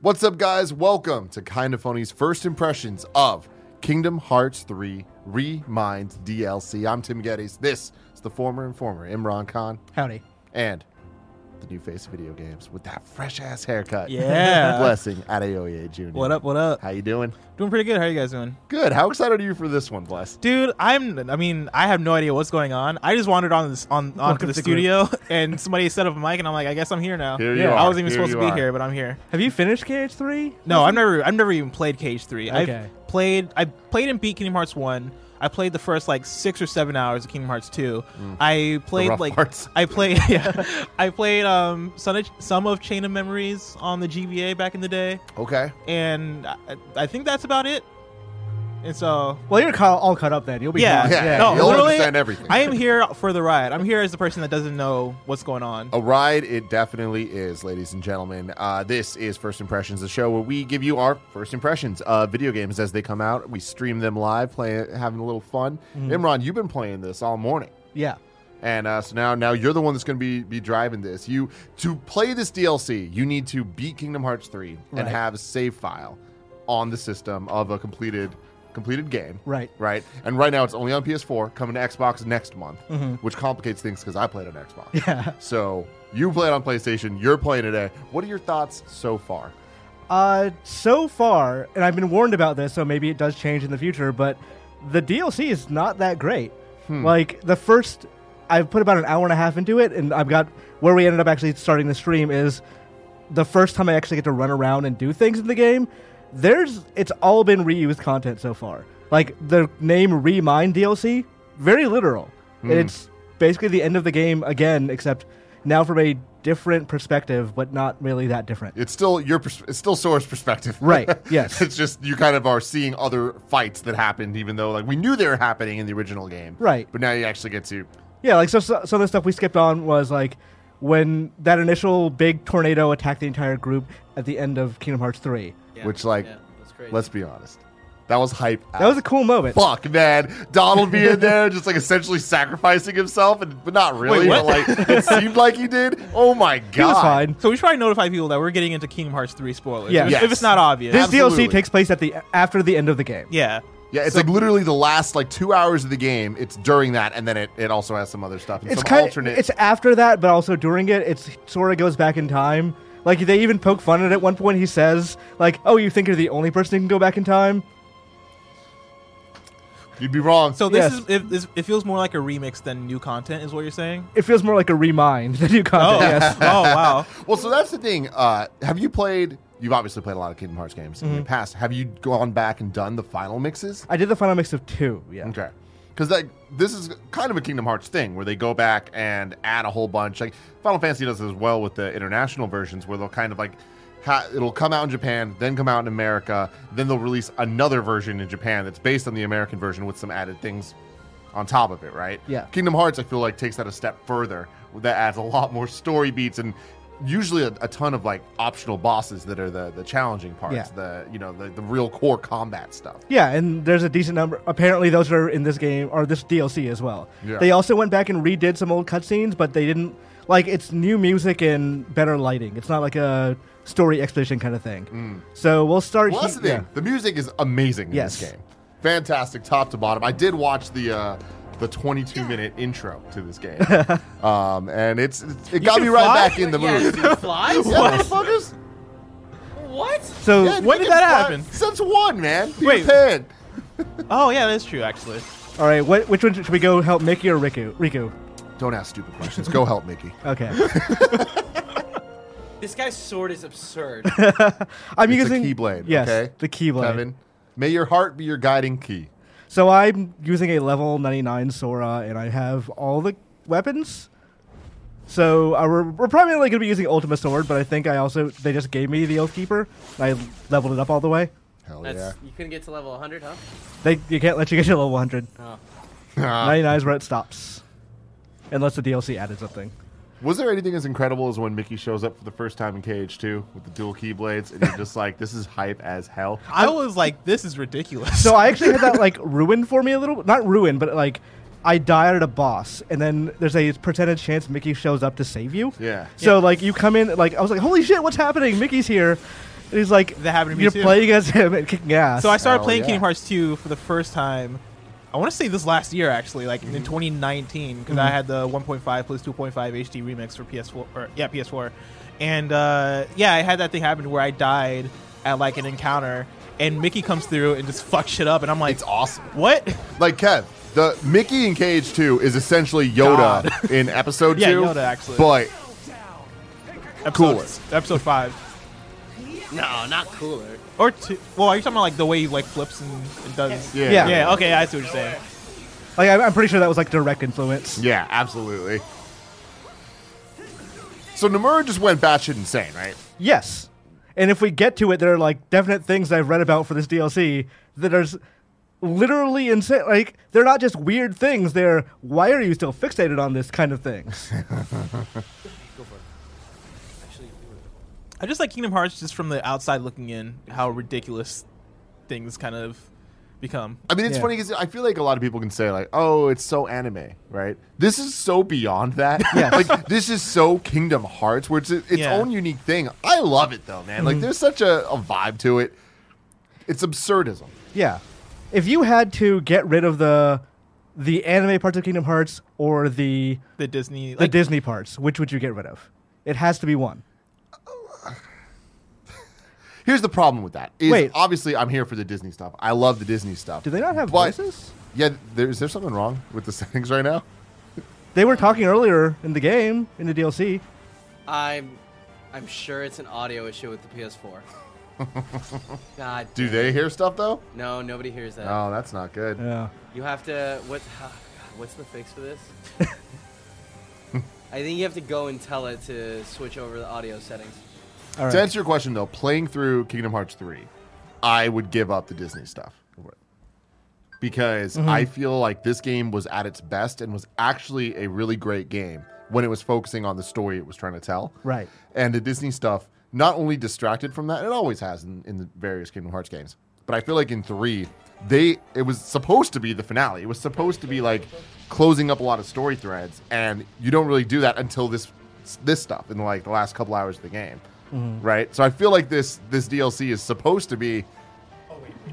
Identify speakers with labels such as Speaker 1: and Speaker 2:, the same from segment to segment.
Speaker 1: What's up, guys? Welcome to Kinda Phony's first impressions of Kingdom Hearts 3 Remind DLC. I'm Tim Geddes. This is the former informer, Imran Khan,
Speaker 2: Howdy.
Speaker 1: and the new face of video games with that fresh ass haircut.
Speaker 2: Yeah.
Speaker 1: Blessing at AOEA Jr.
Speaker 2: What up? What up?
Speaker 1: How you doing?
Speaker 2: Doing pretty good. How are you guys doing?
Speaker 1: Good. How excited are you for this one, Bless?
Speaker 2: Dude, I'm. I mean, I have no idea what's going on. I just wandered on this on onto
Speaker 3: Welcome
Speaker 2: the
Speaker 3: to the
Speaker 2: studio, and somebody set up a mic, and I'm like, I guess I'm here now.
Speaker 1: Here you
Speaker 3: Yeah,
Speaker 1: are.
Speaker 2: I wasn't even
Speaker 1: Here
Speaker 2: supposed to
Speaker 1: you
Speaker 2: be
Speaker 1: are.
Speaker 2: here, but I'm here.
Speaker 3: Have you finished KH3?
Speaker 2: No, I've never. I've never even played Cage Three.
Speaker 3: Okay.
Speaker 2: I've played. I played and beat Kingdom Hearts One. I played the first like six or seven hours of Kingdom Hearts Two. I played
Speaker 1: Mm. rough
Speaker 2: like.
Speaker 1: parts.
Speaker 2: I played. Yeah. I played um some of, some of Chain of Memories on the GBA back in the day,
Speaker 1: Okay.
Speaker 2: and I, I think that's about it. And so
Speaker 3: Well, you're ca- all caught up then. You'll be
Speaker 2: Yeah.
Speaker 3: fine.
Speaker 1: Yeah.
Speaker 2: No,
Speaker 1: you'll
Speaker 2: literally,
Speaker 1: understand everything.
Speaker 2: I am here for the ride. I'm here as the person that doesn't know what's going on.
Speaker 1: A ride, it definitely is, ladies and gentlemen. Uh, this is First Impressions, the show where we give you our first impressions of video games as they come out. We stream them live, play, having a little fun. Imran, you've been playing this all morning,
Speaker 3: Yeah.
Speaker 1: and uh, so now, now you're the one that's going to be be driving this. You to play this DLC, you need to beat Kingdom Hearts three
Speaker 3: Right.
Speaker 1: and have a save file on the system of a completed completed game.
Speaker 3: Right.
Speaker 1: Right, and right now it's only on PS4, coming to Xbox next month, which complicates things because I played on Xbox.
Speaker 3: Mm-hmm. Yeah.
Speaker 1: So you play it on PlayStation. You're playing today. What are your thoughts so far?
Speaker 3: Uh, so far, and I've been warned about this, so maybe it does change in the future, but the DLC is not that great. Like, the first, I've put about an hour and a half into it, and I've got where we ended up actually starting the stream is the first time I actually get to run around and do things in the game. There's, it's all been reused content so far. Like, the name Remind DLC, very literal. It's basically the end of the game again, except now from a different perspective, but not really that different.
Speaker 1: It's still your pers- it's still Sora's perspective,
Speaker 3: Right, yes.
Speaker 1: it's just you kind of are seeing other fights that happened, even though like we knew they were happening in the original game,
Speaker 3: Right.
Speaker 1: But now you actually get to
Speaker 3: Yeah, like so, so some of the stuff we skipped on was like when that initial big tornado attacked the entire group at the end of Kingdom Hearts 3.
Speaker 1: Which, like,
Speaker 2: that's crazy.
Speaker 1: let's be honest, that was hype.
Speaker 3: That was a cool moment.
Speaker 1: Fuck man, Donald being there, just like essentially sacrificing himself, and but not really.
Speaker 2: Wait, what?
Speaker 1: But, like it seemed like he did. Oh my god,
Speaker 3: he was fine.
Speaker 2: so we should probably notify people that we're getting into Kingdom Hearts 3 spoilers.
Speaker 3: Yeah.
Speaker 2: If,
Speaker 1: Yes.
Speaker 2: if it's not obvious.
Speaker 3: This
Speaker 1: Absolutely.
Speaker 3: DLC takes place at the after the end of the game.
Speaker 2: yeah.
Speaker 1: Yeah, it's like literally the last like two hours of the game. It's during that, and then it, it also has some other stuff. And
Speaker 3: It's
Speaker 1: some
Speaker 3: kind
Speaker 1: alternate.
Speaker 3: it's after that, but also during it, it's sort of goes back in time. Like they even poke fun at it. At one point, he says, "Like, oh, you think you're the only person who can go back in time?"
Speaker 1: You'd be wrong.
Speaker 2: So
Speaker 3: Yes.
Speaker 2: this is it, this- it feels more like a remix than new content is what you're saying?
Speaker 3: It feels more like a remind than you
Speaker 2: Oh.
Speaker 3: content. Yes.
Speaker 2: oh wow.
Speaker 1: well, so that's the thing. Uh, have you played? You've obviously played a lot of Kingdom Hearts games
Speaker 3: Mm-hmm.
Speaker 1: in the past. Have you gone back and done the final mixes?
Speaker 3: I did the final mix of two. Yeah.
Speaker 1: Okay, because like this is kind of a Kingdom Hearts thing where they go back and add a whole bunch. Like Final Fantasy does as well with the international versions, where they'll kind of like. Ha- it'll come out in Japan, then come out in America, then they'll release another version in Japan that's based on the American version with some added things on top of it, right?
Speaker 3: Yeah.
Speaker 1: Kingdom Hearts, I feel like, takes that a step further. That adds a lot more story beats and usually a, a ton of like optional bosses that are the the challenging parts,
Speaker 3: Yeah.
Speaker 1: the you know the, the real core combat stuff.
Speaker 3: Yeah, and there's a decent number. Apparently, those are in this game or this DLC as well.
Speaker 1: Yeah.
Speaker 3: They also went back and redid some old cutscenes, but they didn't like it's new music and better lighting. It's not like a story exposition kind of thing.
Speaker 1: Mm.
Speaker 3: So we'll start.
Speaker 1: Well, that's the
Speaker 3: he-
Speaker 1: thing. The music is amazing in this
Speaker 3: Yes.
Speaker 1: game. Fantastic, top to bottom. I did watch the uh, the 22 minute intro to this game, um, and it's, it's it got
Speaker 2: can
Speaker 1: me right
Speaker 2: fly?
Speaker 1: back in the
Speaker 4: Yeah,
Speaker 1: mood.
Speaker 4: you flies?
Speaker 1: Yeah, motherfuckers.
Speaker 4: What?
Speaker 3: yeah. So
Speaker 1: Yeah,
Speaker 2: When
Speaker 1: you
Speaker 2: did
Speaker 1: can
Speaker 2: that
Speaker 1: fly
Speaker 2: happen?
Speaker 1: Since one, man. Peter
Speaker 2: Wait.
Speaker 1: Pan.
Speaker 2: Oh yeah, that's true actually.
Speaker 3: all right, what, which one should we go? Help Mickey or Riku? Riku.
Speaker 1: Don't ask stupid questions. Go help Mickey.
Speaker 3: Okay.
Speaker 4: This guy's sword is absurd.
Speaker 3: I'm
Speaker 1: It's
Speaker 3: using
Speaker 1: a keyblade.
Speaker 3: Yes,
Speaker 1: okay?
Speaker 3: the keyblade.
Speaker 1: Kevin, may your heart be your guiding key.
Speaker 3: So I'm using a level 99 Sora, and I have all the weapons. So uh, we're, we're primarily going to be using Ultima Sword, but I think I also they just gave me the Oathkeeper. And I leveled it up all the way.
Speaker 1: Hell
Speaker 4: That's,
Speaker 1: Oh, yeah.
Speaker 4: You couldn't get to level 100, huh?
Speaker 3: They you can't let you get to level 100.
Speaker 4: Oh.
Speaker 3: 99 is where it stops, unless the DLC added something.
Speaker 1: Was there anything as incredible as when Mickey shows up for the first time in KH2 with the dual keyblades and you're just like, this is hype as hell?
Speaker 2: I was like this is ridiculous.
Speaker 3: So I actually had that like ruined for me a little, not ruined, but like I died at a boss, and then there's a percentage chance Mickey shows up to save you.
Speaker 1: Yeah.
Speaker 3: So like you come in like I was like, holy shit, what's happening? Mickey's here, And he's like,
Speaker 2: That happened to me
Speaker 3: You're
Speaker 2: too.
Speaker 3: playing against him and kicking ass.
Speaker 2: So I started
Speaker 1: Oh,
Speaker 2: playing
Speaker 1: yeah.
Speaker 2: Kingdom Hearts 2 for the first time. I want to say this last year actually, like
Speaker 1: Mm-hmm.
Speaker 2: in 2019, because I had the 1.5 plus 2.5 HD remix for PS4. Or, yeah, PS4. And uh, yeah, I had that thing happen where I died at like an encounter, and Mickey comes through and just fucks shit up, and I'm like,
Speaker 1: It's awesome.
Speaker 2: What?
Speaker 1: Like Kev, the Mickey in Cage Two is essentially Yoda
Speaker 2: God.
Speaker 1: in Episode
Speaker 2: Yeah,
Speaker 1: Two.
Speaker 2: Yoda, actually.
Speaker 1: But
Speaker 2: Episode,
Speaker 1: Cooler.
Speaker 2: Episode five
Speaker 4: No, not cooler.
Speaker 2: or two? Well, are you talking about like the way he like flips and, and does?
Speaker 1: yeah,
Speaker 3: Yeah.
Speaker 2: Yeah. Okay, I see what you're saying.
Speaker 3: like, I'm, I'm pretty sure that was like direct influence.
Speaker 1: Yeah, absolutely. So Nomura just went batshit insane, right?
Speaker 3: Yes. And if we get to it, there are like definite things I've read about for this DLC that are s- literally insane. Like, they're not just weird things, they're why are you still fixated on this kind of things?
Speaker 4: Actually, you
Speaker 2: I just like Kingdom Hearts just from the outside looking in, how ridiculous things kind of become.
Speaker 1: I mean, it's
Speaker 3: Yeah.
Speaker 1: funny because I feel like a lot of people can say like, "Oh, it's so anime," right? This is so beyond that.
Speaker 3: Yes.
Speaker 1: Like, this is so Kingdom Hearts, where it's its
Speaker 2: Yeah. Mm-hmm.
Speaker 1: own unique thing. I love it though, man. Like, there's such a, a vibe to it. It's absurdism.
Speaker 3: yeah. If you had to get rid of the the anime parts of Kingdom Hearts or the
Speaker 2: The Disney,
Speaker 3: the
Speaker 2: like,
Speaker 3: Disney parts, which would you get rid of? It has to be one.
Speaker 1: Here's the problem with that. Is
Speaker 3: Wait.
Speaker 1: obviously I'm here for the Disney stuff. I love the Disney stuff.
Speaker 3: Do they not have
Speaker 1: But-
Speaker 3: voices?
Speaker 1: Yeah, there, is there something wrong with the settings right now?
Speaker 3: They were talking earlier in the game in the DLC.
Speaker 4: were. I'm, I'm sure it's an audio issue with the PS4. God.
Speaker 1: Do
Speaker 4: damn.
Speaker 1: they hear stuff though?
Speaker 4: No, nobody hears that.
Speaker 1: Oh, that's not good.
Speaker 3: Yeah.
Speaker 4: You have to. What? ah, God, what's the fix for this? I think you have to go and tell it to switch over the audio settings.
Speaker 3: All right.
Speaker 1: To answer your question though, playing through Kingdom Hearts 3, I would give up the Disney stuff. Because I feel like this game was at its best and was actually a really great game when it was focusing on the story it was trying to tell.
Speaker 3: Right.
Speaker 1: And the Disney stuff not only distracted from that, it always has in, in the various Kingdom Hearts games. But I feel like in 3, they it was supposed to be the finale. It was supposed to be like closing up a lot of story threads and you don't really do that until this this stuff in like the last couple hours of the game. Right? So I feel like this this DLC is supposed to be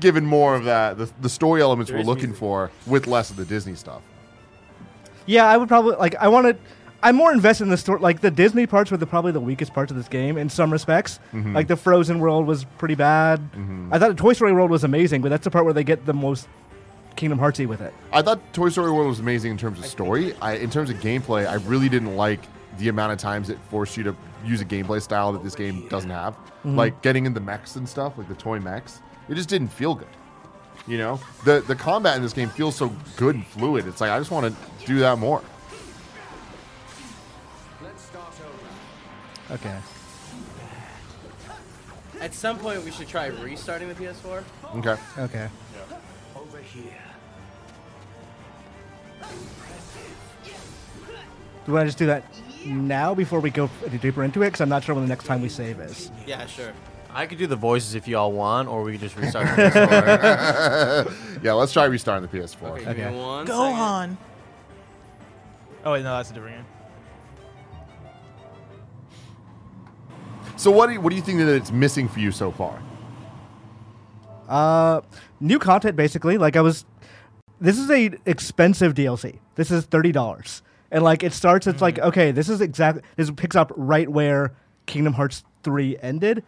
Speaker 1: given more of that the, the story elements we're looking for with less of the Disney stuff.
Speaker 3: Yeah, I would probably like. I want to. I'm more invested in the story. Like the Disney parts were the, probably the weakest parts of this game in some respects. Like the Frozen world was pretty bad. I thought the Toy Story world was amazing, but that's the part where they get the most Kingdom Heartsy with it.
Speaker 1: I thought Toy Story World was amazing in terms of story. I, in terms of gameplay, I really didn't like the amount of times it forced you to use a gameplay style that this game doesn't have, like getting in the mechs and stuff, like the toy mechs. It just didn't feel good. You know, the the combat in this game feels so good and fluid. It's like I just want to do that more.
Speaker 3: Okay.
Speaker 4: At some point, we should try restarting the PS4.
Speaker 1: Okay,
Speaker 3: Okay. Do you want to just do that now before we go any deeper into it? Because I'm not sure when the next time we save is.
Speaker 4: Yeah, sure.
Speaker 5: I could do the voices if y'all want, or we could just restart. from this one.
Speaker 1: yeah, let's try restarting the PS4.
Speaker 4: Okay, give
Speaker 3: Okay.
Speaker 4: me one
Speaker 2: Go
Speaker 4: second.
Speaker 2: on. Oh wait, no, that's a different game.
Speaker 1: So what do you, what do you think that it's missing for you so far?
Speaker 3: Uh, new content basically. Like I was, this is a expensive DLC. This is thirty dollars, and like it starts. It's like okay, this is exactly this picks up right where Kingdom Hearts three ended,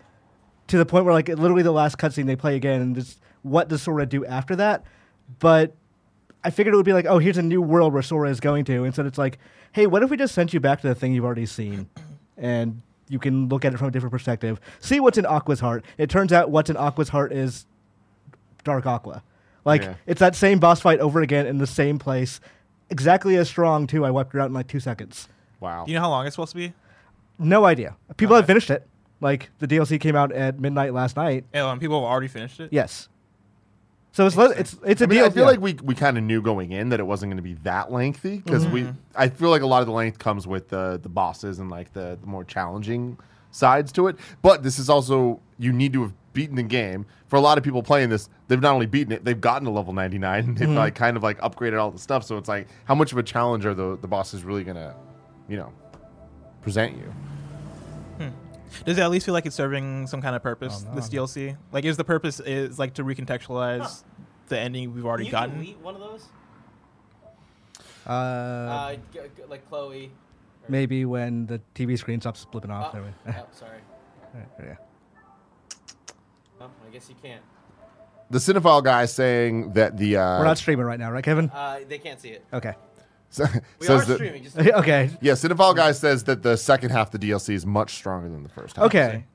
Speaker 3: to the point where like it, literally the last cutscene they play again, and just what does Sora do after that? But I figured it would be like, oh, here's a new world where Sora is going to, instead it's like, hey, what if we just sent you back to the thing you've already seen, and you can look at it from a different perspective, see what's in Aqua's heart. It turns out what's in Aqua's heart is Dark Aqua. Like
Speaker 1: Yeah.
Speaker 3: it's that same boss fight over again in the same place, exactly as strong too. I wiped her out in like two seconds.
Speaker 1: Wow.
Speaker 2: Do you know how long it's supposed to be?
Speaker 3: No idea. People have finished it. Like the DLC came out at midnight last night.
Speaker 2: Yeah, and people have already finished it.
Speaker 3: Yes. So it's le- it's it's a
Speaker 1: I, mean,
Speaker 3: deal.
Speaker 1: I feel
Speaker 3: yeah.
Speaker 1: like we, we kind of knew going in that it wasn't going to be that lengthy because
Speaker 4: Mm-hmm.
Speaker 1: we I feel like a lot of the length comes with the the bosses and like the, the more challenging sides to it. But this is also you need to have beaten the game. For a lot of people playing this, they've not only beaten it, they've gotten to level 99 and
Speaker 4: Mm-hmm.
Speaker 1: they've like kind of like upgraded all the stuff. So it's like how much of a challenge are the the bosses really going to, you know, present you?
Speaker 2: Does it at least feel like it's serving some kind of purpose?
Speaker 3: Oh, no.
Speaker 2: This DLC, like, is the purpose is like to recontextualize the ending we've already
Speaker 4: you
Speaker 2: gotten?
Speaker 4: Can eat one of those?
Speaker 3: Uh,
Speaker 4: Uh, g- g- like Chloe. or-
Speaker 3: maybe when the TV screen stops flipping
Speaker 4: Oh,
Speaker 3: off.
Speaker 1: Uh,
Speaker 3: There we-
Speaker 4: oh, sorry.
Speaker 3: yeah.
Speaker 4: Well, I guess you can't.
Speaker 1: The cinephile guy saying that the uh,
Speaker 3: We're not streaming right now, right, Kevin?
Speaker 4: Uh, they can't see it.
Speaker 3: Okay.
Speaker 4: We
Speaker 1: says
Speaker 4: are
Speaker 1: that-
Speaker 4: streaming. Just
Speaker 3: okay.
Speaker 1: Yeah, cinephile guy says that the second half of the DLC is much stronger than the first half.
Speaker 3: Okay.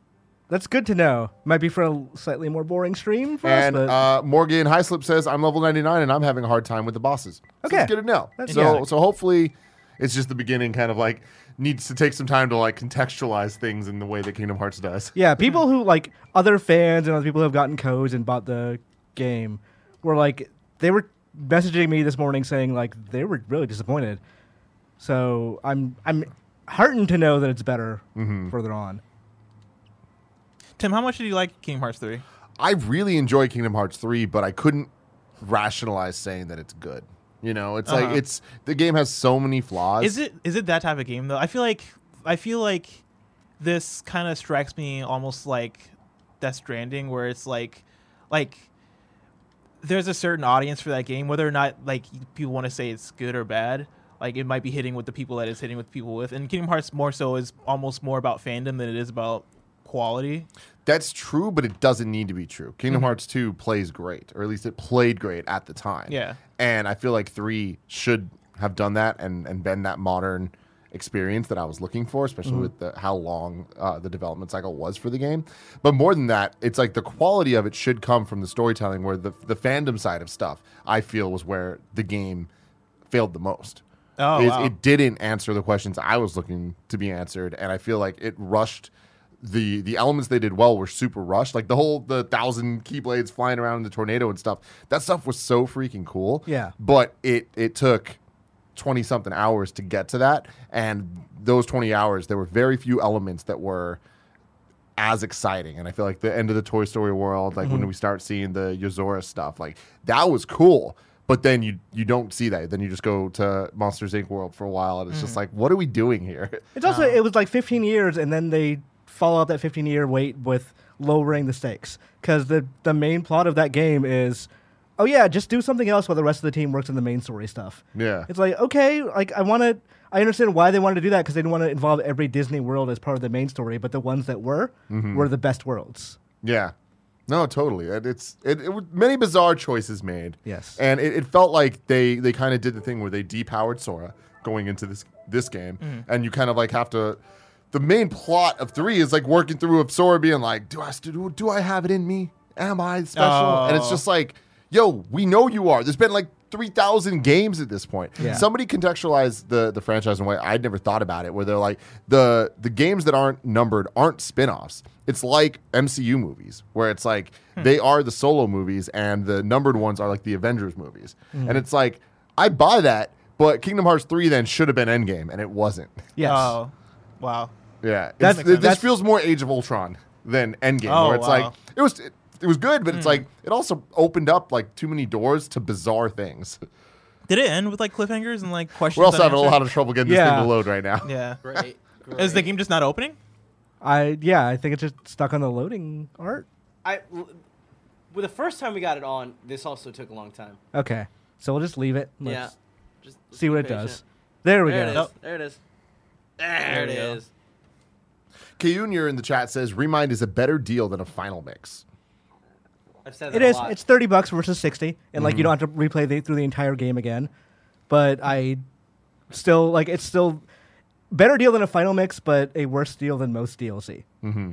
Speaker 3: That's good to know. Might be for a slightly more boring stream for
Speaker 1: And
Speaker 3: us, but
Speaker 1: uh, Morgan Heislip says, I'm level 99 and I'm having a hard time with the bosses. So
Speaker 3: Okay.
Speaker 1: It's good to know.
Speaker 3: That's
Speaker 1: so,
Speaker 3: good.
Speaker 1: so hopefully it's just the beginning, kind of like needs to take some time to like contextualize things in the way that Kingdom Hearts does.
Speaker 3: yeah, people who like other fans and other people who have gotten codes and bought the game were like they were messaging me this morning saying like they were really disappointed. So I'm I'm heartened to know that it's better
Speaker 1: Mm-hmm.
Speaker 3: further on.
Speaker 2: Tim, how much did you like Kingdom Hearts three?
Speaker 1: I really enjoy Kingdom Hearts 3, but I couldn't rationalize saying that it's good. You know, it's
Speaker 2: Uh-huh.
Speaker 1: like it's the game has so many flaws.
Speaker 2: Is it is it that type of game though? I feel like I feel like this kind of strikes me almost like Death Stranding, where it's like like there's a certain audience for that game, whether or not like people want to say it's good or bad. Like it might be hitting with the people that it's hitting with people with, and Kingdom Hearts more so is almost more about fandom than it is about quality.
Speaker 1: That's true, but it doesn't need to be true. Kingdom Hearts 2 plays great, or at least it played great at the time.
Speaker 2: Yeah.
Speaker 1: And I feel like 3 should have done that and, and been that modern experience that I was looking for, especially with the, how long uh, the development cycle was for the game. But more than that, it's like the quality of it should come from the storytelling, where the, the fandom side of stuff, I feel, was where the game failed the most
Speaker 2: Oh,
Speaker 1: is
Speaker 2: wow.
Speaker 1: it didn't answer the questions I was looking to be answered, and I feel like it rushed. The, the elements they did well were super rushed. Like the whole the thousand keyblades flying around in the tornado and stuff. That stuff was so freaking cool.
Speaker 3: Yeah.
Speaker 1: But it it took twenty something hours to get to that. And those twenty hours, there were very few elements that were as exciting. And I feel like the end of the Toy Story world, like when we start seeing the Yozora stuff, like that was cool. But then you you don't see that. Then you just go to Monsters Inc. world for a while, and it's just like, what are we doing here?
Speaker 3: It's also
Speaker 4: Um,
Speaker 3: it was like 15 years, and then they follow up that 15 year wait with lowering the stakes because the the main plot of that game is, oh yeah, just do something else while the rest of the team works on the main story stuff.
Speaker 1: Yeah.
Speaker 3: it's like okay, like I want to. I understand why they wanted to do that because they didn't want to involve every Disney world as part of the main story, but the ones that were were the best worlds.
Speaker 1: Yeah. No, totally. It, it's it, it was many bizarre choices made.
Speaker 3: Yes.
Speaker 1: and it, it felt like they they kind of did the thing where they depowered Sora going into this this game, and you kind of like have to. The main plot of three is like working through of Sora being like, "Do I st- do, do I have it in me? Am I special?" And it's
Speaker 2: Oh.
Speaker 1: just like, "Yo, we know you are." There's been like three thousand games at this point.
Speaker 3: Yeah.
Speaker 1: Somebody contextualized the the franchise in a way I'd never thought about it, where they're like the the games that aren't numbered aren't spin-offs. It's like MCU movies, where it's like they are the solo movies and the numbered ones are like the Avengers movies. And it's like I buy that, but Kingdom Hearts 3 then should have been Endgame and it wasn't.
Speaker 3: Yes,
Speaker 2: Oh, wow.
Speaker 1: Yeah. it's-
Speaker 3: That's-
Speaker 1: th- this
Speaker 3: that's-
Speaker 1: feels more Age of Ultron than Endgame
Speaker 2: Oh,
Speaker 1: where it's
Speaker 2: wow. Hmm.
Speaker 1: like it was it, it was good, but it's like it also opened up like too many doors to bizarre things.
Speaker 2: Did it end with like cliffhangers and like questions?
Speaker 1: We're also having a
Speaker 2: unanswered?
Speaker 1: lot of trouble getting this
Speaker 3: Yeah.
Speaker 1: thing to load right now.
Speaker 2: Yeah.
Speaker 4: great. great.
Speaker 2: Is the game just not opening?
Speaker 3: I yeah, I think it's just stuck on the loading art.
Speaker 4: I, well, the first time we got it on, this also took a long time.
Speaker 3: Okay, so we'll just leave it. Let's
Speaker 4: yeah. Just
Speaker 3: see what it
Speaker 4: be
Speaker 3: does.
Speaker 4: patient.
Speaker 3: There we
Speaker 4: There
Speaker 3: go.
Speaker 4: it is. There it is. There it
Speaker 2: we go.
Speaker 4: is.
Speaker 1: Kayunier in the chat says Remind is a better deal than a final mix.
Speaker 4: I've said that
Speaker 3: It
Speaker 4: a
Speaker 3: is.
Speaker 4: lot.
Speaker 3: It's thirty bucks versus sixty, and like you
Speaker 1: Mm-hmm.
Speaker 3: don't have to replay the, through the entire game again. But I still like it's still better deal than a final mix, but a worse deal than most DLC.
Speaker 1: Mm-hmm.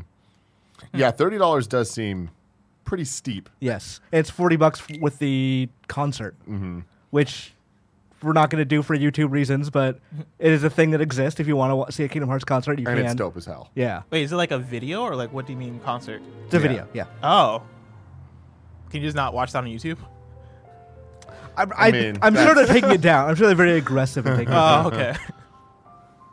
Speaker 1: Yeah, thirty dollars does seem pretty steep.
Speaker 3: Yes, and it's forty bucks f- with the concert,
Speaker 1: Mm-hmm.
Speaker 3: which we're not going to do for YouTube reasons, but it is a thing that exists. If you want to see a Kingdom Hearts concert, you
Speaker 1: And
Speaker 3: can.
Speaker 1: it's dope as hell.
Speaker 3: Yeah,
Speaker 2: Wait, is it like a video or like what do you mean concert?
Speaker 3: it's a
Speaker 1: Yeah.
Speaker 3: video. Yeah,
Speaker 2: Oh. Can you just not watch that on YouTube?
Speaker 3: I,
Speaker 1: mean,
Speaker 3: am sure
Speaker 1: that's-
Speaker 3: they're taking it down. I'm sure they're very aggressive in taking it down.
Speaker 1: Uh-huh.
Speaker 2: Oh, okay.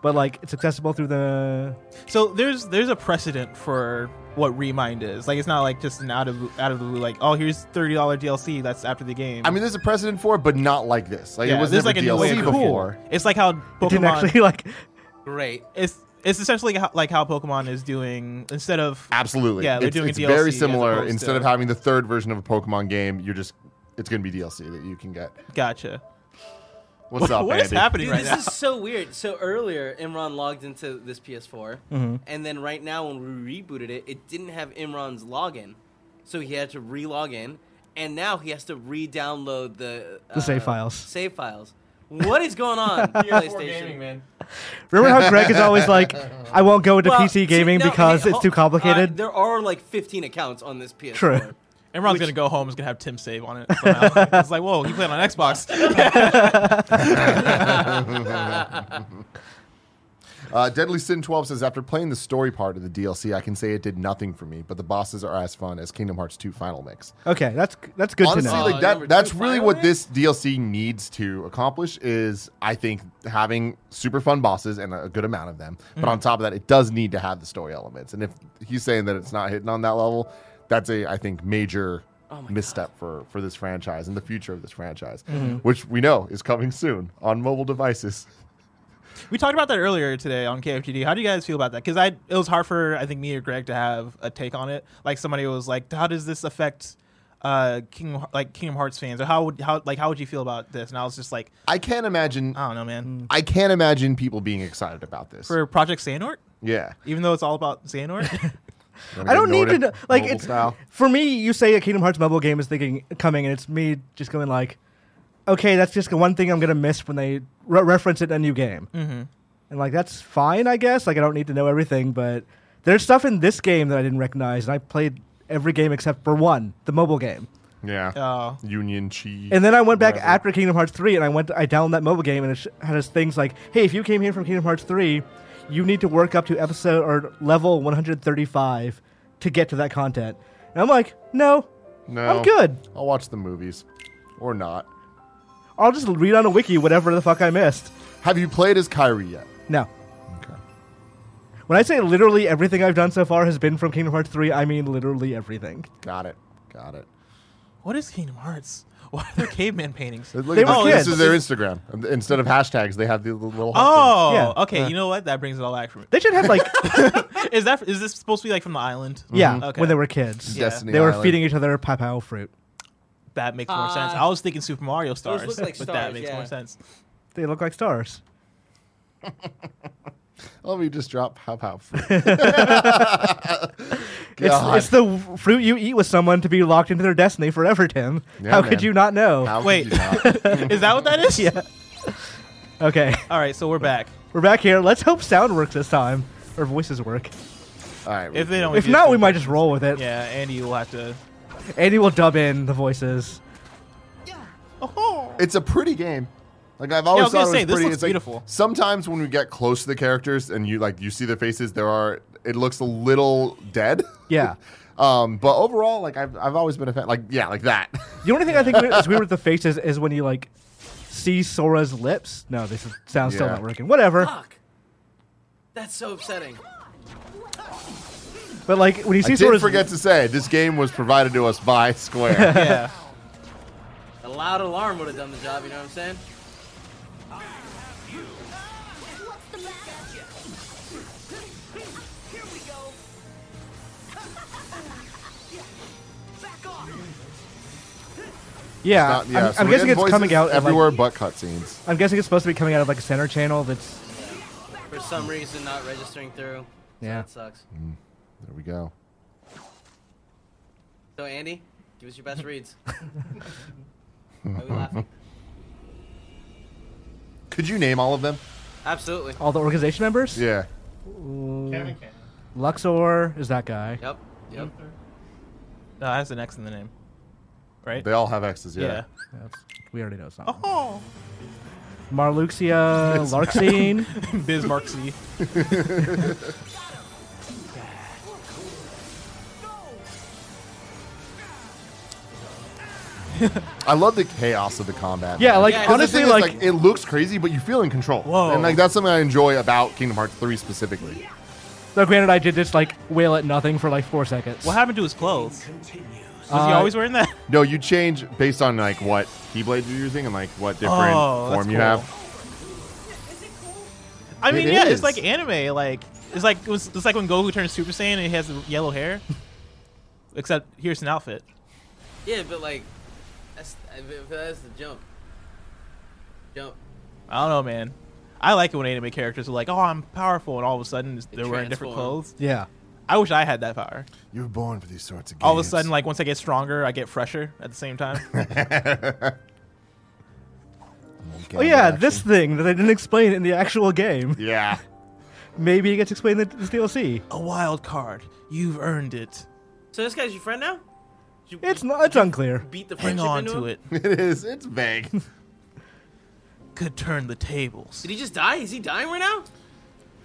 Speaker 3: But like, it's accessible through the
Speaker 2: So there's there's a precedent for what Remind is. Like it's not like just an out of out of the blue like, oh here's thirty dollar DLC that's after the game.
Speaker 1: I mean, there's a precedent for it, but not like this. Like
Speaker 2: yeah,
Speaker 1: it was
Speaker 2: this is
Speaker 1: never
Speaker 2: like a new way
Speaker 1: DLC
Speaker 2: of
Speaker 1: before.
Speaker 2: It's like how
Speaker 3: didn't
Speaker 2: Pokemon
Speaker 3: actually like
Speaker 4: great.
Speaker 2: it's It's essentially how, like how Pokemon is doing instead of
Speaker 1: Absolutely.
Speaker 2: Yeah, they're
Speaker 1: it's,
Speaker 2: doing
Speaker 1: it's
Speaker 2: DLC
Speaker 1: very
Speaker 2: as
Speaker 1: similar.
Speaker 2: opposed
Speaker 1: Instead
Speaker 2: to-
Speaker 1: of having the third version of a Pokemon game, you're just it's going to be DLC that you can get.
Speaker 2: gotcha.
Speaker 1: What's up,
Speaker 2: what
Speaker 1: Andy?
Speaker 2: is happening
Speaker 4: Dude,
Speaker 2: right
Speaker 4: this
Speaker 2: now?
Speaker 4: is so weird. So earlier, Imran logged into this PS4, and then right now when we rebooted it, it didn't have Imran's login, so he had to re-log in, and now he has to re-download the uh,
Speaker 3: The save files.
Speaker 4: Save files. What is going on, PlayStation?
Speaker 5: man.
Speaker 3: Remember how Greg is always like, I won't go into
Speaker 4: Well, see,
Speaker 3: PC gaming
Speaker 4: no, hey,
Speaker 3: because it's
Speaker 4: hold-
Speaker 3: too complicated?
Speaker 4: uh, there are like 15 accounts on this PS4.
Speaker 3: True.
Speaker 2: Everyone's gonna go home. Is gonna have Tim save on it. from now. it's like, whoa, you played on Xbox.
Speaker 1: Uh, Deadly Sin 12 says After playing the story part of the DLC, I can say it did nothing for me, but the bosses are as fun as Kingdom Hearts 2 Final Mix.
Speaker 3: okay, that's that's good
Speaker 1: Honestly,
Speaker 3: to know.
Speaker 4: Oh,
Speaker 1: like
Speaker 4: number
Speaker 1: that, that's
Speaker 4: two,
Speaker 1: really
Speaker 4: Final
Speaker 1: what
Speaker 4: Mix?
Speaker 1: this DLC needs to accomplish is, I think, having super fun bosses and a good amount of them.
Speaker 2: Mm-hmm.
Speaker 1: But on top of that, it does need to have the story elements. And if he's saying that it's not hitting on that level, that's a, I think, major
Speaker 2: Oh
Speaker 1: misstep for, for this franchise and the future of this franchise,
Speaker 2: Mm-hmm.
Speaker 1: which we know is coming soon on mobile devices.
Speaker 2: we talked about that earlier today on KFGD. How do you guys feel about that? Because I, it was hard for I think me or Greg to have a take on it. Like somebody was like, how does this affect? Uh, Kingdom like Kingdom Hearts fans, or how would how like how would you feel about this? And I was just like,
Speaker 1: I can't imagine.
Speaker 2: I don't know,
Speaker 3: Mm.
Speaker 2: man.
Speaker 1: I can't imagine people being excited about this.
Speaker 2: For Project Xehanort,
Speaker 1: yeah.
Speaker 2: even though it's all about Xehanort,
Speaker 1: Wanna
Speaker 3: I
Speaker 1: go
Speaker 3: don't need to
Speaker 1: Nordic
Speaker 3: know. Like,
Speaker 1: mobile
Speaker 3: it's,
Speaker 1: style?
Speaker 3: for me, you say a Kingdom Hearts mobile game is thinking coming, and it's me just going like, okay, that's just the one thing I'm gonna miss when they re- reference it in a new game, mm-hmm. and like that's fine, I guess. Like, I don't need to know everything, but there's stuff in this game that I didn't recognize, and I played every game except for one, the mobile game.
Speaker 1: Yeah.
Speaker 2: Oh.
Speaker 1: Union cheese.
Speaker 3: And then I went back
Speaker 1: Whatever.
Speaker 3: after Kingdom Hearts 3 and I went I downloaded that mobile game and it sh- had us things like, "Hey, if you came here from Kingdom Hearts 3, you need to work up to episode or level 135 to get to that content." And I'm like, "No.
Speaker 1: no,
Speaker 3: I'm good.
Speaker 1: I'll watch the movies, or not.
Speaker 3: I'll just read on a wiki whatever the fuck I missed."
Speaker 1: Have you played as Kyrie yet?
Speaker 3: No.
Speaker 1: Okay.
Speaker 3: When I say literally everything I've done so far has been from Kingdom Hearts 3, I mean literally everything.
Speaker 1: Got it. Got it.
Speaker 2: what is Kingdom Hearts? Why are there caveman paintings?
Speaker 1: Look
Speaker 3: They
Speaker 1: at
Speaker 3: were
Speaker 1: this. This
Speaker 3: kids.
Speaker 1: is their Instagram. And Instead of hashtags, they have the little. little heart
Speaker 2: Oh,
Speaker 3: Yeah.
Speaker 2: okay. you know what? That brings it all back for me.
Speaker 3: They should have like
Speaker 2: Is that is this supposed to be like from the island? Mm-hmm.
Speaker 3: yeah,
Speaker 2: Okay.
Speaker 3: when they were kids.
Speaker 1: thing.
Speaker 2: Yeah.
Speaker 1: Destiny
Speaker 3: They were
Speaker 1: Island.
Speaker 3: feeding each other papao fruit.
Speaker 2: That makes more
Speaker 4: Uh,
Speaker 2: sense. I was thinking Super Mario stars,
Speaker 4: look like
Speaker 2: but that
Speaker 4: stars,
Speaker 2: makes
Speaker 4: yeah.
Speaker 2: more sense.
Speaker 3: They look like stars.
Speaker 1: Let me just drop Pow Pow. God.
Speaker 3: It's, it's the w- fruit you eat with someone to be locked into their destiny forever, Tim.
Speaker 1: Yeah,
Speaker 3: How
Speaker 1: man.
Speaker 3: could you not know?
Speaker 1: How could
Speaker 2: Wait.
Speaker 1: you not?
Speaker 2: Is that what that is?
Speaker 3: Yeah. Okay,
Speaker 2: All right, so we're back.
Speaker 3: we're back here. Let's hope sound works this time, or voices work.
Speaker 1: All right.
Speaker 2: If they
Speaker 1: we're
Speaker 2: don't,
Speaker 1: good.
Speaker 3: If not, we might just roll with it.
Speaker 2: Yeah, Andy will have to.
Speaker 3: Andy will dub in the voices.
Speaker 2: Oh,
Speaker 1: it's a pretty game. Like I've
Speaker 2: I
Speaker 1: always
Speaker 2: was gonna
Speaker 1: thought it
Speaker 2: say,
Speaker 1: was
Speaker 2: this
Speaker 1: pretty.
Speaker 2: looks
Speaker 1: it's like,
Speaker 2: beautiful.
Speaker 1: sometimes when we get close to the characters and you like you see their faces, there are it looks a little dead.
Speaker 3: Yeah.
Speaker 1: um, but overall, like I've I've always been a fan. Like yeah, like that.
Speaker 3: The only thing I think is weird with the faces is when you like see Sora's lips. No, this is- sound's still
Speaker 1: Yeah.
Speaker 3: not working. Whatever.
Speaker 4: Fuck. That's so upsetting.
Speaker 3: But like when you see
Speaker 1: I did
Speaker 3: Sora's
Speaker 1: forget to say this game was provided to us by Square.
Speaker 2: yeah.
Speaker 4: A loud alarm would have done the job, you know what I'm saying?
Speaker 6: What's the matter? Here we go. Back off.
Speaker 3: yeah,
Speaker 1: Not- yeah, so
Speaker 3: I'm, I'm
Speaker 1: we're
Speaker 3: guessing
Speaker 1: getting
Speaker 3: it's
Speaker 1: voices
Speaker 3: coming out of, like-
Speaker 1: everywhere but cutscenes.
Speaker 3: I'm guessing it's supposed to be coming out of like a center channel. That's
Speaker 4: For some reason, not registering through.
Speaker 3: yeah.
Speaker 4: That sucks.
Speaker 1: There we go.
Speaker 4: So, Andy, give us your best reads. Are we laughing?
Speaker 1: Could you name all of them?
Speaker 4: Absolutely.
Speaker 3: All the organization members.
Speaker 1: Yeah.
Speaker 3: Luxor is that guy.
Speaker 4: Yep. Yep.
Speaker 2: No, that's an X in the name, right?
Speaker 1: They all have X's. Yeah.
Speaker 2: yeah.
Speaker 3: That's, we already know something.
Speaker 2: Oh,
Speaker 3: Marluxia, Larxene.
Speaker 2: Bismarck C.
Speaker 1: I love the chaos of the combat.
Speaker 3: Yeah,
Speaker 1: man.
Speaker 3: like
Speaker 4: Yeah, 'cause the
Speaker 3: honestly,
Speaker 1: Because the thing is,
Speaker 3: like,
Speaker 1: it looks crazy, but you feel in control.
Speaker 2: Whoa.
Speaker 1: And like that's something I enjoy about Kingdom Hearts 3 specifically.
Speaker 3: though granted, I did just like wail at nothing for like four seconds.
Speaker 2: What happened to his clothes? Was he
Speaker 3: Uh,
Speaker 2: always wearing that?
Speaker 1: No, you change based on like what keyblade you're using and like what different
Speaker 2: Oh, that's
Speaker 1: form you
Speaker 2: cool.
Speaker 1: have.
Speaker 6: Is it cool?
Speaker 2: I mean,
Speaker 1: It
Speaker 2: yeah,
Speaker 1: is.
Speaker 2: it's like anime. Like it's like it was, it's like when Goku turns Super Saiyan and he has the yellow hair. Except here's an outfit.
Speaker 4: Yeah, but like, that's I- but that's the jump. Jump.
Speaker 2: I don't know, man. I like it when anime characters are like, "Oh, I'm powerful," and all of a sudden they're wearing different
Speaker 4: transform.
Speaker 2: clothes.
Speaker 3: Yeah.
Speaker 2: I wish I had that power.
Speaker 1: You were born for these sorts of games.
Speaker 2: All of a sudden, like once I get stronger, I get fresher at the same time.
Speaker 3: Oh yeah, this thing that they didn't explain in the actual game.
Speaker 1: Yeah.
Speaker 3: Maybe it gets explained in this DLC.
Speaker 2: a wild card. You've earned it.
Speaker 4: So this guy's your friend now? Did you-
Speaker 3: It's not. It's unclear.
Speaker 4: beat the
Speaker 2: Hang
Speaker 4: friendship
Speaker 2: on
Speaker 4: into
Speaker 2: to
Speaker 4: him?
Speaker 2: it.
Speaker 1: It is. It's vague.
Speaker 2: Could turn the tables.
Speaker 4: Did he just die? Is he dying right now?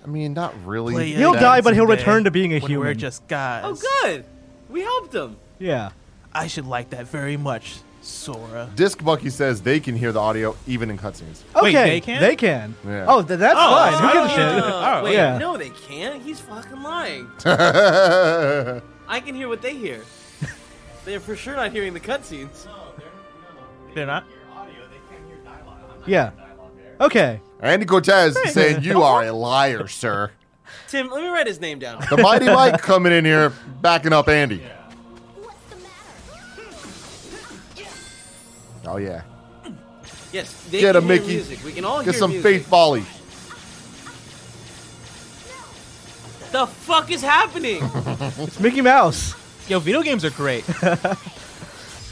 Speaker 1: I mean, not really.
Speaker 2: Play it
Speaker 3: He'll
Speaker 2: back
Speaker 3: die, but he'll
Speaker 2: someday
Speaker 3: return to being a
Speaker 2: when We're
Speaker 3: human.
Speaker 2: just guys.
Speaker 4: Oh, good. We helped him.
Speaker 3: Yeah.
Speaker 2: I should like that very much, Sora.
Speaker 1: Disc Bucky says they can hear the audio even in cutscenes.
Speaker 3: Okay.
Speaker 2: Wait, they can?
Speaker 3: They can.
Speaker 1: Yeah.
Speaker 3: Oh, th- that's fine. Who gives
Speaker 4: Uh,
Speaker 3: a shit?
Speaker 2: Alright,
Speaker 4: wait,
Speaker 3: Oh, yeah.
Speaker 4: no, they can't. He's fucking lying. I can hear what they hear. They're for sure not hearing the cutscenes.
Speaker 2: They're not.
Speaker 3: Yeah. Okay.
Speaker 1: Andy Cortez saying you are a liar, sir.
Speaker 4: Tim, let me write his name down.
Speaker 1: The Mighty Mike coming in here, backing up Andy.
Speaker 6: What's the matter?
Speaker 1: Oh yeah,
Speaker 4: Yes, they
Speaker 1: Get
Speaker 4: can
Speaker 1: him,
Speaker 4: hear
Speaker 1: Mickey.
Speaker 4: music. We can all
Speaker 1: get
Speaker 4: hear
Speaker 1: some
Speaker 4: music.
Speaker 1: faith volley.
Speaker 4: The fuck is happening?
Speaker 3: It's Mickey Mouse.
Speaker 2: Yo, video games are great.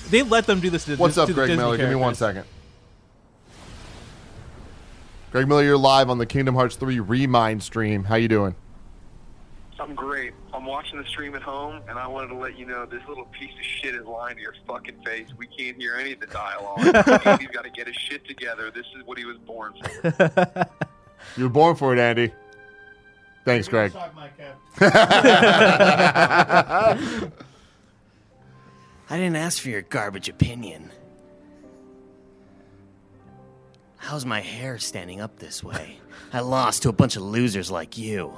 Speaker 2: they let them do this. To,
Speaker 1: What's
Speaker 2: to
Speaker 1: up,
Speaker 2: the
Speaker 1: Greg
Speaker 2: Disney
Speaker 1: Miller? Give me one second.
Speaker 2: characters.
Speaker 1: Greg Miller, you're live on the Kingdom Hearts 3 Remind stream. How you doing?
Speaker 7: I'm great. I'm watching the stream at home, and I wanted to let you know this little piece of shit is lying to your fucking face. We can't hear any of the dialogue. Andy's got to get his shit together. This is what he was born for.
Speaker 1: You were born for it, Andy. Thanks, Greg.
Speaker 8: I didn't ask for your garbage opinion. How's my hair standing up this way? I lost to a bunch of losers like you.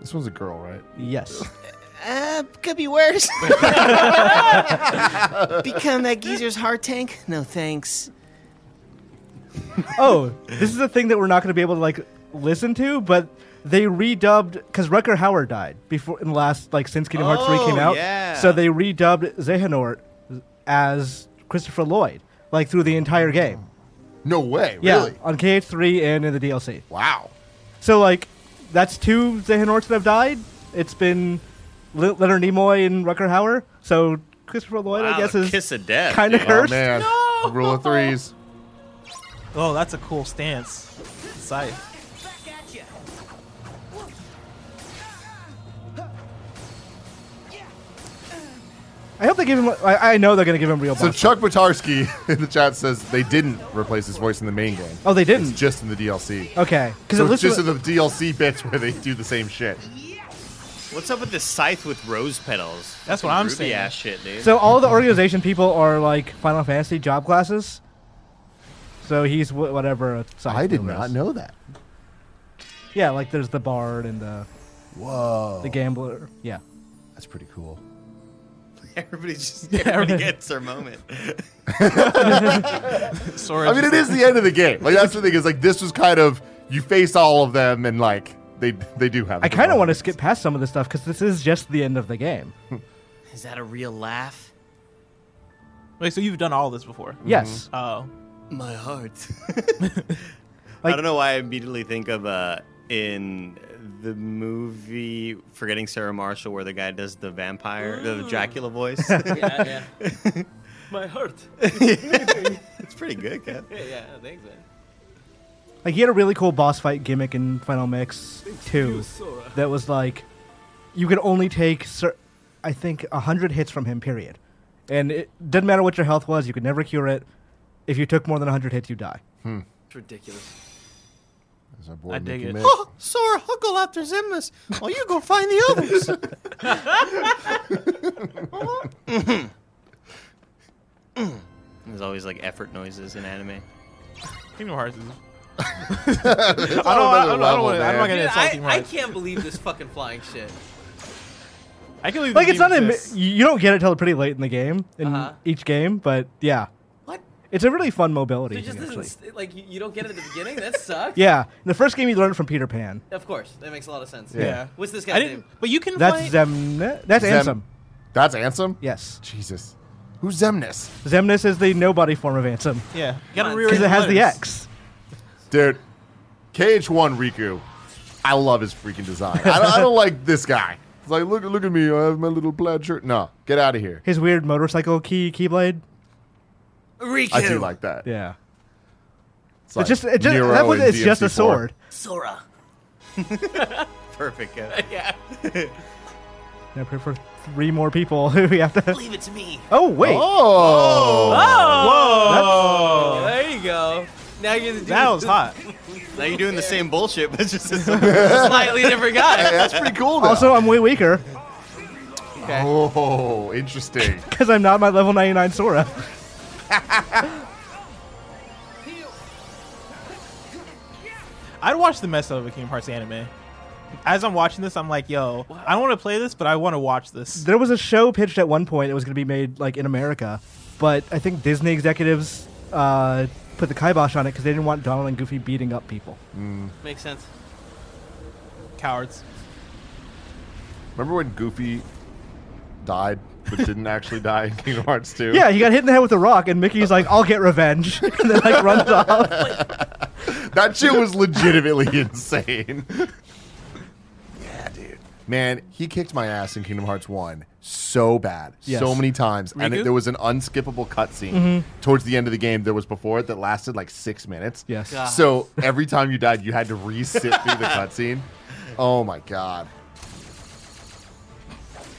Speaker 1: This one's a girl, right?
Speaker 3: Yes.
Speaker 8: Uh, could be worse. Become that geezer's heart tank? No thanks.
Speaker 3: oh, this is a thing that we're not going to be able to like listen to, but they redubbed because Rucker Howard died before in the last like since Kingdom Hearts three came
Speaker 8: Oh,
Speaker 3: out.
Speaker 8: yeah.
Speaker 3: So they redubbed Zehanort as Christopher Lloyd like through the entire game.
Speaker 1: No way,
Speaker 3: Yeah,
Speaker 1: Oh, really?
Speaker 3: on KH three and in the DLC.
Speaker 1: Wow.
Speaker 3: So like, that's two Zehanorts that have died. It's been Le- Leonard Nimoy and Rucker Howard. So Christopher Lloyd, I guess, is
Speaker 5: kiss of death.
Speaker 3: kind of
Speaker 5: dude.
Speaker 1: Oh
Speaker 3: cursed.
Speaker 1: man, rule of threes.
Speaker 2: Oh, that's a cool stance. Scythe.
Speaker 6: Back at ya.
Speaker 3: I hope they give him. I, I know they're going to give him real.
Speaker 1: So
Speaker 3: boss
Speaker 1: Chuck Butarski in the chat says they didn't replace his voice in the main game.
Speaker 3: Oh, they didn't.
Speaker 1: It's just in the DLC.
Speaker 3: okay, because
Speaker 1: So
Speaker 3: it
Speaker 1: it's
Speaker 3: listens.
Speaker 1: just in the DLC bits where they do the same shit.
Speaker 5: What's up with this scythe with rose petals?
Speaker 2: That's what
Speaker 5: Fucking
Speaker 2: I'm
Speaker 5: Ruby
Speaker 2: saying.
Speaker 5: Ass shit, dude.
Speaker 3: So all the organization people are like Final Fantasy job classes. So he's wh- whatever. a side
Speaker 1: I did
Speaker 3: hero
Speaker 1: not
Speaker 3: is.
Speaker 1: know that.
Speaker 3: Yeah, like there's the bard and the
Speaker 1: Whoa,
Speaker 3: the gambler. Yeah.
Speaker 1: Oh, that's pretty cool.
Speaker 5: everybody just everybody gets their moment.
Speaker 2: Sora.
Speaker 1: I mean, it
Speaker 2: just-
Speaker 1: is the end of the game. Like that's the thing is like this was kind of you face all of them and like they they do have.
Speaker 3: I kind of want to skip past some of this stuff because this is just the end of the game.
Speaker 8: Is that a real laugh?
Speaker 2: Wait, so you've done all this before?
Speaker 1: Mm-hmm.
Speaker 3: Yes.
Speaker 2: Oh,
Speaker 8: My heart.
Speaker 3: Like-
Speaker 5: I don't know why I immediately think of uh, in the movie Forgetting Sarah Marshall where the guy does the vampire,
Speaker 8: Mm.
Speaker 5: the Dracula voice.
Speaker 4: yeah, yeah. My heart.
Speaker 5: it's pretty good, Kev.
Speaker 4: Yeah, yeah, thanks, man.
Speaker 3: Like he had a really cool boss fight gimmick in Final Mix Two
Speaker 4: Sora.
Speaker 3: that was like, you could only take, cer- I think, hundred hits from him. Period. And it didn't matter what your health was; you could never cure it. If you took more than hundred hits, you die.
Speaker 4: It's ridiculous.
Speaker 2: I dig it.
Speaker 5: Sora, I'll go after Zimbus while you go find the others. There's always like effort noises in anime.
Speaker 2: Kingdom Hearts is
Speaker 1: I don't, I
Speaker 2: I don't- I don't wanna- I'm not gonna-
Speaker 4: Dude,
Speaker 2: it's all
Speaker 4: I,
Speaker 2: Team
Speaker 4: I
Speaker 2: Hearts.
Speaker 4: can't believe this fucking flying shit.
Speaker 2: I can believe
Speaker 3: like
Speaker 2: this
Speaker 3: it's
Speaker 2: game
Speaker 3: not in,
Speaker 2: exists.
Speaker 3: you don't get it till pretty late in the game in
Speaker 4: Uh-huh.
Speaker 3: each game but yeah
Speaker 4: What?
Speaker 3: It's a really fun mobility
Speaker 4: It
Speaker 3: thing,
Speaker 4: just
Speaker 3: actually.
Speaker 4: doesn't st- like you, you don't get it at the beginning. That sucks.
Speaker 3: Yeah, in the first game you learn it from Peter Pan.
Speaker 4: Of course, that makes a lot of sense.
Speaker 1: Yeah.
Speaker 4: What's this
Speaker 2: I
Speaker 4: guy's
Speaker 2: didn't.
Speaker 4: name?
Speaker 2: But you can.
Speaker 3: That's
Speaker 2: play,
Speaker 3: Zemnis. That's
Speaker 1: Zem-
Speaker 3: Ansem.
Speaker 1: That's Ansem?
Speaker 3: Yes,
Speaker 1: Jesus. Who's Zemnis?
Speaker 3: Zemnis is the nobody form of Ansem
Speaker 2: Yeah, you gotta
Speaker 4: Come on,
Speaker 2: rearrange
Speaker 3: because it has the
Speaker 2: letters.
Speaker 3: X.
Speaker 1: Dude, KH1 Riku. I love his freaking design. I don't, I don't like this guy. It's like, look, look at me. I have my little plaid shirt. No, get out of here.
Speaker 3: His weird motorcycle key keyblade.
Speaker 4: Riku.
Speaker 1: I do like that.
Speaker 3: Yeah,
Speaker 1: It's, like
Speaker 3: it's just, it just
Speaker 1: Nero
Speaker 3: that was,
Speaker 1: in
Speaker 3: it's just a
Speaker 1: DMC4.
Speaker 3: sword.
Speaker 4: Sora.
Speaker 5: Perfect. Kev.
Speaker 4: Yeah.
Speaker 3: Now pray for three more people who we have to.
Speaker 4: Leave it to me.
Speaker 3: Oh wait,
Speaker 1: Oh.
Speaker 4: Oh. There you go. Now you're the dude.
Speaker 2: That was hot.
Speaker 5: Now you're doing the same bullshit, but just as
Speaker 4: Slightly different
Speaker 1: Hey,
Speaker 4: guy.
Speaker 1: that's pretty cool, though.
Speaker 3: also I'm way weaker
Speaker 1: oh, interesting.
Speaker 3: because I'm not my level 99 Sora.
Speaker 2: I'd watch the mess out of a Kingdom Hearts anime. As I'm watching this, I'm like, yo, I don't want to play this, but I want to watch this.
Speaker 3: There was a show pitched at one point. It was going to be made like in America, but I think Disney executives uh, put the kibosh on it because they didn't want Donald and Goofy beating up people.
Speaker 4: Makes sense.
Speaker 2: Cowards.
Speaker 1: Remember when Goofy died, but didn't actually die in Kingdom Hearts 2?
Speaker 3: Yeah, he got hit in the head with a rock, and Mickey's like, "I'll get revenge," and then like runs off.
Speaker 1: That shit was legitimately insane. yeah, dude. Man, he kicked my ass in Kingdom Hearts 1 so bad,
Speaker 3: Yes. Mm-hmm.
Speaker 1: so many times. And
Speaker 2: Riku?
Speaker 1: it, there was an unskippable cutscene towards the end of the game there was before it that lasted like six minutes.
Speaker 3: Yes. God.
Speaker 1: So every time you died, you had to re sit through the cutscene. Oh my God.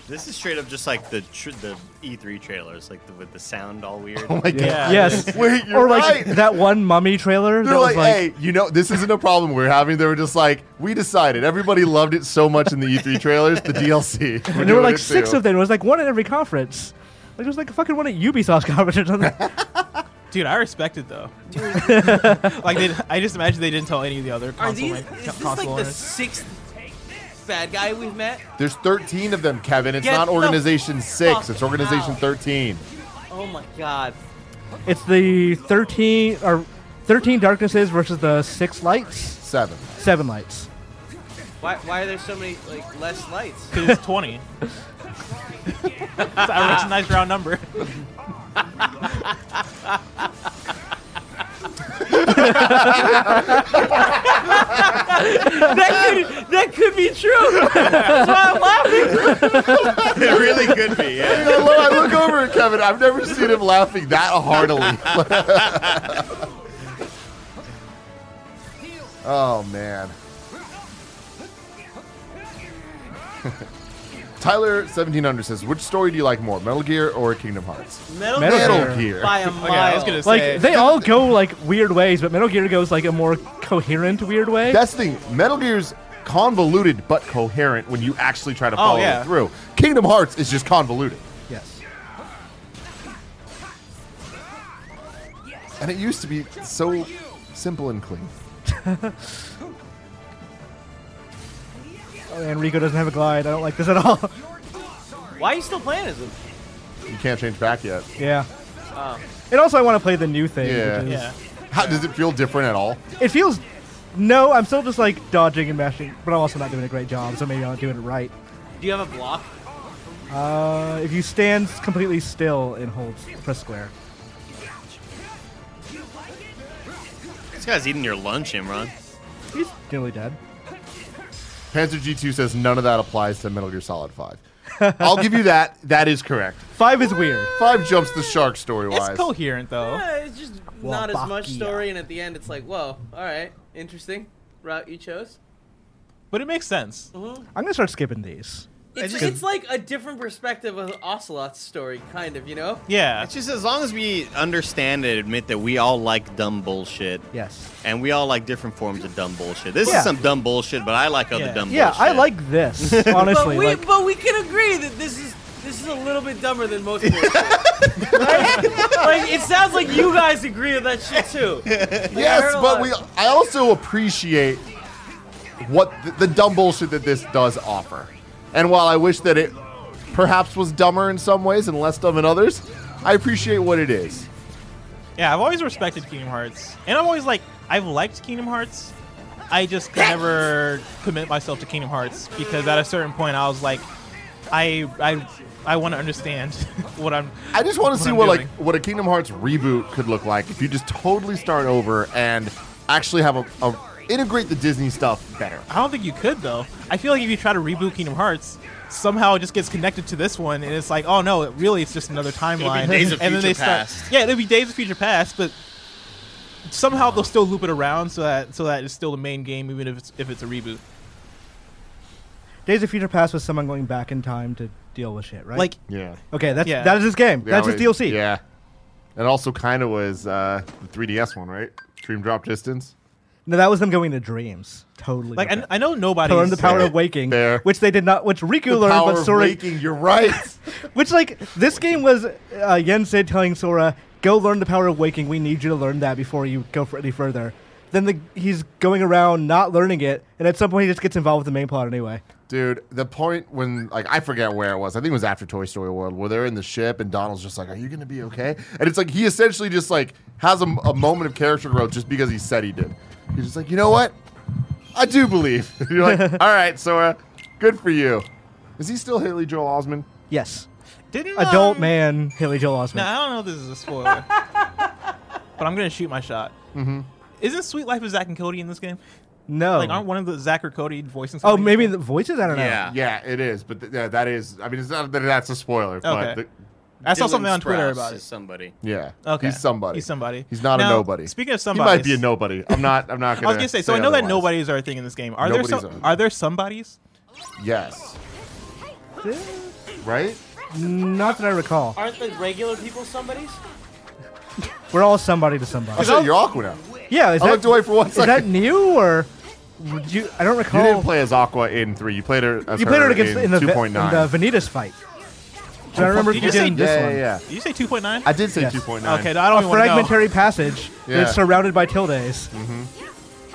Speaker 5: this is straight up just like the tr- the E3 trailers, like the, with the sound all weird.
Speaker 1: Oh my
Speaker 2: Yeah.
Speaker 1: God.
Speaker 3: Yes.
Speaker 1: Wait, you're
Speaker 3: or like
Speaker 1: right.
Speaker 3: that one mummy trailer
Speaker 1: They're
Speaker 3: that
Speaker 1: like,
Speaker 3: was like,
Speaker 1: hey, you know, this isn't a problem we're having. They were just like, we decided. Everybody loved it so much in the E3 trailers, the DLC. We're
Speaker 3: and there were
Speaker 1: doing
Speaker 3: like
Speaker 1: it
Speaker 3: six
Speaker 1: too.
Speaker 3: of them. It was like one at every conference. Like it was like a fucking one at Ubisoft conference or something.
Speaker 2: Dude, I respect it though. like, they, I just imagine they didn't tell any of the other console,
Speaker 4: Are these?
Speaker 2: man-
Speaker 4: Is this
Speaker 2: console
Speaker 4: like the
Speaker 2: owners.
Speaker 4: sixth bad guy we've met?
Speaker 1: There's 13 of them, Kevin. It's
Speaker 4: Get
Speaker 1: not
Speaker 4: the
Speaker 1: Organization 6,
Speaker 4: fuck
Speaker 1: it's Organization
Speaker 4: out.
Speaker 1: 13.
Speaker 4: Oh my god.
Speaker 3: it's the thirteen or thirteen darknesses versus the six lights,
Speaker 1: 7.
Speaker 3: seven lights.
Speaker 4: Why, why are there so many like less lights?
Speaker 2: 'Cause it's 20. It's- I recognize round number.
Speaker 4: that could that could be true. That's why I'm laughing.
Speaker 5: it really could be. Yeah.
Speaker 1: I, love- I look over at Kevin. I've never seen him laughing that heartily. oh, man. Tyler1700 says, which story do you like more, Metal Gear or Kingdom Hearts?
Speaker 4: Metal,
Speaker 3: Metal
Speaker 4: Gear
Speaker 1: Metal
Speaker 3: Gear.
Speaker 1: Gear.
Speaker 4: by a
Speaker 2: Okay, I was
Speaker 4: mile.
Speaker 2: gonna say.
Speaker 3: Like they all go like weird ways, but Metal Gear goes like a more coherent weird way.
Speaker 1: That's the thing. Metal Gear's convoluted but coherent when you actually try to follow
Speaker 2: Oh, yeah.
Speaker 1: it through. Kingdom Hearts is just convoluted.
Speaker 3: yes.
Speaker 1: And it used to be so simple and clean.
Speaker 3: Oh, and Rico doesn't have a glide. I don't like this at all.
Speaker 4: Why are you still playing as him?
Speaker 1: You can't change back yet.
Speaker 3: yeah. And also, I want to play the new thing.
Speaker 1: Yeah.
Speaker 3: Which is,
Speaker 2: Um. yeah.
Speaker 1: How does it feel different at all?
Speaker 3: It feels. No, I'm still just like dodging and mashing, but I'm also not doing a great job, so maybe I'm not doing it right.
Speaker 4: Do you have a block?
Speaker 3: Uh, if you stand completely still and hold press square.
Speaker 5: This guy's eating your lunch, Imran.
Speaker 3: He's nearly dead.
Speaker 1: Panzer G2 says none of that applies to Metal Gear Solid 5. I'll give you that. That is correct.
Speaker 3: Five is weird.
Speaker 1: 5 jumps the shark story
Speaker 2: It's
Speaker 1: wise.
Speaker 2: coherent though.
Speaker 4: Uh, it's just not as much
Speaker 3: Wabaki.
Speaker 4: story, and at the end, it's like, whoa, all right, interesting route you chose.
Speaker 2: But it makes sense.
Speaker 3: I'm gonna start skipping these.
Speaker 4: It's,
Speaker 5: just-
Speaker 4: it's like a different perspective of Ocelot's story, kind of, you know?
Speaker 2: Yeah.
Speaker 5: It's just as long as we understand and admit that we all like dumb bullshit.
Speaker 3: Yes.
Speaker 5: And we all like different forms of dumb bullshit. This
Speaker 3: Yeah.
Speaker 5: is some dumb bullshit, but I like other
Speaker 2: Yeah.
Speaker 5: dumb
Speaker 3: Yeah,
Speaker 5: bullshit.
Speaker 3: I like this. Honestly,
Speaker 4: but we
Speaker 3: like,
Speaker 4: but we can agree that this is this is a little bit dumber than most people. like it sounds like you guys agree with that shit too.
Speaker 1: yes,
Speaker 4: You're
Speaker 1: but
Speaker 4: alive.
Speaker 1: we. I also appreciate what the, the dumb bullshit that this does offer. And while I wish that it perhaps was dumber in some ways and less dumb in others, I appreciate what it is.
Speaker 2: Yeah, I've always respected Kingdom Hearts, and I've always like I've liked Kingdom Hearts. I just could never commit myself to Kingdom Hearts because at a certain point I was like, I I I want to understand what I'm.
Speaker 1: I just want to see
Speaker 2: I'm
Speaker 1: what
Speaker 2: doing.
Speaker 1: like what a Kingdom Hearts reboot could look like if you just totally start over and actually have a, a integrate the Disney stuff better.
Speaker 2: I don't think you could though. I feel like if you try to reboot Kingdom Hearts, somehow it just gets connected to this one, and it's like, oh no, it really it's just another timeline.
Speaker 5: Days of
Speaker 2: and then they
Speaker 5: Future Past.
Speaker 2: start, yeah, it'll be Days of Future Past, but somehow they'll still loop it around so that so that it's still the main game, even if it's if it's a reboot.
Speaker 3: Days of Future Past was someone going back in time to deal with shit, right?
Speaker 2: Like
Speaker 1: Yeah.
Speaker 3: okay, that's
Speaker 2: Yeah.
Speaker 3: that is his game. that's his
Speaker 1: just
Speaker 3: DLC.
Speaker 1: Yeah. It also kind of was uh, the 3DS one, right? Dream Drop Distance.
Speaker 3: No, that was them going to dreams. Totally.
Speaker 2: like I,
Speaker 3: different.
Speaker 2: I know nobody.
Speaker 3: learned the power
Speaker 1: Fair.
Speaker 3: of waking,
Speaker 1: Fair.
Speaker 3: which they did not. Which Riku
Speaker 1: The
Speaker 3: learned,
Speaker 1: power
Speaker 3: but
Speaker 1: of
Speaker 3: Sora.
Speaker 1: waking, you're right.
Speaker 3: Which like this game was uh, Yen Sid telling Sora, "Go learn the power of waking. We need you to learn that before you go for any further." Then the, he's going around not learning it, and at some point he just gets involved with the main plot anyway.
Speaker 1: Dude, the point when like I forget where it was. I think it was after Toy Story World, where they're in the ship and Donald's just like, "Are you gonna be okay?" And it's like he essentially just like has a, a moment of character growth just because he said he did. He's just like, "You know what? I do believe." You're like, "All right, Sora, good for you." Is he still Haley Joel Osment?
Speaker 3: Yes,
Speaker 2: Didn't
Speaker 3: adult
Speaker 2: um,
Speaker 3: man Haley Joel Osment.
Speaker 2: No, I don't know if this is a spoiler, but I'm gonna shoot my shot. Mm-hmm. Isn't Sweet Life of Zack and Cody in this game?
Speaker 3: No.
Speaker 2: Like, aren't one of the Zack or Cody voicing?
Speaker 3: oh,
Speaker 2: somebody?
Speaker 3: maybe the voices. I don't know.
Speaker 5: Yeah.
Speaker 1: Yeah, it is. But th- yeah, that is. I mean, it's not that that's a spoiler, but
Speaker 2: Okay.
Speaker 1: the,
Speaker 2: I saw
Speaker 5: Dylan
Speaker 2: something on Twitter
Speaker 5: Sprouse
Speaker 2: about
Speaker 5: is
Speaker 2: it.
Speaker 5: Somebody.
Speaker 1: yeah,
Speaker 2: Okay.
Speaker 1: he's somebody.
Speaker 2: He's somebody.
Speaker 1: He's not
Speaker 2: Now,
Speaker 1: a nobody.
Speaker 2: Speaking of
Speaker 1: he might be a
Speaker 2: somebodies-
Speaker 1: nobody. I'm not. I'm not
Speaker 2: I
Speaker 1: gonna.
Speaker 2: was gonna say. So I know that
Speaker 1: otherwise.
Speaker 2: nobodies are a thing in this game. Are there
Speaker 1: Nobodies
Speaker 2: some?
Speaker 1: are.
Speaker 2: Are. there somebodies?
Speaker 1: Yes. Right.
Speaker 3: Not that I recall.
Speaker 4: Aren't the regular people somebody's?
Speaker 3: We're all somebody to
Speaker 1: Oh,
Speaker 3: somebody.
Speaker 1: shit, you're Aqua now.
Speaker 3: Yeah, is
Speaker 1: I
Speaker 3: that,
Speaker 1: looked away for one
Speaker 3: is that
Speaker 1: second.
Speaker 3: new or would you? I don't recall.
Speaker 1: you didn't play as Aqua in three. You played her as
Speaker 3: You
Speaker 1: her
Speaker 3: played her against
Speaker 1: in,
Speaker 3: in the,
Speaker 1: two
Speaker 3: Ve-
Speaker 1: point
Speaker 3: in
Speaker 1: nine.
Speaker 3: the Vanitas fight. So I remember
Speaker 2: Did you
Speaker 3: doing
Speaker 2: say-
Speaker 3: this
Speaker 1: yeah,
Speaker 3: one.
Speaker 1: yeah, yeah.
Speaker 2: Did you say 2.9?
Speaker 1: I did say
Speaker 3: Yes.
Speaker 1: two point nine.
Speaker 2: Okay, I don't
Speaker 3: A
Speaker 2: even want to know.
Speaker 3: fragmentary passage.
Speaker 1: Yeah.
Speaker 3: It's surrounded by tildes.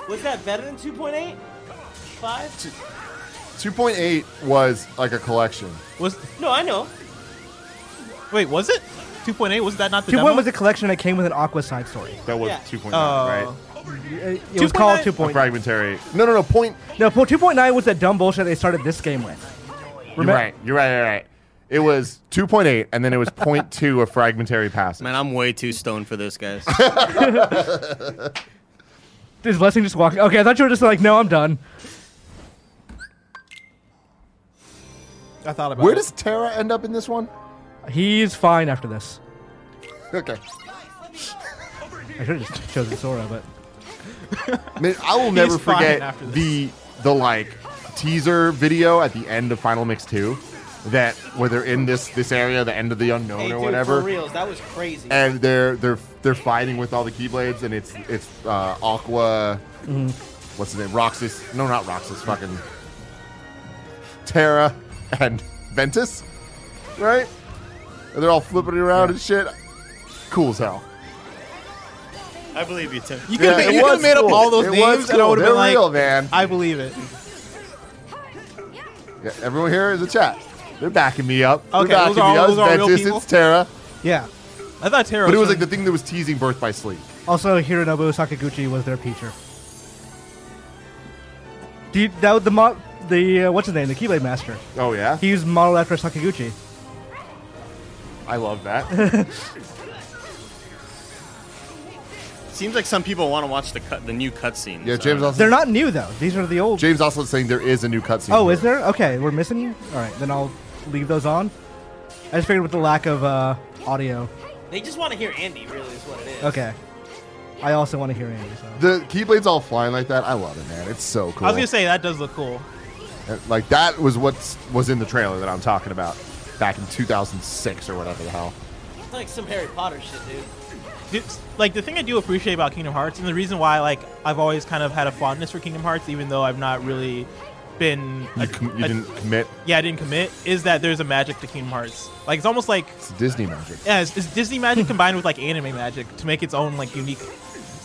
Speaker 4: Was that better than 2.8? Five?
Speaker 1: two point eight was like a collection.
Speaker 2: Was
Speaker 4: No, I know.
Speaker 2: wait, was it 2.8? Was that not the
Speaker 3: Two
Speaker 2: demo?
Speaker 3: point was a collection that came with an Aqua side story.
Speaker 1: That was
Speaker 4: Yeah.
Speaker 1: two point nine,
Speaker 2: Oh.
Speaker 3: It, it was called Uh, two
Speaker 2: 2.9?
Speaker 1: right? A
Speaker 3: point.
Speaker 1: fragmentary. No, no, no. Point.
Speaker 3: No, two point nine was that dumb bullshit they started this game with.
Speaker 1: You're right. You're right. You're right. It was two point eight, and then it was 0.2 of fragmentary passage.
Speaker 5: Man, I'm way too stoned for this, guys.
Speaker 3: Is Blessing just walking? Okay, I thought you were just like, no, I'm done.
Speaker 2: I thought about.
Speaker 1: Where
Speaker 2: it.
Speaker 1: does Terra end up in this one?
Speaker 3: He's fine after this.
Speaker 1: Okay.
Speaker 3: I should have just chosen Sora, but
Speaker 1: I mean, I will never
Speaker 2: fine
Speaker 1: forget
Speaker 2: after this.
Speaker 1: the the like teaser video at the end of Final Mix Two, that where they're in this this area, the end of the unknown
Speaker 4: Hey,
Speaker 1: or
Speaker 4: dude,
Speaker 1: whatever.
Speaker 4: for reals, that was crazy.
Speaker 1: and they're they're they're fighting with all the keyblades, and it's it's uh, Aqua,
Speaker 2: Mm-hmm.
Speaker 1: what's his name, Roxas? No, not Roxas, fucking Terra and Ventus, right? And they're all flipping around and shit. Cool as hell.
Speaker 5: I believe you, Tim.
Speaker 2: You could have
Speaker 1: it
Speaker 2: you could
Speaker 1: was
Speaker 2: have made up
Speaker 1: cool.
Speaker 2: all those
Speaker 1: It was
Speaker 2: names, and I
Speaker 1: cool.
Speaker 2: would have
Speaker 1: They're
Speaker 2: been like,
Speaker 1: real, man.
Speaker 2: I believe it.
Speaker 1: Yeah, everyone here is a chat. They're backing me up.
Speaker 2: Okay,
Speaker 1: they're backing
Speaker 2: those are-
Speaker 1: me up.
Speaker 2: those are real
Speaker 1: Ventus,
Speaker 2: people?
Speaker 1: it's Terra.
Speaker 3: yeah.
Speaker 2: I thought Terra.
Speaker 1: But it was like
Speaker 2: from-
Speaker 1: the thing that was teasing Birth by Sleep.
Speaker 3: Also, Hironobu Sakaguchi was their teacher. Do you, that was the mo- the uh, what's his name, the Keyblade Master?
Speaker 1: Oh yeah,
Speaker 3: He was modeled after Sakaguchi.
Speaker 1: I love that.
Speaker 5: Seems like some people want to watch the cut, the new uh, cutscene.
Speaker 1: yeah,
Speaker 5: so-
Speaker 1: James. Also,
Speaker 3: They're not new though; these are the old.
Speaker 1: James also saying there is a new cutscene.
Speaker 3: oh,
Speaker 1: here.
Speaker 3: is there? Okay, we're missing. All right, then I'll leave those on. I just figured with the lack of uh, audio.
Speaker 4: They just want to hear Andy, really, is what it is.
Speaker 3: Okay, I also want to hear Andy. So.
Speaker 1: The Keyblade's all flying like that. I love it, man. It's so cool.
Speaker 2: I was gonna say that does look cool.
Speaker 1: And, Like that was what was in the trailer that I'm talking about back in 2006 or whatever the hell.
Speaker 4: It's like some Harry Potter shit, dude.
Speaker 2: Dude, like the thing I do appreciate about Kingdom Hearts, and the reason why like I've always kind of had a fondness for Kingdom Hearts, even though I've not really been,
Speaker 1: You, com- you
Speaker 2: I-
Speaker 1: didn't commit.
Speaker 2: yeah, I didn't commit, is that there's a magic to Kingdom Hearts. Like it's almost like
Speaker 1: It's Disney magic.
Speaker 2: yeah, it's, it's Disney magic combined with like anime magic to make its own like unique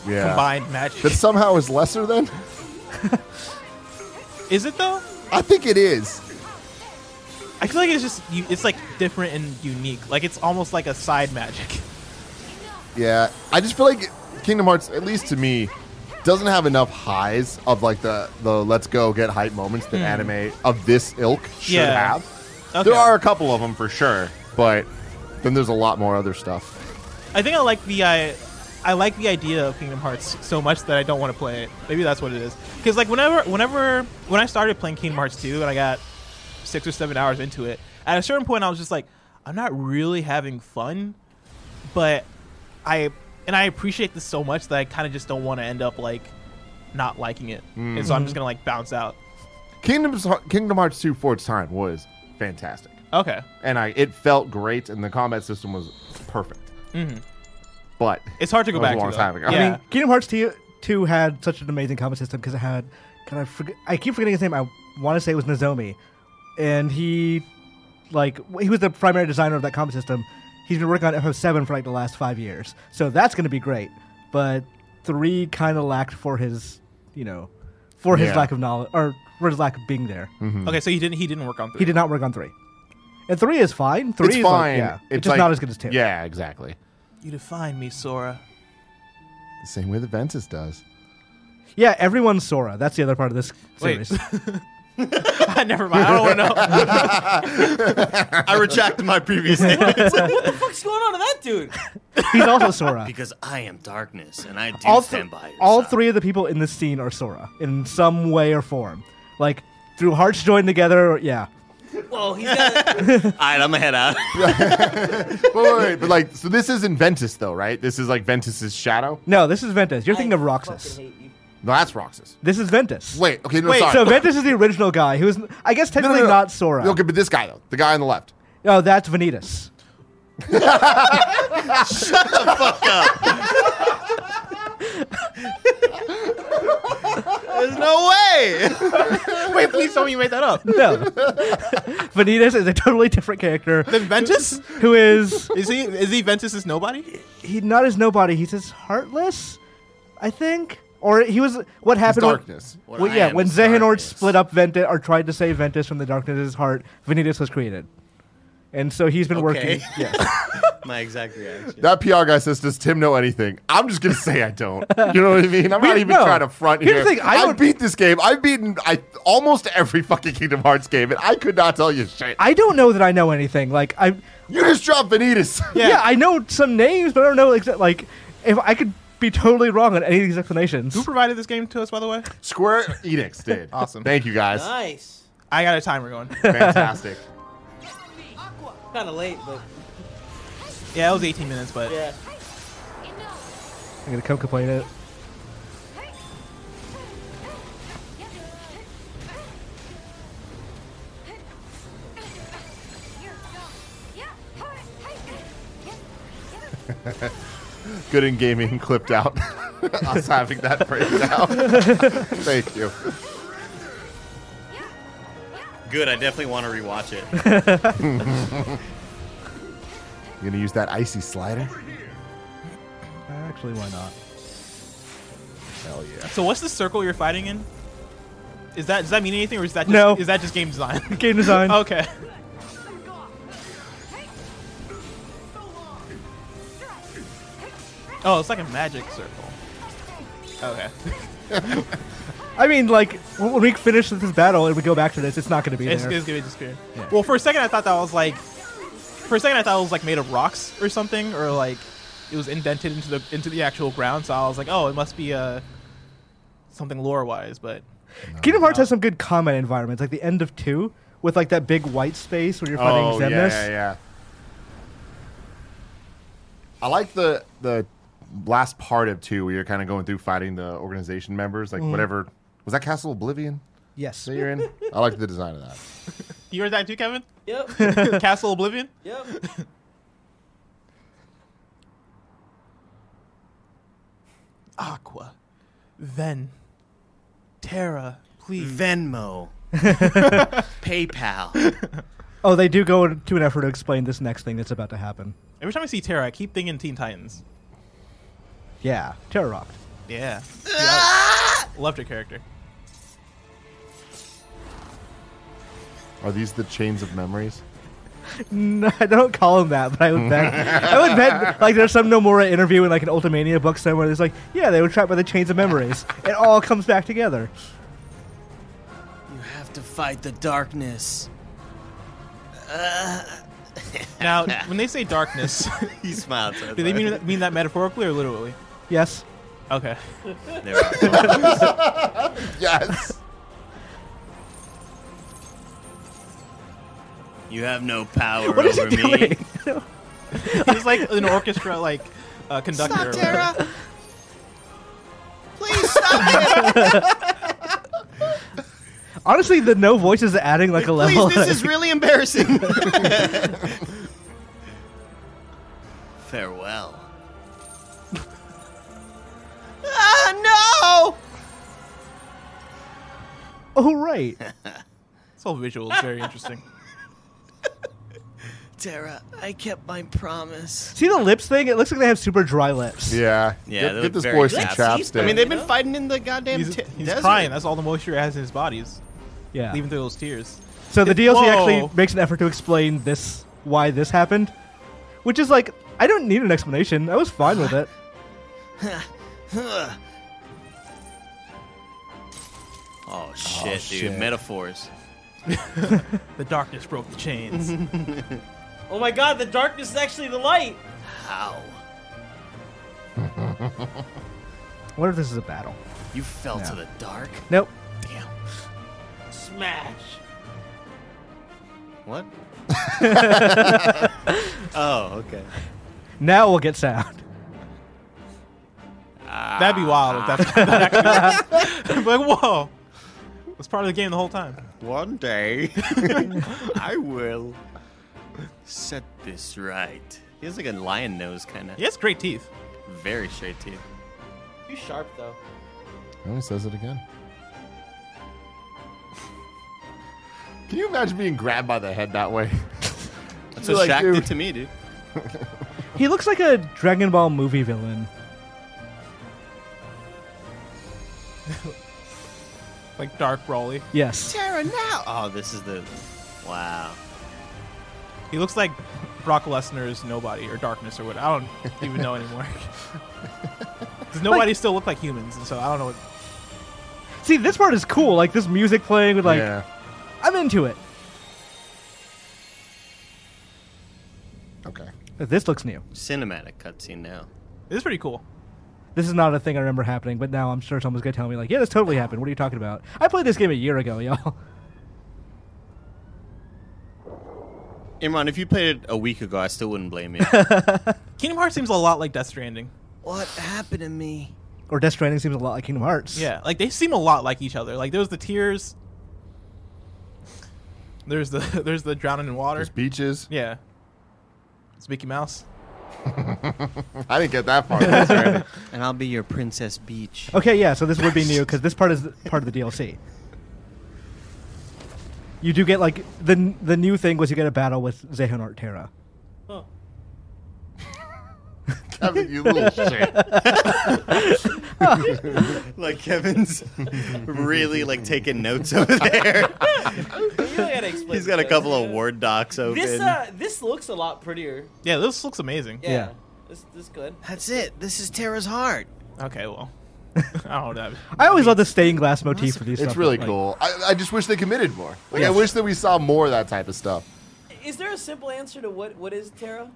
Speaker 1: Yeah.
Speaker 2: combined magic.
Speaker 1: That somehow is lesser than.
Speaker 2: is it though?
Speaker 1: I think it is.
Speaker 2: I feel like it's just you- it's like different and unique. Like it's almost like a side magic.
Speaker 1: Yeah, I just feel like Kingdom Hearts, at least to me, doesn't have enough highs of like the the let's go get hype moments that anime of this ilk should
Speaker 2: Hmm. Yeah.
Speaker 1: have.
Speaker 2: Okay.
Speaker 1: There are a couple of them for sure, but then there's a lot more other stuff.
Speaker 2: I think I like the I, I like the idea of Kingdom Hearts so much that I don't want to play it. Maybe that's what it is. Because like whenever, whenever, when I started playing Kingdom Hearts two, and I got six or seven hours into it, at a certain point, I was just like, I'm not really having fun, but I and I appreciate this so much that I kind of just don't want to end up like not liking it, and so I'm just gonna like bounce out.
Speaker 1: Kingdoms, Kingdom Hearts 2 for its time was fantastic,
Speaker 2: Okay,
Speaker 1: and I it felt great, and the combat system was perfect. But
Speaker 2: Mm-hmm. it's hard to go
Speaker 1: That was
Speaker 2: back
Speaker 1: a long
Speaker 2: to. though.
Speaker 1: time ago. I
Speaker 2: Yeah.
Speaker 3: I mean, Kingdom Hearts 2, 2 had such an amazing combat system because it had. God, I forget. I keep forgetting his name. I want to say it was Nozomi, and he, like, w- he was the primary designer of that combat system. He's been working on FF7 for like the last five years, so that's going to be great. But three kind of lacked for his, you know, for his
Speaker 1: Yeah. Mm-hmm.
Speaker 3: lack of knowledge or for his lack of being there.
Speaker 2: okay, so he didn't he didn't work on three.
Speaker 3: He did not work on three, and three is fine. Three
Speaker 1: it's
Speaker 3: is
Speaker 1: fine.
Speaker 3: Like, yeah, it's,
Speaker 1: It's
Speaker 3: just
Speaker 1: like-
Speaker 3: not as good as two.
Speaker 1: Yeah, exactly.
Speaker 2: You define me, Sora.
Speaker 1: The same way the Ventus does.
Speaker 3: yeah. Everyone's Sora. That's the other part of this
Speaker 2: Wait.
Speaker 3: series.
Speaker 2: Never mind. I don't want to know.
Speaker 5: I retract my previous statement.
Speaker 4: What the fuck's going on to that dude?
Speaker 3: He's also Sora.
Speaker 8: Because I am darkness, and I do
Speaker 3: all,
Speaker 8: stand
Speaker 3: th-
Speaker 8: by your
Speaker 3: all
Speaker 8: side.
Speaker 3: three of the people in this scene are Sora in some way or form. Like through hearts joined together, or, yeah.
Speaker 4: Well, he's got.
Speaker 5: All right, I'm gonna head out.
Speaker 1: Wait, wait, wait, but like, so this isn't Ventus though, right? This is like Ventus's shadow.
Speaker 3: No, this is Ventus. You're thinking of
Speaker 4: I
Speaker 3: Roxas.
Speaker 4: fucking hate you.
Speaker 1: No, that's Roxas.
Speaker 3: This is Ventus.
Speaker 1: Wait, okay, no,
Speaker 2: Wait,
Speaker 1: sorry.
Speaker 3: So Ventus is the original guy who is, I guess,
Speaker 1: No, no,
Speaker 3: technically
Speaker 1: no, no.
Speaker 3: not Sora.
Speaker 1: Okay, but this guy though, the guy on the left.
Speaker 3: Oh, that's Vanitas.
Speaker 5: There's no way.
Speaker 2: Wait, please tell me you made that up.
Speaker 3: No, Vanitas is a totally different character
Speaker 2: Ventus?
Speaker 3: who is
Speaker 2: Is he is he Ventus's nobody?
Speaker 3: he not his nobody. He's his heartless, I think. Or he was what
Speaker 1: It's
Speaker 3: happened? when-
Speaker 1: darkness.
Speaker 8: What
Speaker 3: Well,
Speaker 8: I
Speaker 3: yeah,
Speaker 8: am
Speaker 3: when
Speaker 8: is
Speaker 3: Zehanort
Speaker 8: darkness.
Speaker 3: split up Ventus or tried to save Ventus from the darkness of his heart, Vanitas was created. And so he's been working.
Speaker 5: Okay.
Speaker 3: Yeah.
Speaker 5: My exact reaction.
Speaker 1: That PR guy says, "Does Tim know anything?" I'm just gonna say I don't. You know what I mean? I'm
Speaker 3: We-
Speaker 1: not even
Speaker 3: no.
Speaker 1: trying to front
Speaker 3: Here's
Speaker 1: here.
Speaker 3: the thing, I
Speaker 1: I
Speaker 3: don't-
Speaker 1: beat this game. I've beaten I almost every fucking Kingdom Hearts game, and I could not tell you shit.
Speaker 3: I don't know that I know anything. Like I
Speaker 1: you just dropped Vanitas.
Speaker 3: yeah. I know some names, but I don't know exa- like if I could be totally wrong on any of these explanations.
Speaker 2: Who provided this game to us, by the way?
Speaker 1: Square Enix did.
Speaker 2: Awesome.
Speaker 1: Thank you guys.
Speaker 4: Nice.
Speaker 2: I got a timer going.
Speaker 1: Fantastic.
Speaker 4: Kind of late, but
Speaker 2: Yeah, it was 18 minutes, but
Speaker 4: yeah.
Speaker 3: I'm gonna come complain it.
Speaker 1: Good in gaming clipped out. Us having that breakdown. Thank you.
Speaker 5: Good. I definitely want to rewatch it.
Speaker 1: You gonna use that icy slider?
Speaker 3: Actually, why not?
Speaker 1: Hell yeah.
Speaker 2: so what's the circle you're fighting in? Is that does that mean anything, or is that just,
Speaker 3: No.
Speaker 2: is that just game design?
Speaker 3: Game design.
Speaker 2: okay. Oh, it's like a magic circle. Okay.
Speaker 3: I mean, like when we finish this battle and we go back to this, it's not gonna be
Speaker 2: It's,
Speaker 3: there.
Speaker 2: it's gonna disappear. Well, for a second I thought that was like, for a second I thought it was like made of rocks or something, or like it was indented into the into the actual ground. So I was like, oh, it must be uh, something lore wise. But
Speaker 3: Kingdom Hearts has some good combat environments, like the end of two with like that big white space where you're fighting
Speaker 1: Oh yeah,
Speaker 3: Xemnas.
Speaker 1: yeah, yeah. I like the the last part of two where you're kind of going through fighting the organization members,
Speaker 5: Mm.
Speaker 1: like whatever. Was that Castle Oblivion
Speaker 3: Yes.
Speaker 1: that you're in? I like the design of that.
Speaker 2: you heard that too, Kevin?
Speaker 4: Yep.
Speaker 2: Castle Oblivion.
Speaker 4: Yep.
Speaker 2: Aqua, then Terra. Please.
Speaker 8: Venmo, PayPal.
Speaker 3: Oh, they do go to an effort to explain this next thing that's about to happen.
Speaker 2: Every time I see Terra, I keep thinking Teen Titans.
Speaker 3: Yeah, Terror Rocked.
Speaker 2: Yeah. Loved her character.
Speaker 1: Are these the chains of memories?
Speaker 3: No, I don't call him that, but I would bet. I would bet like there's some Nomura interview in like an Ultimania book somewhere. That's like, yeah, they were trapped by the chains of memories. It all comes back together.
Speaker 8: You have to fight the darkness.
Speaker 2: Now, when they say darkness,
Speaker 5: He smiled. So
Speaker 2: do they mean mean that metaphorically or literally?
Speaker 3: Yes.
Speaker 2: Okay.
Speaker 5: There are.
Speaker 1: Yes.
Speaker 8: You have no power
Speaker 3: What is
Speaker 8: over
Speaker 3: he
Speaker 8: me.
Speaker 3: doing?
Speaker 2: He's like an orchestra like uh, conductor. or whatever.
Speaker 8: Please stop it!
Speaker 3: Honestly, the no voices are adding like a level.
Speaker 8: Please, this is really embarrassing. Farewell. ah,
Speaker 3: oh right.
Speaker 2: It's all visual. It's very interesting.
Speaker 8: no! Tara, I kept my promise.
Speaker 3: See the lips thing? It looks like they have super dry lips.
Speaker 1: Yeah.
Speaker 5: Yeah,
Speaker 1: Get,
Speaker 5: they
Speaker 1: get
Speaker 5: look
Speaker 1: this
Speaker 5: very
Speaker 1: boy some
Speaker 5: sassy.
Speaker 1: chapstick.
Speaker 5: I mean, they've been fighting in the goddamn
Speaker 2: He's,
Speaker 5: t-
Speaker 2: he's
Speaker 5: desert.
Speaker 2: crying. That's all the moisture he has in his bodies,
Speaker 3: Yeah.
Speaker 2: even through those tears.
Speaker 3: So the DLC
Speaker 2: Whoa.
Speaker 3: actually makes an effort to explain this why this happened, which is like I don't need an explanation. I was fine with it.
Speaker 8: Ugh.
Speaker 5: Oh shit, dude!
Speaker 1: shit.
Speaker 5: Metaphors.
Speaker 2: The darkness broke the chains.
Speaker 4: Oh my god, the darkness is actually the light.
Speaker 8: How?
Speaker 3: I wonder if this is a battle.
Speaker 8: You fell
Speaker 3: Yeah.
Speaker 8: to the dark?
Speaker 3: Nope.
Speaker 8: Damn.
Speaker 4: Smash.
Speaker 5: What? oh, okay.
Speaker 3: Now we'll get sound.
Speaker 2: That'd be wild if that's that actually like whoa. It was part of the game the whole time.
Speaker 5: One day, I will set this right. He has like a lion nose, kind of.
Speaker 2: He has great teeth.
Speaker 5: Very straight teeth.
Speaker 4: You sharp though.
Speaker 1: Oh, he says it again. Can you imagine being grabbed by the head that way?
Speaker 5: That's
Speaker 1: You're
Speaker 5: what
Speaker 1: like,
Speaker 5: Shaq did
Speaker 1: dude.
Speaker 5: to me, dude.
Speaker 3: He looks like a Dragon Ball movie villain.
Speaker 2: Like dark Broly.
Speaker 3: Yes.
Speaker 5: Tara, now. Oh, this is the. Wow.
Speaker 2: He looks like Brock Lesnar's Nobody or Darkness or what. I don't even know anymore. Because Nobody still look like humans, and so I don't know. What,
Speaker 3: See, this part is cool. Like this music playing with like
Speaker 1: yeah.
Speaker 3: I'm into it.
Speaker 1: Okay.
Speaker 3: But This looks new.
Speaker 5: Cinematic cutscene now.
Speaker 2: it's pretty cool.
Speaker 3: This is not a thing I remember happening, but now I'm sure someone's gonna tell me like, yeah, this totally happened. What are you talking about? I played this game a year ago, y'all.
Speaker 5: Imran, if you played it a week ago, I still wouldn't blame you.
Speaker 2: Kingdom Hearts seems a lot like Death Stranding.
Speaker 8: What happened to me?
Speaker 3: Or Death Stranding seems a lot like Kingdom Hearts.
Speaker 2: Yeah, like they seem a lot like each other. Like there was the tears. There's the there's the drowning in water.
Speaker 1: There's beaches.
Speaker 2: Yeah. It's Mickey Mouse.
Speaker 1: I didn't get that far. That's right.
Speaker 8: And I'll be your Princess Beach.
Speaker 3: Okay, yeah, so this would be new because this part is th- part of the DLC. You do get like the n- the new thing was you get a battle with Zehon Artera.
Speaker 4: Huh.
Speaker 1: Kevin, you little shit.
Speaker 5: like Kevin's really like taking notes over there.
Speaker 4: You really gotta explain.
Speaker 5: He's got a
Speaker 4: that.
Speaker 5: couple of word docs open.
Speaker 4: This uh, this looks a lot prettier.
Speaker 2: Yeah, this looks amazing.
Speaker 4: Yeah.
Speaker 3: Yeah.
Speaker 4: This this good.
Speaker 8: That's it. This is Tara's heart.
Speaker 2: Okay, well. I don't know.
Speaker 3: I always love the stained glass motif for these.
Speaker 1: It's
Speaker 3: stuff,
Speaker 1: really
Speaker 3: like-
Speaker 1: cool. I, I just wish they committed more. Like I
Speaker 3: Yes.
Speaker 1: wish that we saw more of that type of stuff.
Speaker 4: Is there a simple answer to what what is Terra?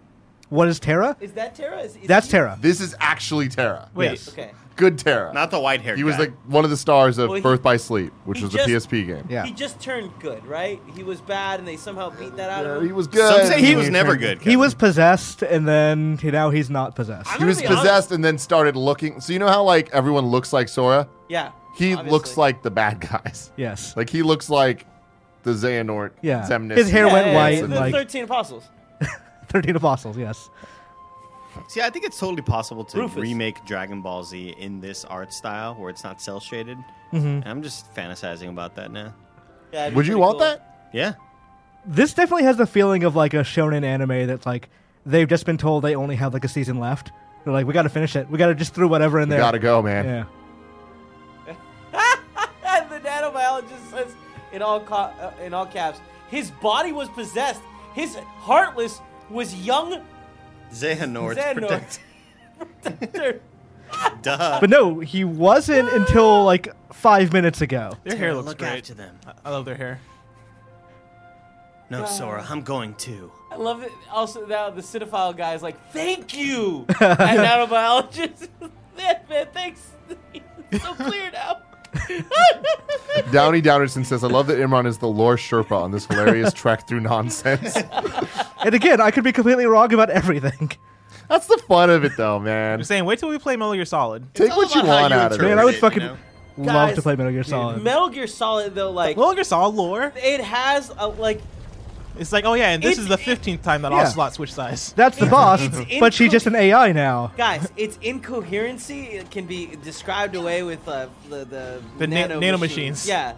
Speaker 3: What is Terra?
Speaker 4: Is that Terra? Is, is
Speaker 3: That's
Speaker 4: he-
Speaker 3: Terra.
Speaker 1: This is actually Terra.
Speaker 2: Wait.
Speaker 3: Yes.
Speaker 4: Okay.
Speaker 1: Good Terra.
Speaker 5: Not the white hair.
Speaker 1: he was
Speaker 5: guy.
Speaker 1: like one of the stars of
Speaker 4: Well, he-
Speaker 1: Birth by Sleep, which
Speaker 4: he
Speaker 1: was
Speaker 4: just-
Speaker 1: the PSP game.
Speaker 3: Yeah.
Speaker 4: He just turned good, right? He was bad, and they somehow beat that out
Speaker 1: Yeah,
Speaker 4: of him.
Speaker 1: he was good.
Speaker 5: Some say he was never good.
Speaker 3: He was possessed, and then he- now he's not possessed.
Speaker 4: I'm
Speaker 1: He
Speaker 4: gonna
Speaker 1: was
Speaker 4: be honest-
Speaker 1: possessed and then started looking. So you know how like everyone looks like Sora?
Speaker 4: Yeah.
Speaker 1: He
Speaker 4: obviously.
Speaker 1: looks like the bad guys.
Speaker 3: Yes.
Speaker 1: Like he looks like the Xehanort.
Speaker 3: Yeah.
Speaker 1: Xemnas.
Speaker 3: His hair
Speaker 4: Yeah,
Speaker 3: went
Speaker 4: yeah,
Speaker 3: white
Speaker 4: yeah,
Speaker 1: and,
Speaker 4: the
Speaker 3: like-
Speaker 4: thirteen apostles.
Speaker 3: Thirteen apostles. Yes.
Speaker 5: See, I think it's totally possible to
Speaker 4: Rufus.
Speaker 5: remake Dragon Ball Z in this art style where it's not cell shaded. And I'm just fantasizing about that now.
Speaker 4: Yeah, it'd be
Speaker 1: Would you
Speaker 4: pretty
Speaker 1: want
Speaker 4: cool.
Speaker 1: that?
Speaker 5: Yeah.
Speaker 3: This definitely has the feeling of like a shonen anime that's like they've just been told they only have like a season left. They're like, we got to finish it. We got to just throw whatever in
Speaker 1: You
Speaker 3: there.
Speaker 1: gotta go, man.
Speaker 3: Yeah.
Speaker 4: the nanobiologist says in all ca- uh, in all caps, his body was possessed
Speaker 9: His heartless was young
Speaker 5: Xehanort's
Speaker 9: Xehanort
Speaker 5: protect-
Speaker 9: protector.
Speaker 5: Duh.
Speaker 3: But no, he wasn't until like five minutes ago.
Speaker 2: Their hair
Speaker 8: Tara,
Speaker 2: looks
Speaker 8: look
Speaker 2: great.
Speaker 8: after them.
Speaker 2: I love their hair.
Speaker 8: No, Sora, I'm going too.
Speaker 9: I love it. Also, now the cinephile guy is like, "Thank you," and nanobiologist. man, man, thanks. It's so clear now.
Speaker 1: Downey Downerson says, I love that Imran is the lore Sherpa on this hilarious trek through nonsense.
Speaker 3: And again, I could be completely wrong about everything.
Speaker 1: That's the fun of it, though, man.
Speaker 2: I'm saying, wait till we play Metal Gear Solid.
Speaker 1: Take what you
Speaker 5: about how
Speaker 1: want
Speaker 5: you
Speaker 1: out of it.
Speaker 5: interpret
Speaker 3: Man, I would
Speaker 5: you
Speaker 3: fucking
Speaker 5: know?
Speaker 3: love to
Speaker 9: Guys,
Speaker 3: play Metal Gear Solid.
Speaker 9: Metal Gear Solid though, like
Speaker 2: Metal Gear Solid lore.
Speaker 9: it has a like
Speaker 2: It's like, oh yeah, and this
Speaker 9: It's-
Speaker 2: is the 15th time that
Speaker 3: Yeah.
Speaker 2: Onslaught switched size.
Speaker 3: That's the boss,
Speaker 9: it's
Speaker 3: but she's
Speaker 9: inco-
Speaker 3: just an AI now.
Speaker 9: guys, its incoherency it can be described away with uh, the the,
Speaker 2: The na- nanomachines.
Speaker 9: Yeah,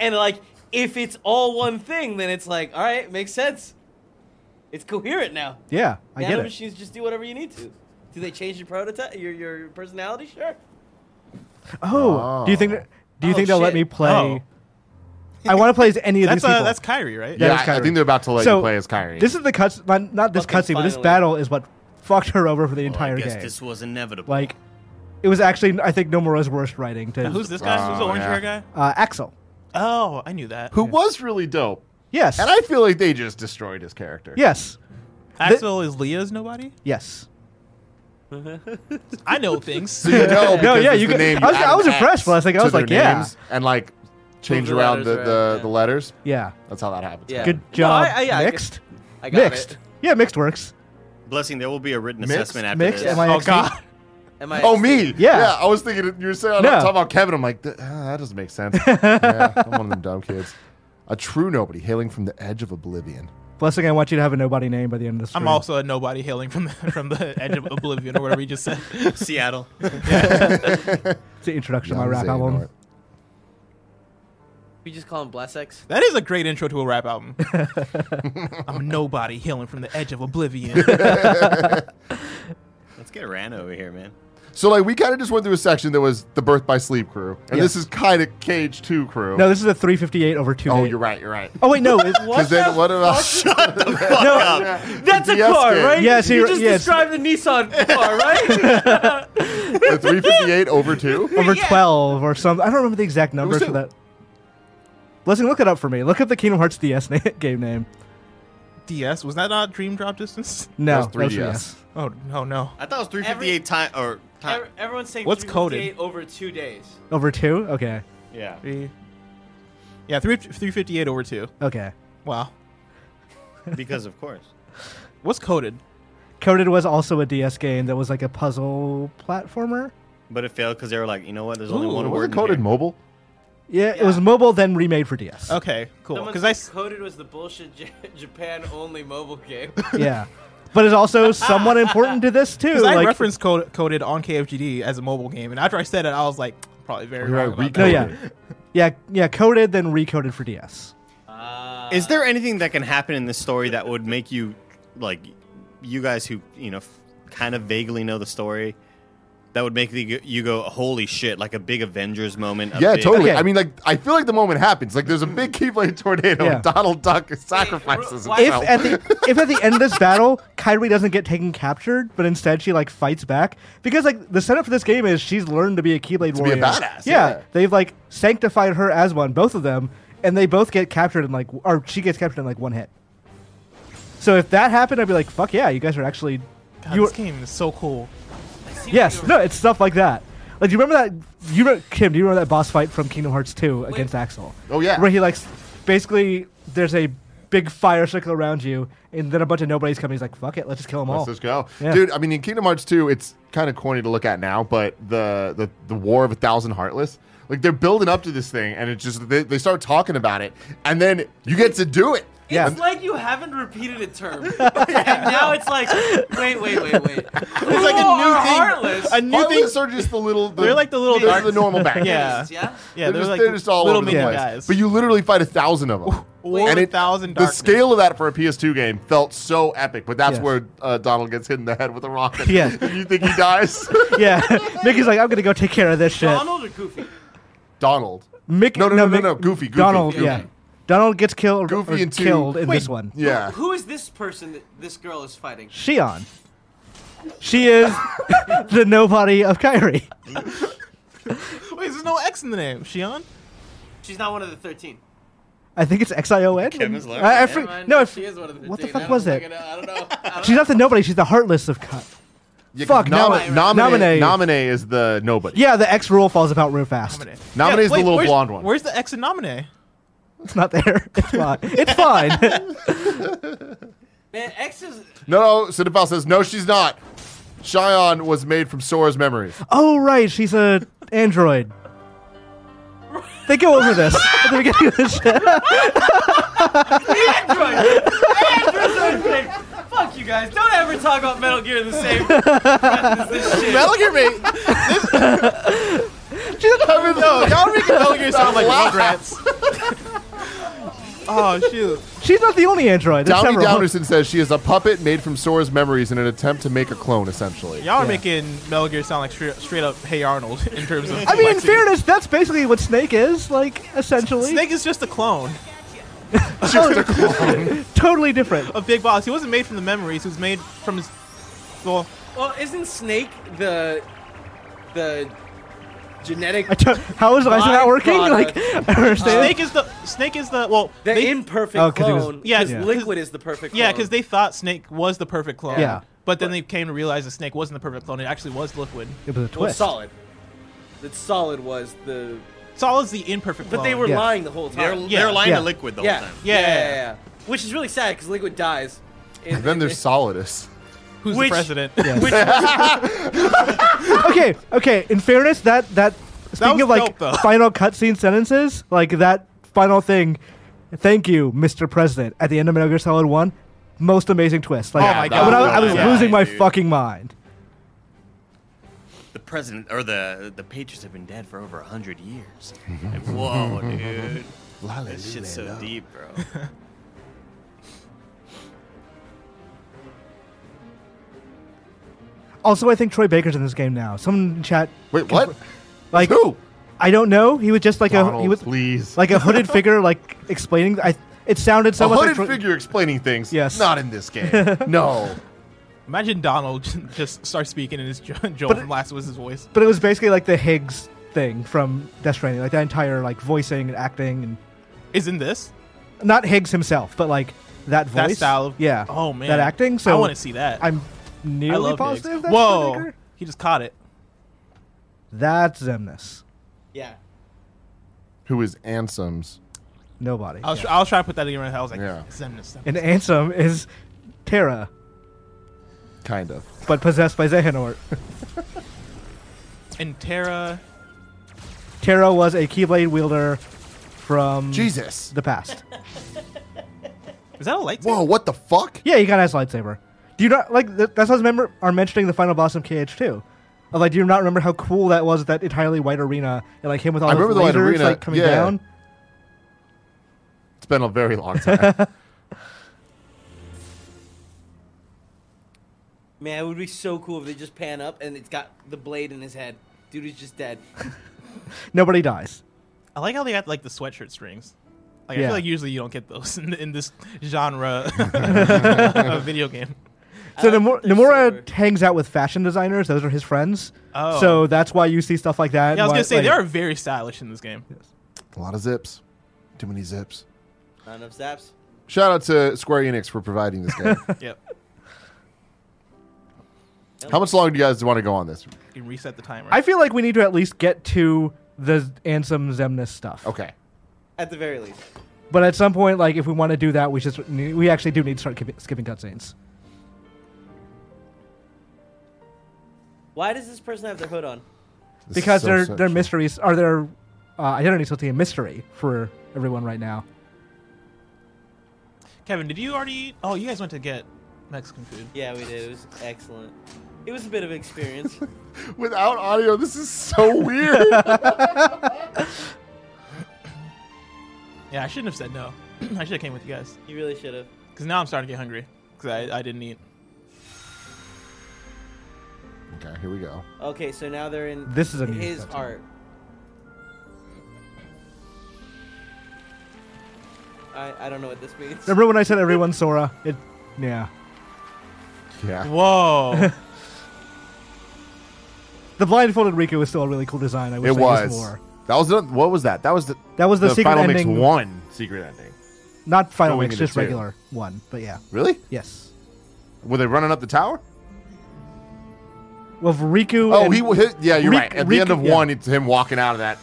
Speaker 9: and like if it's all one thing, then it's like all right, makes sense. It's coherent now.
Speaker 3: Yeah, I get it.
Speaker 9: Nanomachines just do whatever you need to. Do they change your prototype, your your personality? Sure.
Speaker 3: Oh, do you think? that- Do you
Speaker 9: Oh,
Speaker 3: think they'll let
Speaker 9: shit.
Speaker 3: me play?
Speaker 2: Oh.
Speaker 3: I want to play as any of
Speaker 2: That's
Speaker 3: these
Speaker 2: uh,
Speaker 3: people.
Speaker 2: that's Kyrie, right?
Speaker 3: Yeah,
Speaker 1: Yeah,
Speaker 3: it's
Speaker 1: I- I
Speaker 3: Kyrie.
Speaker 1: think they're about to let
Speaker 3: So,
Speaker 1: you play as Kyrie.
Speaker 3: This is the cuts, not, not this
Speaker 9: Fucking
Speaker 3: cutscene, but this
Speaker 9: finally.
Speaker 3: battle is what fucked her over for the
Speaker 8: Well, I
Speaker 3: entire
Speaker 8: guess
Speaker 3: game.
Speaker 8: this was inevitable.
Speaker 3: Like, it was actually I think Nomura's worst writing. To
Speaker 2: Now, who's this guy? who's the
Speaker 1: Oh,
Speaker 2: orange
Speaker 1: yeah.
Speaker 2: hair guy?
Speaker 3: Uh, Axel.
Speaker 2: Oh, I knew that.
Speaker 1: Who was really dope.
Speaker 3: Yes.
Speaker 1: And I feel like they just destroyed his character.
Speaker 3: yes.
Speaker 2: Axel is Leah's nobody.
Speaker 3: Yes.
Speaker 2: I know things.
Speaker 1: So you know, because
Speaker 3: yeah,
Speaker 1: it's
Speaker 3: you
Speaker 1: the
Speaker 3: could-
Speaker 1: name
Speaker 3: I was- I
Speaker 1: added
Speaker 3: was impressed
Speaker 1: X
Speaker 3: when I was like- I
Speaker 1: to
Speaker 3: was
Speaker 1: their
Speaker 3: like, yeah.
Speaker 1: names And like change
Speaker 4: the
Speaker 1: around the,
Speaker 4: letters
Speaker 1: the,
Speaker 4: around,
Speaker 1: the
Speaker 4: yeah.
Speaker 1: letters.
Speaker 3: Yeah.
Speaker 1: That's how that happens.
Speaker 4: Yeah.
Speaker 3: Good
Speaker 4: No,
Speaker 3: job.
Speaker 4: I- I- yeah, I
Speaker 3: mixed.
Speaker 4: I got
Speaker 3: mixed.
Speaker 4: it.
Speaker 3: Yeah, mixed works.
Speaker 5: Blessing, there will be a written
Speaker 1: Mixed-
Speaker 5: assessment after
Speaker 3: Mixed.
Speaker 5: this.
Speaker 3: Am I?
Speaker 2: oh God.
Speaker 4: Am I
Speaker 1: Oh, me?
Speaker 3: Yeah.
Speaker 1: Yeah, I was thinking you were saying,
Speaker 3: No.
Speaker 1: I'm talking about Kevin. I'm like, "Th- ah, that doesn't make sense. yeah, I'm one of them dumb kids. A true nobody hailing from the edge of oblivion.
Speaker 3: Blessing. I want you to have a nobody name by the end of this.
Speaker 2: I'm also a nobody hailing from the, from the edge of oblivion or whatever you just said.
Speaker 5: Seattle.
Speaker 3: It's the introduction to my
Speaker 1: Young
Speaker 3: rap
Speaker 1: Xehanort.
Speaker 3: album.
Speaker 4: We just call him Blessex.
Speaker 2: That is a great intro to a rap album. I'm a nobody hailing from the edge of oblivion.
Speaker 5: Let's get Ran over here, man.
Speaker 1: So, like, we kind of just went through a section that was the Birth by Sleep crew. And
Speaker 3: Yeah.
Speaker 1: this is kind of Cage 2 crew.
Speaker 3: No, this is a 358 over two.
Speaker 1: oh, you're right. You're right.
Speaker 3: Oh wait, no. it-
Speaker 1: Because then what about. Shut the fuck
Speaker 3: up.
Speaker 9: That's a
Speaker 1: DS
Speaker 9: car,
Speaker 1: game.
Speaker 9: right?
Speaker 3: Yes,
Speaker 9: you
Speaker 3: you're-
Speaker 9: just
Speaker 3: yes.
Speaker 9: described the Nissan car, right?
Speaker 1: The 358 over 2?
Speaker 3: over
Speaker 9: Yeah.
Speaker 3: 12 or something. I don't remember the exact numbers for
Speaker 1: two.
Speaker 3: that. Listen, look it up for me. Look up the Kingdom Hearts DS na- game name.
Speaker 2: DS was that not Dream Drop Distance?
Speaker 3: No,
Speaker 1: That's 3DS.
Speaker 2: Oh no no.
Speaker 5: I thought it was 358 time or time.
Speaker 4: Ev- Everyone's saying
Speaker 2: What's coded?
Speaker 4: 358 over two days.
Speaker 3: Over two? Okay.
Speaker 5: yeah.
Speaker 2: Three. Yeah, three three fifty eight over two.
Speaker 3: Okay.
Speaker 2: Wow.
Speaker 5: Because of course.
Speaker 2: What's coded?
Speaker 3: Coded was also a DS game that was like a puzzle platformer.
Speaker 5: But it failed because they were like, you know what? There's only
Speaker 2: Ooh,
Speaker 5: one
Speaker 1: Was
Speaker 5: word.
Speaker 1: it coded
Speaker 5: in here.
Speaker 1: mobile?
Speaker 3: Yeah, it was mobile, then remade for DS.
Speaker 2: Okay, cool.
Speaker 4: Someone
Speaker 2: Because
Speaker 4: said
Speaker 2: I s-
Speaker 4: coded was the bullshit J- Japan only mobile game.
Speaker 3: Yeah. But it's also somewhat important to this too.
Speaker 2: 'cause I
Speaker 3: like-
Speaker 2: reference code, coded on KFGD as a mobile game, and after I said it, I was like, probably very
Speaker 1: You're
Speaker 2: wrong
Speaker 1: right, we
Speaker 3: No,
Speaker 2: about that.
Speaker 3: yeah. Yeah, yeah, coded, then recoded for DS.
Speaker 4: Ah.
Speaker 5: Is there anything that can happen in this story that would make you, like, you guys who you know, f- kind of vaguely know the story, that would make the, you go, holy shit, like a big Avengers moment. a
Speaker 1: Yeah,
Speaker 5: big-
Speaker 1: totally.
Speaker 3: Okay.
Speaker 1: I mean, like, I feel like the moment happens. Like, there's a big Keyblade tornado,
Speaker 3: Yeah.
Speaker 1: and Donald Duck sacrifices
Speaker 4: why-
Speaker 3: If
Speaker 1: himself.
Speaker 3: at the if at the end of this battle, Kyrie doesn't get taken captured, but instead she like fights back because like the setup for this game is she's learned to be a Keyblade
Speaker 1: To be
Speaker 3: warrior.
Speaker 1: a badass, yeah.
Speaker 3: they've like sanctified her as one, both of them, and they both get captured in like w- or she gets captured in like one hit. So if that happened, I'd be like, fuck yeah, you guys are actually
Speaker 2: God,
Speaker 3: you
Speaker 2: this
Speaker 3: are-
Speaker 2: game is so cool.
Speaker 3: yes, no, it's stuff like that. Like, do you remember that? You remember, Kim? Do you remember that boss fight from Kingdom Hearts Two against Axel?
Speaker 1: Oh, yeah.
Speaker 3: where he like s- basically there's a big fire circle around you, and then a bunch of nobodies come. He's like, "Fuck it, let's just kill them all."
Speaker 1: Let's just go,
Speaker 3: Oh, Yeah.
Speaker 1: dude. I mean, in Kingdom Hearts 2, it's kind of corny to look at now, but the the the War of a Thousand Heartless, like they're building up to this thing, and it's just they, they start talking about it, and then you get to do it.
Speaker 3: yeah,
Speaker 4: It's like you haven't repeated a term, and now it's like, wait, wait, wait, wait. It's like a
Speaker 1: like a new thing.
Speaker 4: Heartless.
Speaker 2: A new thing.
Speaker 1: Heartless are just the little. The,
Speaker 2: They're like the little
Speaker 1: they're
Speaker 2: dark-
Speaker 1: the normal back.
Speaker 2: Yeah,
Speaker 4: yeah.
Speaker 2: yeah.
Speaker 1: They're,
Speaker 2: They're,
Speaker 1: just,
Speaker 2: like
Speaker 1: they're just all
Speaker 2: little
Speaker 1: over the
Speaker 2: minion
Speaker 1: place.
Speaker 2: guys.
Speaker 1: But you literally fight a thousand of them.
Speaker 2: War
Speaker 1: And
Speaker 2: of a
Speaker 1: it-
Speaker 2: thousand
Speaker 1: The
Speaker 2: darkness.
Speaker 1: scale of that for a PS2 game felt so epic, but that's
Speaker 3: Yes.
Speaker 1: where uh, Donald gets hit in the head with a rocket.
Speaker 3: Yeah.
Speaker 1: and you think he dies.
Speaker 3: yeah. Mickey's like, "I'm gonna go take care of this shit."
Speaker 4: Donald or Goofy?
Speaker 1: Donald.
Speaker 3: Mickey,
Speaker 1: No, no, no, no,
Speaker 3: Mick-
Speaker 1: no, Goofy, Goofy,
Speaker 3: Donald,
Speaker 1: Goofy.
Speaker 3: yeah. Donald gets killed. or
Speaker 1: Goofy and two.
Speaker 3: killed in this one.
Speaker 1: Yeah.
Speaker 4: Who is this person that this girl is fighting?
Speaker 3: Shion. She is the nobody of Kyrie.
Speaker 2: Wait, there's no X in the name. Shion?
Speaker 4: She's not one of the 13.
Speaker 3: I think it's X I O N.
Speaker 5: Kim is learning.
Speaker 3: I, I
Speaker 5: Never
Speaker 3: fre-
Speaker 4: Mine-
Speaker 3: no, I fre-
Speaker 4: she is one of the
Speaker 3: what the
Speaker 4: 13.
Speaker 3: fuck
Speaker 4: I'm
Speaker 3: was
Speaker 4: not
Speaker 3: it?
Speaker 4: gonna- I don't know. I don't
Speaker 3: She's
Speaker 4: know.
Speaker 3: not the nobody. She's the heartless of Ky.
Speaker 1: Yeah, 'cause
Speaker 3: Fuck,
Speaker 1: nom-
Speaker 3: nominate-
Speaker 1: nominate,
Speaker 3: nominate.
Speaker 1: nominate. is the nobody.
Speaker 3: Yeah, the X rule falls about real fast.
Speaker 2: Nominee.
Speaker 1: Nominee is the little
Speaker 2: where's,
Speaker 1: blonde one.
Speaker 2: Where's the X in Nominee?
Speaker 3: It's not there. It's fine. It's fine.
Speaker 4: Man, X is.
Speaker 1: No, no, Cinefile says, no, she's not. Shion was made from Sora's memories.
Speaker 3: oh right, she's a android. They go over this at the beginning of this show.
Speaker 4: Android! Android's our thing! Fuck you guys. Don't ever talk about Metal Gear the same breath as this shit.
Speaker 1: Metal Gear made.
Speaker 2: No, y'all making Metal Gear sound like Rugrats. oh, shoot.
Speaker 3: She's not the only android. There's
Speaker 1: Downey
Speaker 3: several.
Speaker 1: Downerson says she is a puppet made from Sora's memories in an attempt to make a clone, essentially.
Speaker 2: Y'all are
Speaker 3: Yeah.
Speaker 2: making Metal Gear sound like straight, straight up Hey Arnold in terms of.
Speaker 3: I mean, in
Speaker 2: complexity.
Speaker 3: fairness, that's basically what Snake is like, essentially.
Speaker 2: Snake is just a clone
Speaker 3: totally different.
Speaker 2: of Big Boss. He wasn't made from the memories, he was made from his. Well,
Speaker 4: Well, isn't Snake the the genetic
Speaker 3: I don't, how is why is that working? Like,
Speaker 4: Byproduct.
Speaker 3: I don't understand.
Speaker 2: Snake is the. Snake is the. Well,
Speaker 4: the
Speaker 2: they,
Speaker 4: imperfect
Speaker 3: Oh, 'cause it was-
Speaker 4: clone?
Speaker 2: yeah,
Speaker 4: 'cause
Speaker 2: yeah.
Speaker 4: Liquid is the perfect.
Speaker 2: yeah,
Speaker 4: clone.
Speaker 2: because they thought Snake was the perfect clone.
Speaker 3: Yeah.
Speaker 2: But then they came to realize that Snake wasn't the perfect clone. It actually was Liquid.
Speaker 3: it was a
Speaker 4: well,
Speaker 3: twist.
Speaker 4: solid. That solid was the,
Speaker 2: Solid's the imperfect
Speaker 4: but
Speaker 2: clone.
Speaker 4: they were
Speaker 3: Yeah.
Speaker 4: lying the whole
Speaker 5: They're,
Speaker 4: time.
Speaker 2: Yeah.
Speaker 5: they're lying
Speaker 3: Yeah.
Speaker 5: to Liquid the
Speaker 4: yeah.
Speaker 5: whole time.
Speaker 2: Yeah,
Speaker 4: Yeah,
Speaker 2: yeah,
Speaker 4: yeah,
Speaker 2: yeah.
Speaker 4: yeah. which is really sad because Liquid dies. in-
Speaker 1: Then
Speaker 4: in-
Speaker 1: there's Solidus.
Speaker 2: Who's
Speaker 4: which-
Speaker 2: the president?
Speaker 3: okay, okay. In fairness, that that speaking
Speaker 2: was
Speaker 3: of like
Speaker 2: dope, though.
Speaker 3: final cutscene sentences, like that final thing. Thank you, Mr. President. At the end of Metal Gear Solid One, most amazing twist. Like
Speaker 2: Oh my
Speaker 3: when
Speaker 2: God.
Speaker 3: I, was- I was
Speaker 5: Yeah,
Speaker 3: losing my
Speaker 5: dude.
Speaker 3: fucking mind.
Speaker 5: The president or the the Patriots have been dead for over hundred years. Like, whoa, dude. This shit's so deep, bro.
Speaker 3: Also, I think Troy Baker's in this game now. Someone in chat,
Speaker 1: Wait, what?
Speaker 3: like
Speaker 1: Who?
Speaker 3: I don't know. He was just like a he
Speaker 1: Donald,
Speaker 3: was
Speaker 1: please.
Speaker 3: like a hooded figure, like explaining. I it sounded so
Speaker 1: a
Speaker 3: much
Speaker 1: hooded
Speaker 3: like Troy-
Speaker 1: figure explaining things.
Speaker 3: Yes.
Speaker 1: Not in this game. no.
Speaker 2: Imagine Donald just starts speaking in his Jo- Joel
Speaker 3: But-
Speaker 2: from Last was his voice.
Speaker 3: But it was basically like the Higgs thing from Death Stranding, like that entire like voicing and acting and
Speaker 2: Is in this
Speaker 3: not Higgs himself, but like that voice,
Speaker 2: that style of
Speaker 3: yeah,
Speaker 2: Oh man,
Speaker 3: that acting. So
Speaker 2: I want to see that.
Speaker 3: I'm
Speaker 2: I
Speaker 3: nearly
Speaker 2: love Higgs.
Speaker 3: positive. That's
Speaker 2: Whoa,
Speaker 3: Whoa,
Speaker 2: he just caught it.
Speaker 3: that's Zemnis.
Speaker 4: yeah.
Speaker 1: Who is Ansem's?
Speaker 3: Nobody.
Speaker 2: I was,
Speaker 3: yeah.
Speaker 2: I was trying to put that together. I was like,
Speaker 1: Yeah.
Speaker 2: Zemnis.
Speaker 3: and Ansem is Terra,
Speaker 1: Kind of.
Speaker 3: but possessed by Xehanort.
Speaker 2: And Terra,
Speaker 3: Terra was a Keyblade wielder from
Speaker 1: Jesus.
Speaker 3: the past.
Speaker 2: is that a lightsaber?
Speaker 1: Whoa, what the fuck?
Speaker 3: Yeah, he got his lightsaber. Do you not like? Th- that's how I remember are mentioning the final boss of KH2. Of, like, do you not remember how cool that was? That entirely white arena and like him with all
Speaker 1: I
Speaker 3: those
Speaker 1: remember the white
Speaker 3: lasers
Speaker 1: arena,
Speaker 3: like coming
Speaker 1: yeah.
Speaker 3: down.
Speaker 1: It's been a very long time.
Speaker 4: Man, it would be so cool if they just pan up and it's got the blade in his head. Dude is just dead.
Speaker 3: Nobody dies.
Speaker 2: I like how they got like the sweatshirt strings. Like I
Speaker 3: Yeah.
Speaker 2: feel like usually you don't get those in, in this genre of video game.
Speaker 3: So
Speaker 4: don't
Speaker 3: Nomura,
Speaker 4: think they're
Speaker 3: Nomura
Speaker 4: sober.
Speaker 3: hangs out with fashion designers. Those are his friends.
Speaker 2: Oh.
Speaker 3: So that's why you see stuff like that.
Speaker 2: Yeah, I was
Speaker 3: why-
Speaker 2: gonna say they
Speaker 3: like-
Speaker 2: are very stylish in this game.
Speaker 1: a lot of zips. Too many zips.
Speaker 4: Not enough zaps.
Speaker 1: Shout out to Square Enix for providing this game.
Speaker 2: Yep,
Speaker 1: How much longer do you guys want to go on this?
Speaker 2: you can reset the timer.
Speaker 3: I feel like we need to at least get to the Ansem Zemnis stuff.
Speaker 1: Okay.
Speaker 4: At the very least.
Speaker 3: But at some point, like if we want to do that, we just we actually do need to start skipping, skipping cutscenes.
Speaker 4: Why does this person have their hood on?
Speaker 1: This is
Speaker 3: because
Speaker 1: so
Speaker 3: their
Speaker 1: sexual.
Speaker 3: their mysteries are their uh, identities supposed to be a mystery for everyone right now.
Speaker 2: Kevin, did you already? Oh, you guys went to get Mexican food.
Speaker 4: Yeah, we did. It was excellent. It was a bit of an experience.
Speaker 1: Without audio, this is so weird.
Speaker 2: Yeah, I shouldn't have said no. I should have came with you guys.
Speaker 4: you really should have.
Speaker 2: Because now I'm starting to get hungry. Because I, I didn't eat.
Speaker 1: okay, here we go.
Speaker 4: Okay, so now they're in
Speaker 3: This is a music
Speaker 4: his
Speaker 3: festival.
Speaker 4: art. I, I don't know what this means.
Speaker 3: Remember when I said everyone Sora? It, yeah.
Speaker 1: Yeah.
Speaker 2: Whoa.
Speaker 3: The blindfolded Riku was still a really cool design. I wish
Speaker 1: It
Speaker 3: they
Speaker 1: was.
Speaker 3: used more.
Speaker 1: That was the, what was that? That was the
Speaker 3: That was the, secret
Speaker 1: final
Speaker 3: ending,
Speaker 1: mix one secret ending.
Speaker 3: not final
Speaker 1: going
Speaker 3: mix,
Speaker 1: into
Speaker 3: just
Speaker 1: two.
Speaker 3: regular one. But yeah,
Speaker 1: Really?
Speaker 3: yes.
Speaker 1: Were they running up the tower?
Speaker 3: Well, Riku.
Speaker 1: Oh,
Speaker 3: and-
Speaker 1: he. His, yeah, you're
Speaker 3: Rick-
Speaker 1: right. At
Speaker 3: Rick-
Speaker 1: the end of
Speaker 3: yeah.
Speaker 1: one, it's him walking out of that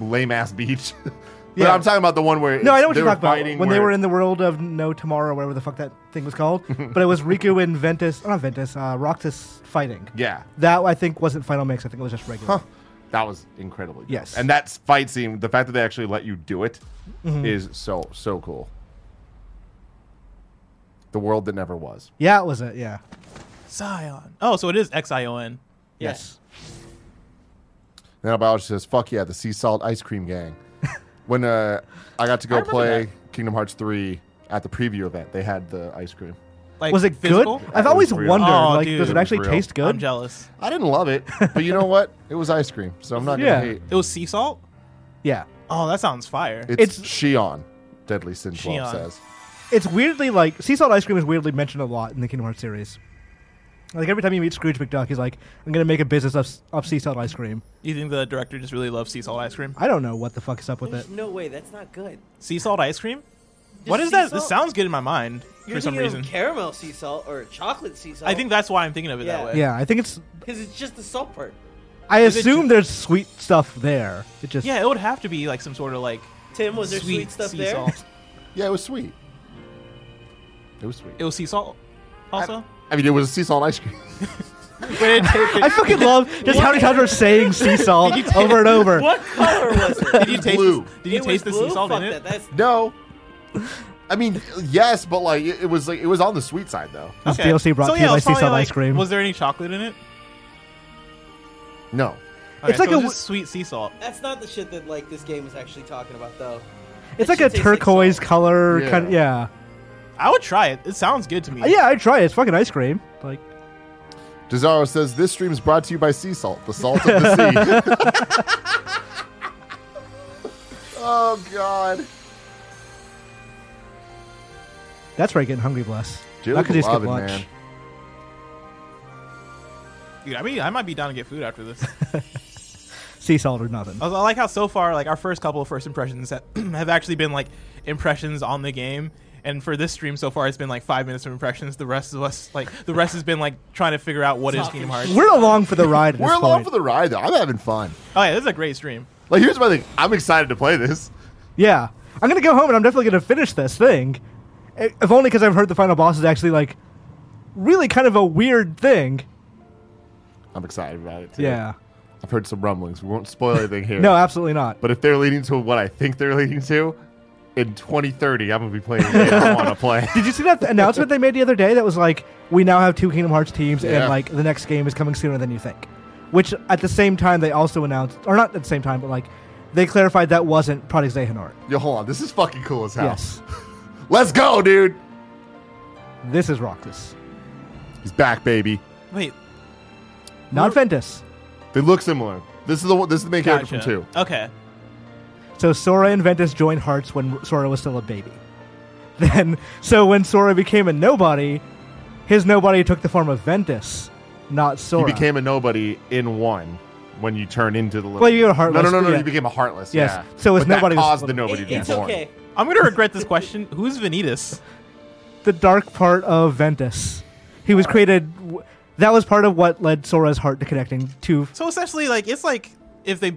Speaker 1: lame ass beach. but
Speaker 3: Yeah.
Speaker 1: I'm talking about the one where
Speaker 3: No, I know what
Speaker 1: they
Speaker 3: you're
Speaker 1: were
Speaker 3: talking about.
Speaker 1: fighting
Speaker 3: When they
Speaker 1: where-
Speaker 3: were in the world of No Tomorrow, whatever the fuck that thing was called, but it was Riku and Ventus, oh, not Ventus, uh, Roxas fighting.
Speaker 1: Yeah,
Speaker 3: That I think wasn't final mix. I think it was just regular.
Speaker 1: Huh. that was incredibly. dope.
Speaker 3: Yes.
Speaker 1: and that fight scene, the fact that they actually let you do it, is
Speaker 3: Mm-hmm.
Speaker 1: so so cool. The world that never was.
Speaker 3: Yeah, it was it. Yeah.
Speaker 2: Zion. Oh, so it is X I O N.
Speaker 3: Yes.
Speaker 1: Nanobiologist says, "Fuck yeah, the sea salt ice cream gang." when uh, I got to go play Kingdom Hearts three at the preview event, they had the ice cream.
Speaker 2: Like
Speaker 3: Was it
Speaker 2: physical?
Speaker 3: good?
Speaker 1: That
Speaker 3: I've always
Speaker 1: was real.
Speaker 3: wondered,
Speaker 2: Oh,
Speaker 3: like,
Speaker 2: dude.
Speaker 3: does
Speaker 2: It
Speaker 3: it
Speaker 1: was
Speaker 3: actually
Speaker 1: real.
Speaker 3: taste good?
Speaker 2: I'm jealous.
Speaker 1: I didn't love it, but you know what? It was ice cream, so I'm not gonna
Speaker 3: Yeah.
Speaker 1: hate.
Speaker 2: It was sea salt.
Speaker 3: yeah.
Speaker 2: Oh, that sounds fire.
Speaker 1: It's,
Speaker 3: It's-
Speaker 1: Shion, Deadly Sin 12
Speaker 2: Shion.
Speaker 1: says.
Speaker 3: It's weirdly like sea salt ice cream is weirdly mentioned a lot in the Kingdom Hearts series. Like every time you meet Scrooge McDuck, he's like, "I'm gonna make a business of, of sea salt ice cream."
Speaker 2: you think the director just really loves sea salt ice cream?
Speaker 3: I don't know what the fuck is up with it.
Speaker 4: There's no way. That's not good.
Speaker 2: Sea salt ice cream? what is
Speaker 4: sea
Speaker 2: that? This
Speaker 4: salt?
Speaker 2: sounds good in my mind
Speaker 4: You're
Speaker 2: for some
Speaker 4: thinking of
Speaker 2: reason.
Speaker 4: caramel sea salt or chocolate sea salt.
Speaker 2: I think that's why I'm thinking of it that
Speaker 4: Yeah.
Speaker 2: way.
Speaker 3: Yeah, I think it's.
Speaker 4: because it's just the salt part.
Speaker 3: I
Speaker 2: Is it
Speaker 3: assume
Speaker 2: ju-
Speaker 3: there's sweet stuff there. It just
Speaker 2: Yeah, it would have to be like some sort of like
Speaker 4: Tim, was there sweet, stuff
Speaker 2: sea
Speaker 4: there?
Speaker 2: Salt.
Speaker 1: Yeah, it was sweet. It was sweet.
Speaker 2: It was sea salt. Also,
Speaker 1: I mean, it was sea salt ice cream.
Speaker 3: I fucking love just how many times we're saying sea salt over and over.
Speaker 4: What color was it?
Speaker 2: did you taste?
Speaker 1: blue.
Speaker 2: Did you
Speaker 4: It was
Speaker 2: taste the sea
Speaker 4: blue?
Speaker 2: salt
Speaker 4: Fuck
Speaker 2: in it?
Speaker 4: That. That's
Speaker 1: No. I mean, yes, but like it, it was like it was on the sweet side though.
Speaker 3: This
Speaker 2: Okay.
Speaker 3: DLC brought
Speaker 2: so,
Speaker 3: to
Speaker 2: yeah,
Speaker 3: you
Speaker 2: it
Speaker 3: by
Speaker 2: was
Speaker 3: sea
Speaker 2: probably,
Speaker 3: salt
Speaker 2: like,
Speaker 3: ice cream.
Speaker 2: Was there any chocolate in it?
Speaker 1: No.
Speaker 3: like
Speaker 2: Okay, so
Speaker 3: a
Speaker 2: it was just sweet sea salt.
Speaker 4: That's not the shit that like this game is actually talking about, though.
Speaker 3: it's
Speaker 4: That
Speaker 3: like a
Speaker 4: shit tastes like
Speaker 3: turquoise
Speaker 4: salt.
Speaker 3: color.
Speaker 1: Yeah.
Speaker 3: Kind of, yeah, Uh,
Speaker 2: I would try it. It sounds good to me.
Speaker 3: yeah. I try it. It's fucking ice cream. Like
Speaker 1: Desaro says this stream is brought to you by sea salt, the salt of the sea. oh God.
Speaker 3: that's where I get hungry. Bless.
Speaker 1: Dude,
Speaker 3: Not 'cause you
Speaker 1: love
Speaker 3: skip
Speaker 1: it,
Speaker 3: lunch.
Speaker 1: man.
Speaker 2: Dude, I mean, I might be down to get food after this.
Speaker 3: Sea salt or nothing.
Speaker 2: I was- I like how so far, like our first couple of first impressions have, have actually been like impressions on the game. And for this stream so far, it's been like five minutes of impressions. The rest of us, like the rest, has been like trying to figure out what is Kingdom Hearts.
Speaker 3: We're along for the ride. At
Speaker 1: We're
Speaker 3: this
Speaker 1: along
Speaker 3: point.
Speaker 1: for the ride though. I'm having fun.
Speaker 2: Oh yeah, this is a great stream.
Speaker 1: Like here's my thing. I'm excited to play this.
Speaker 3: Yeah, I'm gonna go home and I'm definitely gonna finish this thing, I- if only because I've heard the final boss is actually like really kind of a weird thing.
Speaker 1: I'm excited about it too.
Speaker 3: Yeah.
Speaker 1: I've heard some rumblings. We won't spoil anything here.
Speaker 3: No, absolutely not.
Speaker 1: But if they're leading to what I think they're leading to, in 2030, I'm gonna be playing. the game I want to play.
Speaker 3: Did you see that announcement they made the other day? That was like, we now have two Kingdom Hearts teams,
Speaker 1: Yeah.
Speaker 3: and like the next game is coming sooner than you think. Which at the same time they also announced, or not at the same time, but like they clarified that wasn't Project Zehanort.
Speaker 1: Yo, hold on. This is fucking cool as hell.
Speaker 3: Yes,
Speaker 1: Let's go, dude.
Speaker 3: this is Roxas,
Speaker 1: He's back, baby.
Speaker 2: Wait,
Speaker 3: not Ventus.
Speaker 1: They look similar. This is the one. This is the main character
Speaker 2: gotcha.
Speaker 1: from two.
Speaker 2: Okay,
Speaker 3: So Sora and Ventus joined hearts when Sora was still a baby. Then, so when Sora became a nobody, his nobody took the form of Ventus, not Sora.
Speaker 1: You became a nobody in one when you turn into the. Little,
Speaker 3: Well, you were heartless,
Speaker 1: No, no, no, no.
Speaker 3: yeah.
Speaker 1: You became a heartless.
Speaker 3: Yes.
Speaker 1: Yeah.
Speaker 3: So it's
Speaker 1: but that
Speaker 3: nobody was-
Speaker 1: caused the nobody
Speaker 4: It-
Speaker 1: to be
Speaker 4: it's
Speaker 1: born.
Speaker 4: okay.
Speaker 2: I'm gonna regret this question. Who's Vanitas?
Speaker 3: the dark part of Ventus. He was created. w- That was part of what led Sora's heart to connecting to.
Speaker 2: So essentially, like it's like if they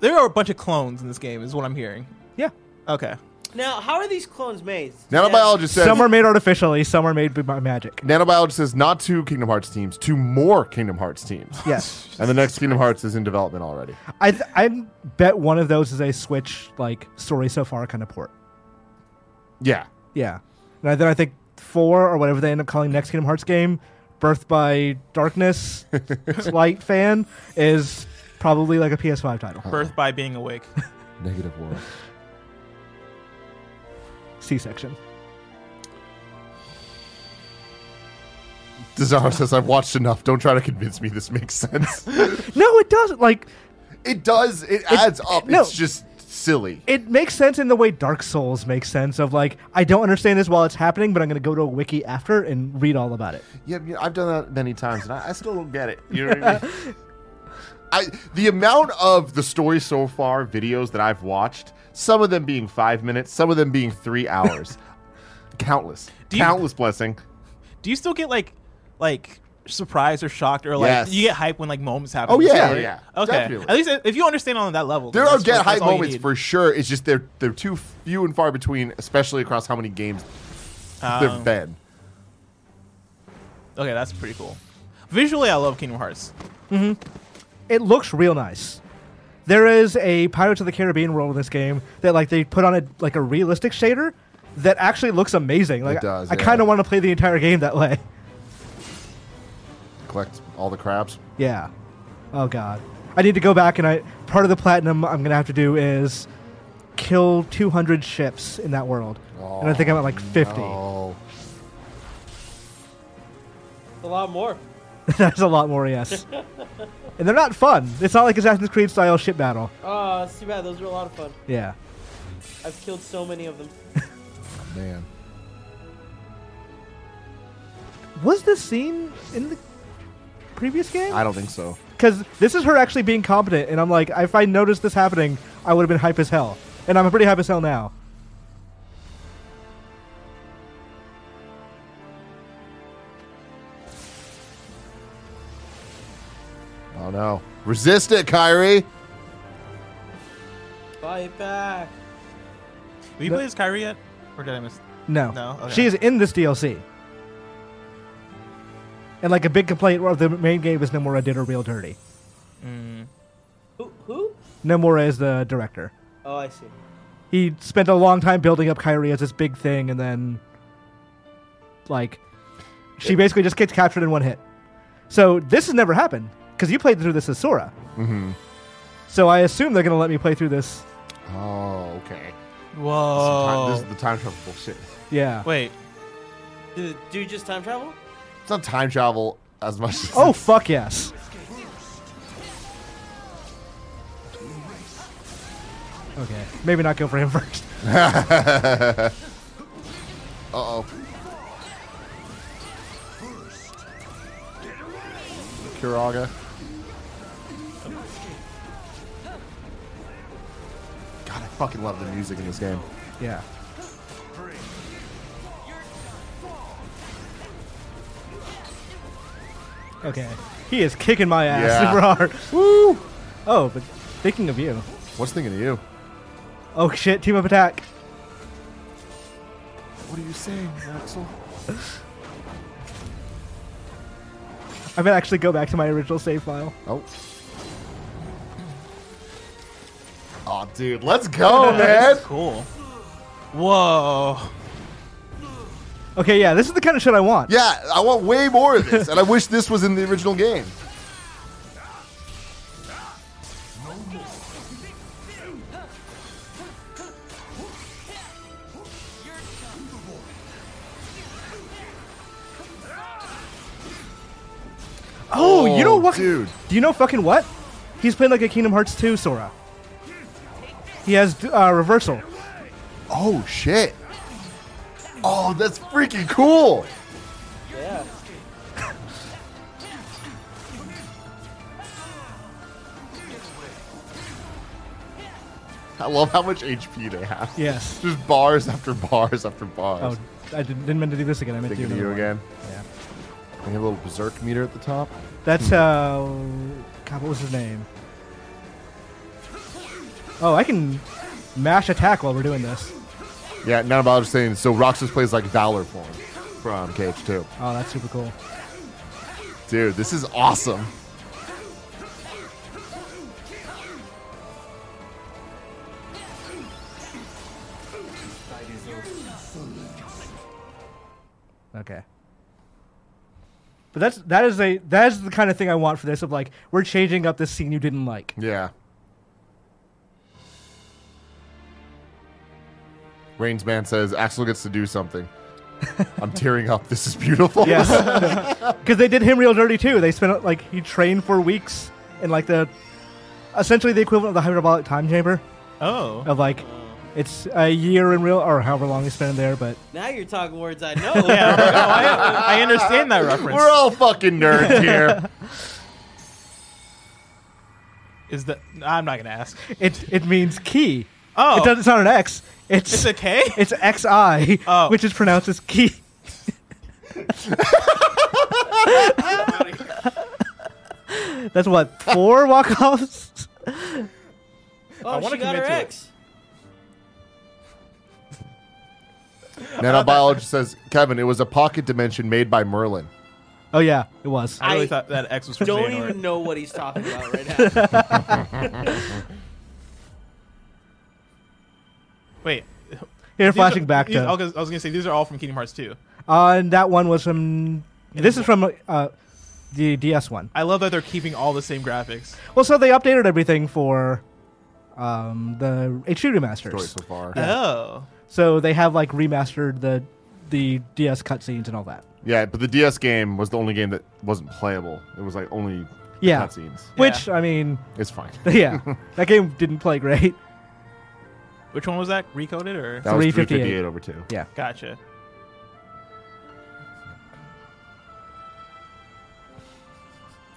Speaker 2: there are a bunch of clones in this game, is what I'm hearing.
Speaker 3: Yeah.
Speaker 2: Okay,
Speaker 4: Now, how are these clones made?
Speaker 1: Nanobiologist says.
Speaker 3: Some are made artificially. Some are made by magic.
Speaker 1: Nanobiologist says not two Kingdom Hearts teams, two more Kingdom Hearts teams,
Speaker 3: Yes,
Speaker 1: and the next Kingdom Hearts is in development already.
Speaker 3: I th- I bet one of those is a Switch like story so far kind of port.
Speaker 1: Yeah.
Speaker 3: Yeah, and then I think four or whatever they end up calling next Kingdom Hearts game, Birth by Darkness, Light fan is probably like a PS5 title.
Speaker 2: birth by being awake.
Speaker 1: Negative world.
Speaker 3: C section.
Speaker 1: Desire says I've watched enough. Don't try to convince me this makes sense.
Speaker 3: No, it doesn't. Like
Speaker 1: It does. It adds up.
Speaker 3: no.
Speaker 1: It's just silly.
Speaker 3: it makes sense in the way Dark Souls makes sense of like I don't understand this while it's happening, but I'm gonna go to a wiki after and read all about it.
Speaker 1: Yeah, yeah, I've done that many times, and I, I still don't get it. You know what I mean? I, the amount of the story so far videos that I've watched, some of them being five minutes, some of them being three hours, countless,
Speaker 2: Do you-
Speaker 1: countless blessing.
Speaker 2: Do you still get like like surprised or shocked or like
Speaker 1: Yes.
Speaker 2: you get hype when like moments happen?
Speaker 1: Oh,
Speaker 2: in the
Speaker 1: yeah,
Speaker 2: story?
Speaker 1: yeah,
Speaker 2: Okay.
Speaker 1: definitely.
Speaker 2: At least if you understand on that level,
Speaker 1: There
Speaker 2: then
Speaker 1: are
Speaker 2: that's
Speaker 1: get
Speaker 2: what- that's
Speaker 1: hype
Speaker 2: all you
Speaker 1: moments
Speaker 2: need.
Speaker 1: for sure. It's just they're they're too few and far between, especially across how many games
Speaker 2: Um,
Speaker 1: they've been.
Speaker 2: Okay, that's pretty cool. Visually, I love Kingdom Hearts.
Speaker 3: It looks real nice. There is a Pirates of the Caribbean world in this game that like they put on a like a realistic shader that actually looks amazing. Like
Speaker 1: does,
Speaker 3: I
Speaker 1: yeah.
Speaker 3: kind of want to play the entire game that way.
Speaker 1: Collect all the crabs.
Speaker 3: Yeah. Oh god. I need to go back and I part of the platinum I'm gonna have to do is kill 200 ships in that world, and I think I'm at like 50.
Speaker 1: Oh,
Speaker 9: A lot more.
Speaker 3: That's a lot more, yes. and they're not fun. It's not like Assassin's Creed style ship battle.
Speaker 4: Ah,
Speaker 9: Oh, it's too bad. Those were a lot of fun.
Speaker 3: Yeah.
Speaker 9: I've killed so many of them.
Speaker 1: man.
Speaker 3: Was this scene in the previous game?
Speaker 1: I don't think so.
Speaker 3: Because this is her actually being competent, and I'm like, if I noticed this happening, I would have been hype as hell. And I'm pretty hype as hell now.
Speaker 1: Oh no. Resist it, Kyrie.
Speaker 9: Fight back.
Speaker 2: Have you
Speaker 3: No.
Speaker 2: played as Kyrie yet? Or did I miss?
Speaker 3: No.
Speaker 2: No? Okay.
Speaker 3: She is in this DLC. And like a big complaint of the main game is Nomura did her real dirty.
Speaker 9: Who? Who?
Speaker 3: Nomura is the director.
Speaker 9: Oh, I see.
Speaker 3: he spent a long time building up Kyrie as this big thing, and then like she basically just gets captured in one hit. So this has never happened because you played through this as Sora. Mm-hmm. So I assume they're gonna let me play through this.
Speaker 1: Oh, okay.
Speaker 2: Whoa.
Speaker 1: This is the time travel bullshit.
Speaker 3: Yeah.
Speaker 2: Wait.
Speaker 9: Did the dude just time travel?
Speaker 1: It's not time travel as much. As
Speaker 3: Oh fuck yes. Okay, maybe not go for him first.
Speaker 1: Uh oh. Kiraga. God, I fucking love the music in this game.
Speaker 3: Yeah. Okay. He is kicking my ass
Speaker 1: Yeah.
Speaker 3: super hard. Woo! Oh, but thinking of you.
Speaker 1: What's thinking of you?
Speaker 3: Oh shit, team up attack.
Speaker 1: What are you saying, Axel?
Speaker 3: I'm gonna actually go back to my original save file.
Speaker 1: Oh. Oh, dude, let's go, man.
Speaker 2: Cool. Whoa.
Speaker 3: Okay, yeah, this is the kind of shit I want.
Speaker 1: Yeah, I want way more of this, and I wish this was in the original game.
Speaker 3: Oh, you know what?
Speaker 1: dude?
Speaker 3: Do you know fucking what? He's playing like a Kingdom Hearts 2 Sora. He has uh, reversal.
Speaker 1: Oh shit! Oh, that's freaking cool.
Speaker 9: Yeah.
Speaker 1: I love how much HP they have.
Speaker 3: Yes.
Speaker 1: Just bars after bars after
Speaker 3: Oh,
Speaker 1: bars.
Speaker 3: I didn't, didn't mean to do this again. I meant to
Speaker 1: Thinking
Speaker 3: do
Speaker 1: of you
Speaker 3: another
Speaker 1: again.
Speaker 3: one. Yeah.
Speaker 1: We have a little berserk meter at the top.
Speaker 3: That's uh, God, what was his name? Oh, I can mash attack while we're doing this.
Speaker 1: Yeah, not about just saying. So Roxas plays like Valor form from KH2.
Speaker 3: Oh, that's super cool.
Speaker 1: Dude, this is awesome.
Speaker 3: Okay. But that's that is a that is the kind of thing I want for this. Of like, we're changing up this scene you didn't like.
Speaker 1: Yeah. Reigns man says Axel gets to do something. I'm tearing up. This is beautiful.
Speaker 3: Yes, because they did him real dirty too. They spent like he trained for weeks in like the essentially the equivalent of the hyperbolic time chamber.
Speaker 2: Oh.
Speaker 3: Of like, it's a year in real, or however long he spent there, but
Speaker 4: Now you're talking words I know.
Speaker 2: Yeah, no, I, I understand that reference.
Speaker 1: We're all fucking nerds here.
Speaker 2: Is that I'm not gonna ask.
Speaker 3: it it means key.
Speaker 2: Oh,
Speaker 3: It does, it's not an X. It's
Speaker 2: it's a K.
Speaker 3: it's XI,
Speaker 2: Oh.
Speaker 3: which is pronounced as key. That's what four walk-offs.
Speaker 4: Oh,
Speaker 2: I wanna
Speaker 4: she got
Speaker 2: commit
Speaker 4: her
Speaker 2: to it.
Speaker 4: ex.
Speaker 1: Nanobiologist says, Kevin, it was a pocket dimension made by Merlin.
Speaker 3: Oh yeah, it was.
Speaker 2: I really
Speaker 4: I
Speaker 2: thought that X was for
Speaker 4: Don't
Speaker 2: Xehanort.
Speaker 4: even know what he's talking about right now.
Speaker 2: Wait.
Speaker 3: Here,
Speaker 2: These
Speaker 3: flashing
Speaker 2: are-
Speaker 3: back
Speaker 2: these-
Speaker 3: to
Speaker 2: I was I was gonna say these are all from Kingdom Hearts 2.
Speaker 3: Uh, and that one was from. This is from uh, the DS one.
Speaker 2: I love that they're keeping all the same graphics.
Speaker 3: Well, so they updated everything for um, the HD
Speaker 1: Story
Speaker 3: remasters.
Speaker 1: so far.
Speaker 2: Oh.
Speaker 3: So they have like remastered the the DS cutscenes and all that.
Speaker 1: Yeah, but the DS game was the only game that wasn't playable. It was like only
Speaker 3: Yeah.
Speaker 1: cutscenes.
Speaker 3: Which I mean,
Speaker 1: It's fine.
Speaker 3: yeah, that game didn't play great.
Speaker 2: Which one was that? Recoded or?
Speaker 1: That was
Speaker 3: 358.
Speaker 1: 358 over two.
Speaker 3: Yeah.
Speaker 2: Gotcha.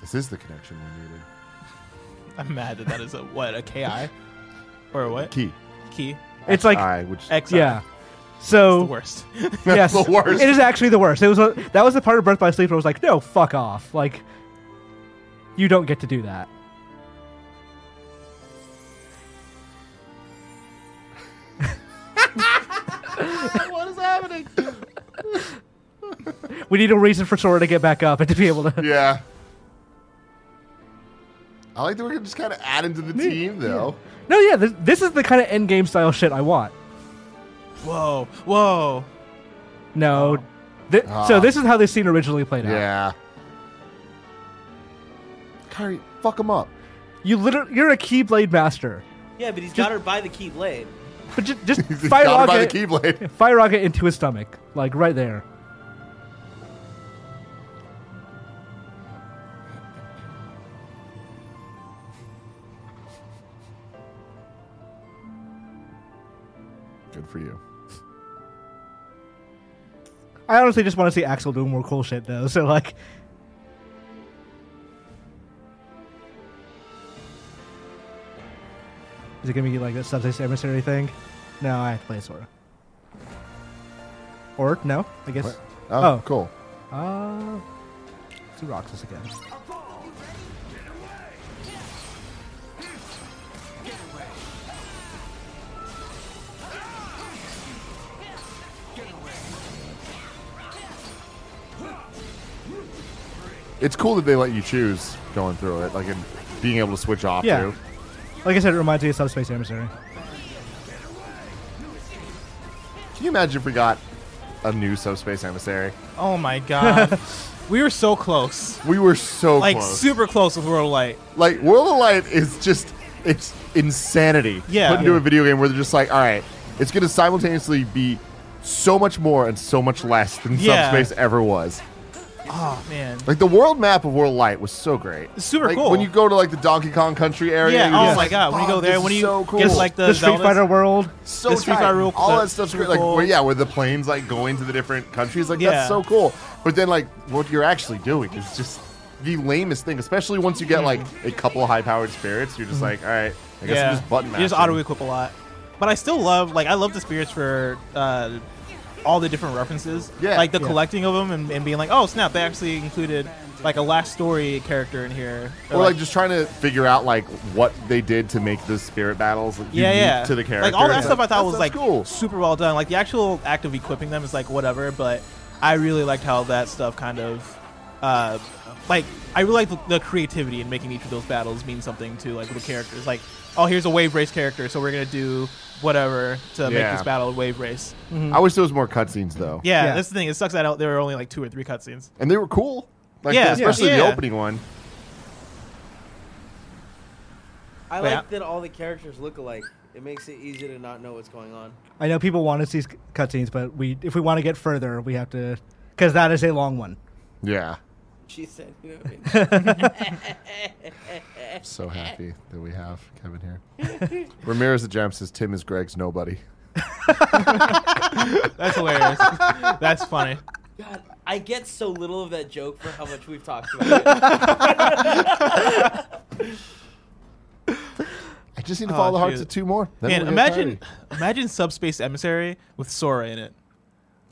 Speaker 1: This is the connection we needed.
Speaker 2: I'm mad that that is a what a KI or a what
Speaker 1: Key.
Speaker 2: key
Speaker 3: It's like
Speaker 1: I, which
Speaker 2: XI.
Speaker 3: yeah.
Speaker 2: It's the
Speaker 3: So
Speaker 2: worst.
Speaker 3: yes,
Speaker 1: the worst.
Speaker 3: It is actually the worst. It was a, that was the part of Birth by Sleep where I was like, no, fuck off. Like, you don't get to do that.
Speaker 4: what is happening?
Speaker 3: We need a reason for Sora to get back up and to be able to.
Speaker 1: Yeah. I like that we're just kind of adding to the team, though.
Speaker 3: No, yeah, this, this is the kind of end game style shit I want.
Speaker 2: Whoa, whoa.
Speaker 3: No. Thi- so this is how this scene originally played out.
Speaker 1: Ah. Yeah. Kyrie, fuck him up.
Speaker 3: You literally, you're a Keyblade master,
Speaker 4: Yeah, but he's got her by the key blade.
Speaker 3: but just, just
Speaker 1: He's
Speaker 3: fire
Speaker 1: got him by the
Speaker 3: rocket,
Speaker 1: Keyblade.
Speaker 3: fire rocket into his stomach, like right there.
Speaker 1: Good for you.
Speaker 3: I honestly just want to see Axel doing more cool shit though. So like, is it gonna be like that subspace emissary thing? No, I have to play Sora. Or no, I guess.
Speaker 1: What? Oh,
Speaker 3: Oh.
Speaker 1: cool.
Speaker 3: Uh, it's Roxas again.
Speaker 1: It's cool that they let you choose going through it, like and being able to switch off
Speaker 3: Yeah.
Speaker 1: too.
Speaker 3: Like I said, it reminds me of subspace emissary.
Speaker 1: Can you imagine if we got a new subspace emissary?
Speaker 2: Oh my god. we were so close.
Speaker 1: We were so
Speaker 2: Like
Speaker 1: close.
Speaker 2: super close with World of Light.
Speaker 1: like World of Light is just it's insanity.
Speaker 2: Yeah.
Speaker 1: Put into a video game where they're just like, all right, it's going to simultaneously be so much more and so much less than
Speaker 2: Yeah.
Speaker 1: Subspace ever was.
Speaker 2: Oh man.
Speaker 1: Like the world map of World of Light was so great.
Speaker 2: It's super
Speaker 1: Like,
Speaker 2: cool.
Speaker 1: When you go to like the Donkey Kong Country area,
Speaker 2: yeah,
Speaker 1: you're
Speaker 2: oh
Speaker 1: just
Speaker 2: my
Speaker 1: like,
Speaker 2: god. When you
Speaker 1: "Fuck,
Speaker 2: go there,
Speaker 1: this
Speaker 2: when
Speaker 1: is
Speaker 2: you
Speaker 1: so cool.
Speaker 2: get like the,
Speaker 3: the Street
Speaker 2: Zeldas-
Speaker 3: Fighter world.
Speaker 1: so
Speaker 2: the Street
Speaker 1: tight.
Speaker 2: Fighter rule,
Speaker 1: all
Speaker 2: the
Speaker 1: that stuff's
Speaker 2: Super
Speaker 1: great. Like,
Speaker 2: Bowl.
Speaker 1: where, yeah, where the planes like going to the different countries, like
Speaker 2: Yeah.
Speaker 1: that's so cool. But then, like, what you're actually doing is just the lamest thing. Especially once you get like a couple high-powered spirits, you're just like, all right, I guess
Speaker 2: Mm-hmm. yeah.
Speaker 1: I'm just button
Speaker 2: You
Speaker 1: mashing.
Speaker 2: just auto equip a lot. But I still love like I love the spirits for uh, all the different references.
Speaker 1: Yeah.
Speaker 2: Like the
Speaker 1: Yeah.
Speaker 2: collecting of them and, and being like, oh snap, they actually included like a last story character in here.
Speaker 1: or like just trying to figure out like what they did to make the spirit battles like,
Speaker 2: yeah,
Speaker 1: unique
Speaker 2: yeah.
Speaker 1: to the character.
Speaker 2: Like all that
Speaker 1: It's
Speaker 2: stuff, I thought
Speaker 1: that
Speaker 2: was
Speaker 1: stuff's
Speaker 2: like
Speaker 1: cool.
Speaker 2: super well done. Like the actual act of equipping them is like whatever, but I really liked how that stuff kind of, uh, like I really like the, the creativity in making each of those battles mean something to like the characters. Like, oh, here's a wave race character, so we're gonna do whatever to make
Speaker 1: Yeah.
Speaker 2: this battle a wave race.
Speaker 1: I wish there was more cutscenes though.
Speaker 2: mm-hmm. Yeah,
Speaker 3: Yeah.
Speaker 2: that's the thing. It sucks that out there were only like two or three cutscenes.
Speaker 1: and they were cool. Like
Speaker 2: Yeah.
Speaker 1: especially
Speaker 2: Yeah.
Speaker 1: the opening one.
Speaker 4: I
Speaker 2: Wait,
Speaker 4: like
Speaker 2: I-
Speaker 4: that all the characters look alike. It makes it easier to not know what's going on.
Speaker 3: I know people want to see c- cutscenes, but we if we want to get further, we have to because that is a long one.
Speaker 1: Yeah.
Speaker 9: she said. You know what I mean?
Speaker 1: So happy that we have Kevin here. Ramirez the Gem says Tim is Greg's nobody.
Speaker 2: That's hilarious. That's funny.
Speaker 9: God, I get so little of that joke for how much we've talked about it.
Speaker 1: I just need to
Speaker 2: Oh,
Speaker 1: follow the hearts
Speaker 2: shoot.
Speaker 1: of two more. Then
Speaker 2: Man,
Speaker 1: we'll get
Speaker 2: imagine
Speaker 1: 30.
Speaker 2: imagine subspace emissary with Sora in it,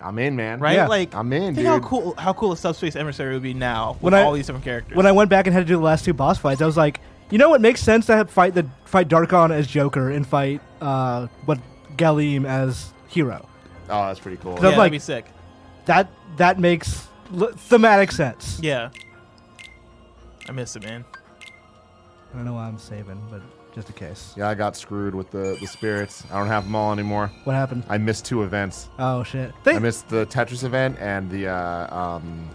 Speaker 1: I'm in, man.
Speaker 2: right?
Speaker 3: Yeah.
Speaker 2: like
Speaker 1: I'm in,
Speaker 2: Think how
Speaker 1: dude.
Speaker 2: cool how cool a subspace emissary would be now with
Speaker 3: When I-
Speaker 2: all these different characters.
Speaker 3: When I went back and had to do the last two boss fights, I was like, you know what makes sense to have fight the fight Darkon as Joker and fight uh what Galim as hero.
Speaker 1: Oh, that's pretty cool.
Speaker 2: yeah,
Speaker 3: I'm
Speaker 2: that'd
Speaker 3: like-
Speaker 2: be sick.
Speaker 3: That that makes l- thematic sense.
Speaker 2: Yeah, I miss it, man.
Speaker 3: I don't know why I'm saving, but just in case.
Speaker 1: Yeah, I got screwed with the, the spirits. I don't have them all anymore.
Speaker 3: What happened?
Speaker 1: I missed two events.
Speaker 3: Oh shit!
Speaker 1: I
Speaker 3: They,
Speaker 1: missed the Tetris event and the uh, um,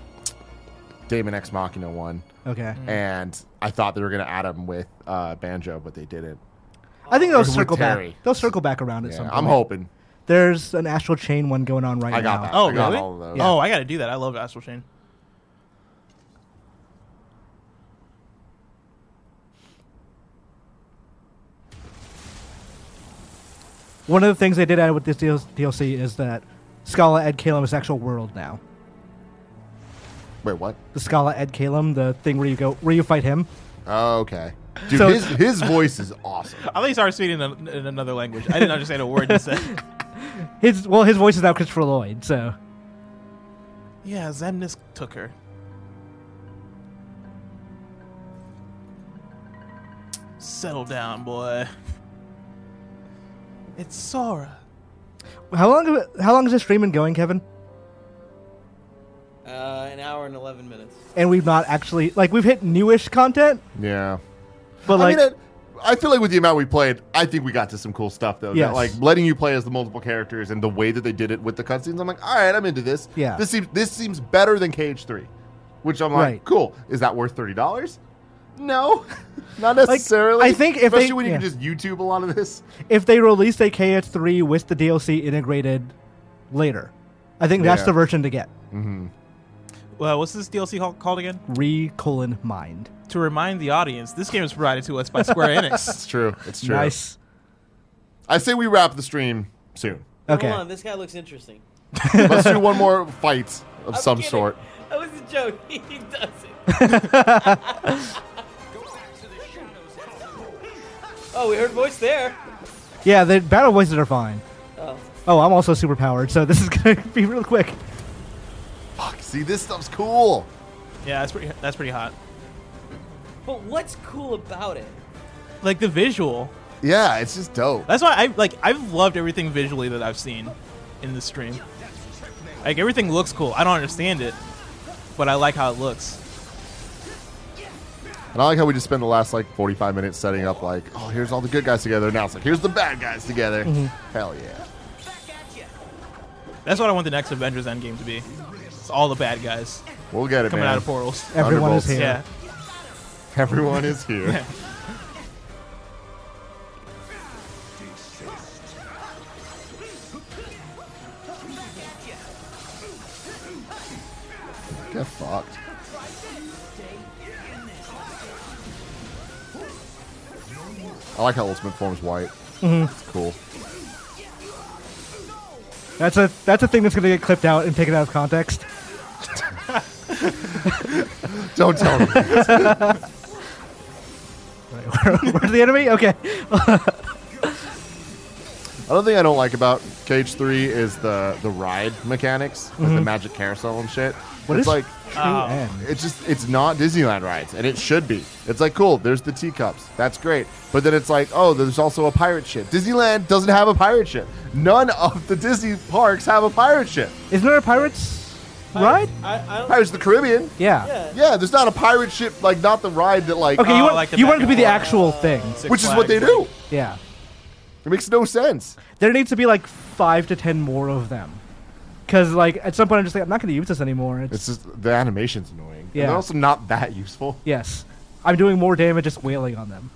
Speaker 1: Damon X Machina one.
Speaker 3: okay,
Speaker 2: Hmm.
Speaker 1: And I thought they were going to add them with uh, Banjo, but they didn't.
Speaker 3: I think they'll
Speaker 1: With
Speaker 3: circle
Speaker 1: Terry.
Speaker 3: back. They'll circle back around at
Speaker 1: Yeah,
Speaker 3: some point.
Speaker 1: I'm hoping.
Speaker 3: There's an astral chain one going on right
Speaker 1: I got
Speaker 3: now.
Speaker 1: that.
Speaker 2: Oh,
Speaker 1: I got
Speaker 2: really?
Speaker 1: all of those.
Speaker 2: Oh, I gotta do that. I love Astral Chain.
Speaker 3: One of the things they did add with this DL- DLC is that Scala Ed Calum is actual world now.
Speaker 1: Wait, what?
Speaker 3: The Scala Ed Calum, the thing where you go where you fight him.
Speaker 1: Oh, okay. Dude,
Speaker 3: So-
Speaker 1: his, his voice is awesome.
Speaker 2: I think he started speaking in, in another language. I didn't understand a word he said.
Speaker 3: His well, his voice is now Christopher Lloyd. So
Speaker 2: Yeah, Zemnis took her. Settle down, boy. It's Sora.
Speaker 3: how long have- how long has this stream been going, Kevin?
Speaker 9: Uh, an hour and eleven minutes.
Speaker 3: And we've not actually like we've hit newish content,
Speaker 1: Yeah.
Speaker 3: but
Speaker 1: I
Speaker 3: like
Speaker 1: mean, it, I feel like with the amount we played, I think we got to some cool stuff though. Yeah,
Speaker 3: Yes.
Speaker 1: like letting you play as the multiple characters and the way that they did it with the cutscenes, I'm like, all right, I'm into this.
Speaker 3: Yeah.
Speaker 1: this seems this seems better than Cage Three, which I'm like,
Speaker 3: Right.
Speaker 1: cool. Is that worth thirty dollars? No, not necessarily.
Speaker 3: I think if
Speaker 1: especially
Speaker 3: they-
Speaker 1: when you can
Speaker 3: yeah.
Speaker 1: just YouTube a lot of this.
Speaker 3: if they released a KH3 with the DLC integrated later, I think that's
Speaker 1: Yeah.
Speaker 3: the version to get.
Speaker 2: Well, what's this DLC call- called again?
Speaker 3: Re colon mind.
Speaker 2: To remind the audience, this game is provided to us by Square Enix.
Speaker 1: It's true. It's true.
Speaker 3: Nice.
Speaker 1: I say we wrap the stream soon.
Speaker 3: Okay.
Speaker 9: Hold on, this guy looks interesting.
Speaker 1: Let's do one more fight of
Speaker 9: I'm
Speaker 1: some
Speaker 9: kidding.
Speaker 1: sort.
Speaker 9: That was a joke. He doesn't. oh, we heard voice there.
Speaker 3: Yeah, the battle voices are fine.
Speaker 9: Oh.
Speaker 3: Oh, I'm also super powered, so this is gonna be real quick.
Speaker 1: Fuck. See, this stuff's cool.
Speaker 2: yeah, that's pretty. That's pretty hot.
Speaker 9: But what's cool about it?
Speaker 2: Like the visual.
Speaker 1: Yeah, it's just dope.
Speaker 2: That's why I like. I've loved everything visually that I've seen in the stream. Like everything looks cool. I don't understand it, but I like how it looks.
Speaker 1: And I like how we just spend the last like 45 minutes setting up like, oh, here's all the good guys together. Now it's like, here's the bad guys together.
Speaker 2: Mm-hmm.
Speaker 1: Hell yeah.
Speaker 2: That's what I want the next Avengers Endgame to be. It's all the bad guys
Speaker 1: We'll get it,
Speaker 2: coming
Speaker 1: man.
Speaker 2: out of portals.
Speaker 3: Everyone
Speaker 1: Thunderbolts.
Speaker 3: is here.
Speaker 2: Yeah.
Speaker 1: Everyone is here. get fucked. I like how Ultimate Form's white.
Speaker 2: Mm-hmm.
Speaker 1: It's cool.
Speaker 3: That's a that's a thing that's gonna get clipped out and taken out of context.
Speaker 1: Don't tell me.
Speaker 3: Where's the enemy? Okay.
Speaker 2: Oh.
Speaker 1: Another thing I don't like about Cage Three is the the ride mechanics, like the magic carousel and shit.
Speaker 3: Mm-hmm. What
Speaker 1: it's
Speaker 3: is-
Speaker 1: like
Speaker 2: Oh.
Speaker 3: Man.
Speaker 1: it's just it's not Disneyland rides, and it should be. It's like cool. There's the teacups. That's great. But then it's like oh, there's also a pirate ship. Disneyland doesn't have a pirate ship. None of the Disney parks have a pirate ship.
Speaker 3: Isn't there a pirates ride?
Speaker 9: I, I don't,
Speaker 1: Pirates of the Caribbean.
Speaker 3: Yeah.
Speaker 9: yeah.
Speaker 1: Yeah, there's not a pirate ship. Like not the ride that like,
Speaker 3: Okay,
Speaker 2: Oh,
Speaker 3: you want
Speaker 2: like the
Speaker 3: you want it to
Speaker 2: back
Speaker 3: be the
Speaker 2: and
Speaker 3: actual thing.
Speaker 2: Six
Speaker 1: which is what they
Speaker 2: Flags.
Speaker 1: do.
Speaker 3: Yeah.
Speaker 1: It makes no sense.
Speaker 3: There needs to be like five to ten more of them. Cause like at some point I'm just like I'm not gonna use this anymore. It's,
Speaker 1: It's just the animation's annoying. And
Speaker 3: Yeah.
Speaker 1: they're also not that useful.
Speaker 3: yes. I'm doing more damage just wailing on them.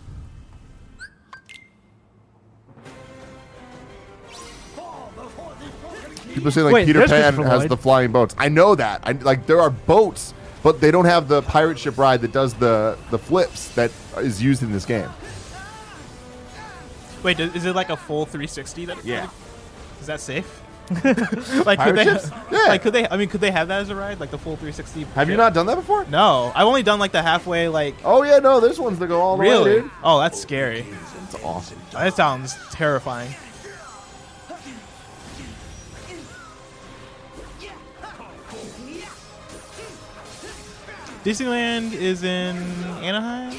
Speaker 1: People say like
Speaker 3: Wait,
Speaker 1: Peter
Speaker 3: there's
Speaker 1: Pan
Speaker 3: Christopher
Speaker 1: has
Speaker 3: Lloyd.
Speaker 1: the flying boats. I know that. I like there are boats but they don't have the pirate ship ride that does the the flips that is used in this game.
Speaker 2: Wait, does, is it like a full 360? That
Speaker 1: Yeah.
Speaker 2: Is that safe?
Speaker 1: Pirate
Speaker 2: like could they?
Speaker 1: ships? Yeah.
Speaker 2: Like could they? I mean, could they have that as a ride? Like the full 360?
Speaker 1: Have you
Speaker 2: ship?
Speaker 1: not done that before?
Speaker 2: No, I've only done like the halfway. Like
Speaker 1: Oh yeah, no. There's ones that go all the way,
Speaker 2: really?
Speaker 1: dude.
Speaker 2: Oh, that's scary.
Speaker 1: It's awesome.
Speaker 2: That sounds terrifying. Disneyland is in Anaheim.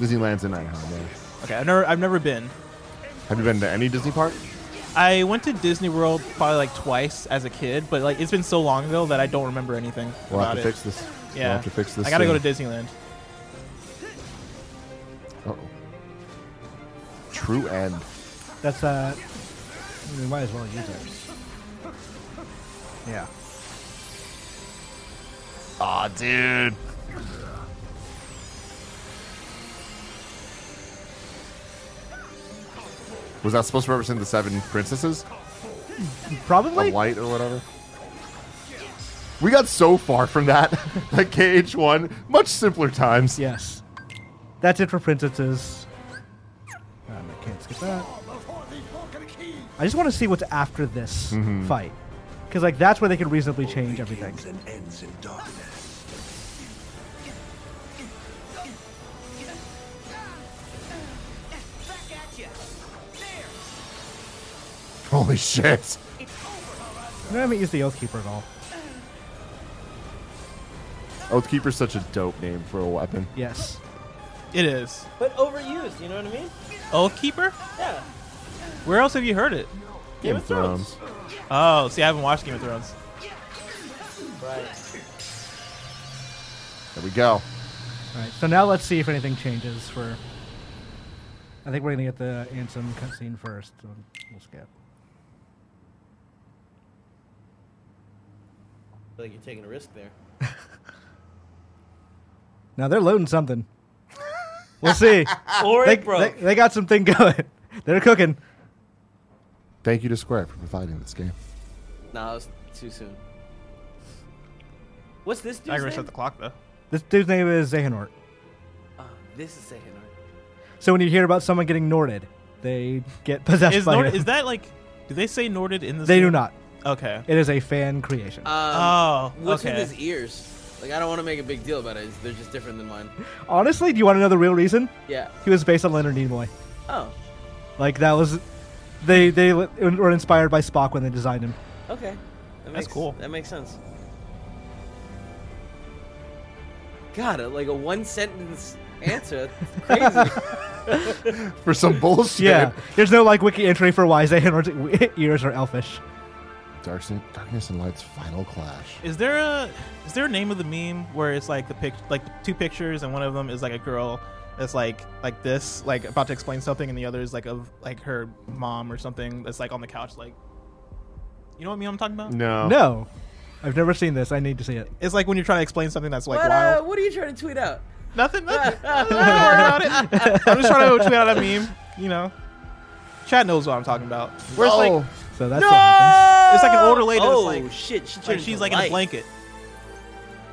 Speaker 1: Disneyland's in Anaheim. Yeah.
Speaker 2: Okay, I've never I've never been.
Speaker 1: Have you been to any Disney park?
Speaker 2: I went to Disney World probably like twice as a kid, but like it's been so long ago that I don't remember anything
Speaker 1: We'll
Speaker 2: about
Speaker 1: have to
Speaker 2: it.
Speaker 1: fix this.
Speaker 2: yeah,
Speaker 1: We'll have to fix this.
Speaker 2: I gotta
Speaker 1: thing.
Speaker 2: go to Disneyland.
Speaker 1: Uh-oh. True end.
Speaker 3: That's uh, we might as well use ours. Yeah.
Speaker 1: Aw, dude. Was that supposed to represent the seven princesses
Speaker 3: Probably.
Speaker 1: of light or whatever? We got so far from that. like KH1, much simpler times.
Speaker 3: Yes. That's it for princesses. Um, I can't skip that. I just want to see what's after this fight, because like that's where they could reasonably change everything.
Speaker 6: Back at you. There.
Speaker 1: Holy shit.
Speaker 6: It's over.
Speaker 3: No, I haven't used the Oathkeeper at all.
Speaker 1: Oathkeeper's such a dope name for a weapon.
Speaker 3: Yes.
Speaker 2: It is.
Speaker 9: But overused, you know what I mean?
Speaker 2: Oathkeeper?
Speaker 9: Yeah.
Speaker 2: Where else have you heard it?
Speaker 1: Game
Speaker 9: of Thrones.
Speaker 2: Oh, see, I haven't watched Game of Thrones.
Speaker 9: Right.
Speaker 1: There we go.
Speaker 3: All right. So now let's see if anything changes for. I think we're gonna get the Ansem cutscene first. So we'll skip.
Speaker 9: I feel like you're taking a risk there.
Speaker 3: Now they're loading something. We'll see.
Speaker 9: Or
Speaker 3: they,
Speaker 9: it broke.
Speaker 3: they, they got something going. they're cooking.
Speaker 1: Thank you to Square for providing this game.
Speaker 9: Nah, it was too soon. What's this
Speaker 2: I
Speaker 9: dude's
Speaker 2: can
Speaker 9: name?
Speaker 2: reset the clock though.
Speaker 3: This dude's name is Zehanort.
Speaker 9: Ah, this is second art.
Speaker 3: So when you hear about someone getting Norded, they get possessed
Speaker 2: Is
Speaker 3: by
Speaker 2: Nord,
Speaker 3: him.
Speaker 2: is that like? Do they say Norded in this?
Speaker 3: they do
Speaker 2: game?
Speaker 3: not.
Speaker 2: Okay.
Speaker 3: It is a fan creation.
Speaker 9: Um,
Speaker 2: oh,
Speaker 4: What's
Speaker 2: okay.
Speaker 4: with e- his ears? Like, I don't want to make a big deal about it. They're just different than mine.
Speaker 3: Honestly, do you want to know the real reason?
Speaker 4: Yeah.
Speaker 3: He was based on Leonard Nimoy.
Speaker 9: oh,
Speaker 3: Like that was, they they li- were inspired by Spock when they designed him.
Speaker 9: okay. That
Speaker 2: That's
Speaker 9: makes-
Speaker 2: cool.
Speaker 9: That makes sense.
Speaker 4: God, a, like a one sentence answer. That's crazy.
Speaker 1: For some bullshit.
Speaker 3: Yeah, there's no like wiki entry for why Zehanort's ears are elfish.
Speaker 1: Darkness, darkness and light's final clash.
Speaker 2: Is there a is there a name of the meme where it's like the pic like two pictures and one of them is like a girl that's like like this like about to explain something and the other is like of like her mom or something that's like on the couch like you know what meme I'm talking about?
Speaker 1: No.
Speaker 3: No, I've never seen this. I need to see it.
Speaker 2: It's like when you're trying to explain something that's like
Speaker 4: what, uh,
Speaker 2: wild.
Speaker 4: what are you trying to tweet out?
Speaker 2: Nothing. nothing don't worry about it. I'm just trying to tweet out a meme. You know, Chad knows what I'm talking about. Where it's like
Speaker 1: Oh.
Speaker 3: So that's what happens.
Speaker 2: it's like an older lady that's
Speaker 4: oh
Speaker 2: like,
Speaker 4: shit! She
Speaker 2: like
Speaker 4: turned
Speaker 2: she's
Speaker 4: into
Speaker 2: like in
Speaker 4: light.
Speaker 2: a blanket,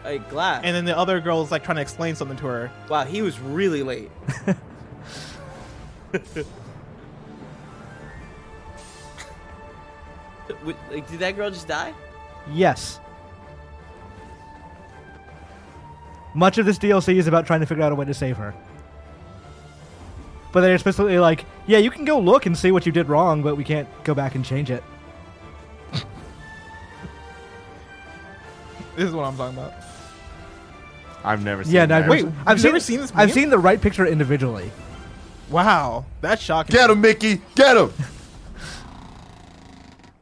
Speaker 4: A glass.
Speaker 2: and then the other girl is like trying to explain something to her.
Speaker 4: wow, he was really late. Would- like, did that girl just die?
Speaker 3: Yes. Much of this DLC is about trying to figure out a way to save her. But they're specifically like, yeah, you can go look and see what you did wrong, but we can't go back and change it.
Speaker 2: This is what I'm talking about.
Speaker 1: I've never seen
Speaker 3: Yeah,
Speaker 1: that.
Speaker 3: no, I've,
Speaker 2: Wait,
Speaker 3: never-
Speaker 2: you've
Speaker 3: I've
Speaker 2: never
Speaker 3: seen
Speaker 2: seen this
Speaker 3: I've
Speaker 2: meme?
Speaker 3: seen the right picture individually.
Speaker 2: Wow, that's shocking.
Speaker 1: Get him, Mickey! Get him!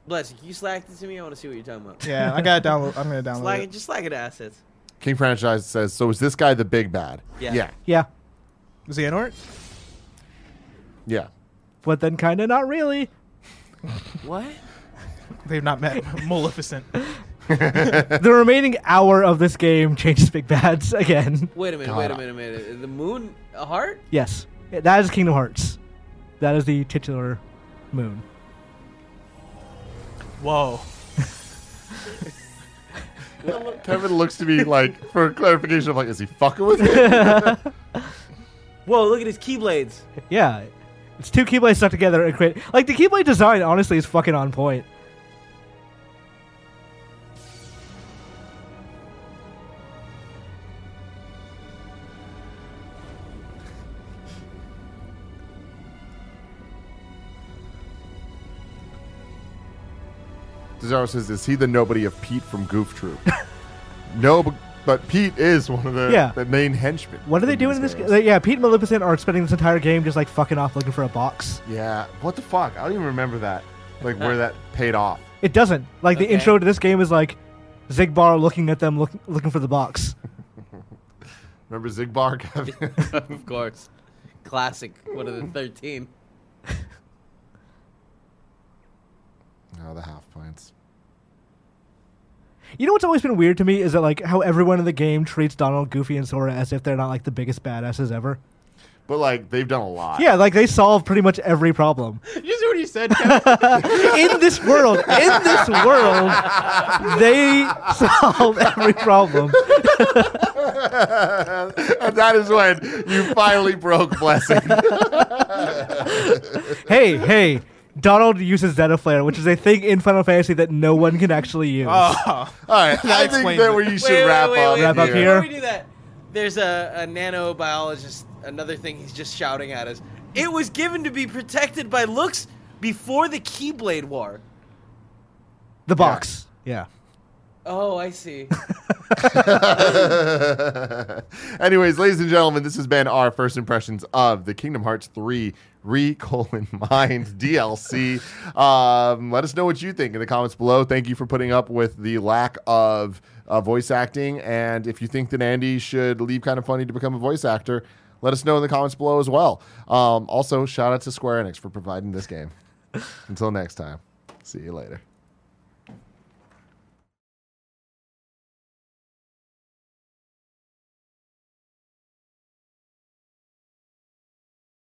Speaker 4: Bless, can you slack it to me? I want to see what you're talking about.
Speaker 2: Yeah, I gotta download. I'm gonna download
Speaker 4: Slack it,
Speaker 2: it.
Speaker 4: just slack it to assets.
Speaker 1: King Franchise says, so is this guy the big bad?
Speaker 4: Yeah.
Speaker 1: Yeah.
Speaker 3: Yeah,
Speaker 2: Xehanort?
Speaker 1: Yeah.
Speaker 3: but then kind of not really.
Speaker 4: What?
Speaker 2: They've not met Maleficent.
Speaker 3: the remaining hour of this game changes big bads again.
Speaker 4: Wait a minute, wait a
Speaker 1: God.
Speaker 4: minute, wait a minute. The moon, a heart?
Speaker 3: Yes, that is Kingdom Hearts. That is the titular moon.
Speaker 2: Whoa.
Speaker 1: Kevin looks to me like for clarification. I'm like, is he fucking with me?
Speaker 9: Whoa, look at his keyblades.
Speaker 3: Yeah, it's two keyblades stuck together and create like the keyblade design. Honestly, is fucking on point.
Speaker 1: Cesaro says, "Is he the nobody of Pete from Goof Troop?" no, but, but Pete is one of the,
Speaker 3: Yeah.
Speaker 1: the main henchmen.
Speaker 3: What are they
Speaker 1: from
Speaker 3: doing in
Speaker 1: these
Speaker 3: this?
Speaker 1: games.
Speaker 3: Like, yeah, Pete and Maleficent are spending this entire game just like fucking off looking for a box.
Speaker 1: yeah, what the fuck? I don't even remember that. Like where that paid off.
Speaker 3: It doesn't. Like the
Speaker 4: Okay.
Speaker 3: intro to this game is like Zigbar looking at them, look, looking for the box.
Speaker 1: Remember Zigbar, Kevin?
Speaker 4: of course. Classic. What are the 13?
Speaker 1: oh, the half pints.
Speaker 3: You know what's always been weird to me is that like how everyone in the game treats Donald, Goofy, and Sora as if they're not like the biggest badasses ever.
Speaker 1: But like they've done a lot.
Speaker 3: Yeah, like they solve pretty much every problem
Speaker 2: you see what he said? Kevin?
Speaker 3: in this world. In this world, they solve every problem.
Speaker 1: and that is when you finally broke blessing.
Speaker 3: Hey, hey. Donald uses Zeta Flare, which is a thing in Final Fantasy that no one can actually use.
Speaker 2: oh,
Speaker 1: All right, I think
Speaker 2: explains
Speaker 1: that
Speaker 2: it.
Speaker 1: we should
Speaker 4: Wait, wait,
Speaker 1: wrap
Speaker 4: wait,
Speaker 1: up.
Speaker 4: wait.
Speaker 3: Wrap up here.
Speaker 4: Before we do that, there's a, a nanobiologist, another thing he's just shouting at us. It was given to be protected by looks before the Keyblade War.
Speaker 3: the box. Yeah.
Speaker 4: Oh, I see.
Speaker 1: Anyways, ladies and gentlemen, this has been our first impressions of the Kingdom Hearts 3 Re colon Mind DLC. Um, let us know what you think in the comments below. Thank you for putting up with the lack of uh, voice acting. And if you think that Andy should leave kind of funny to become a voice actor, let us know in the comments below as well. Um, also, shout out to Square Enix for providing this game. Until next time, see you later.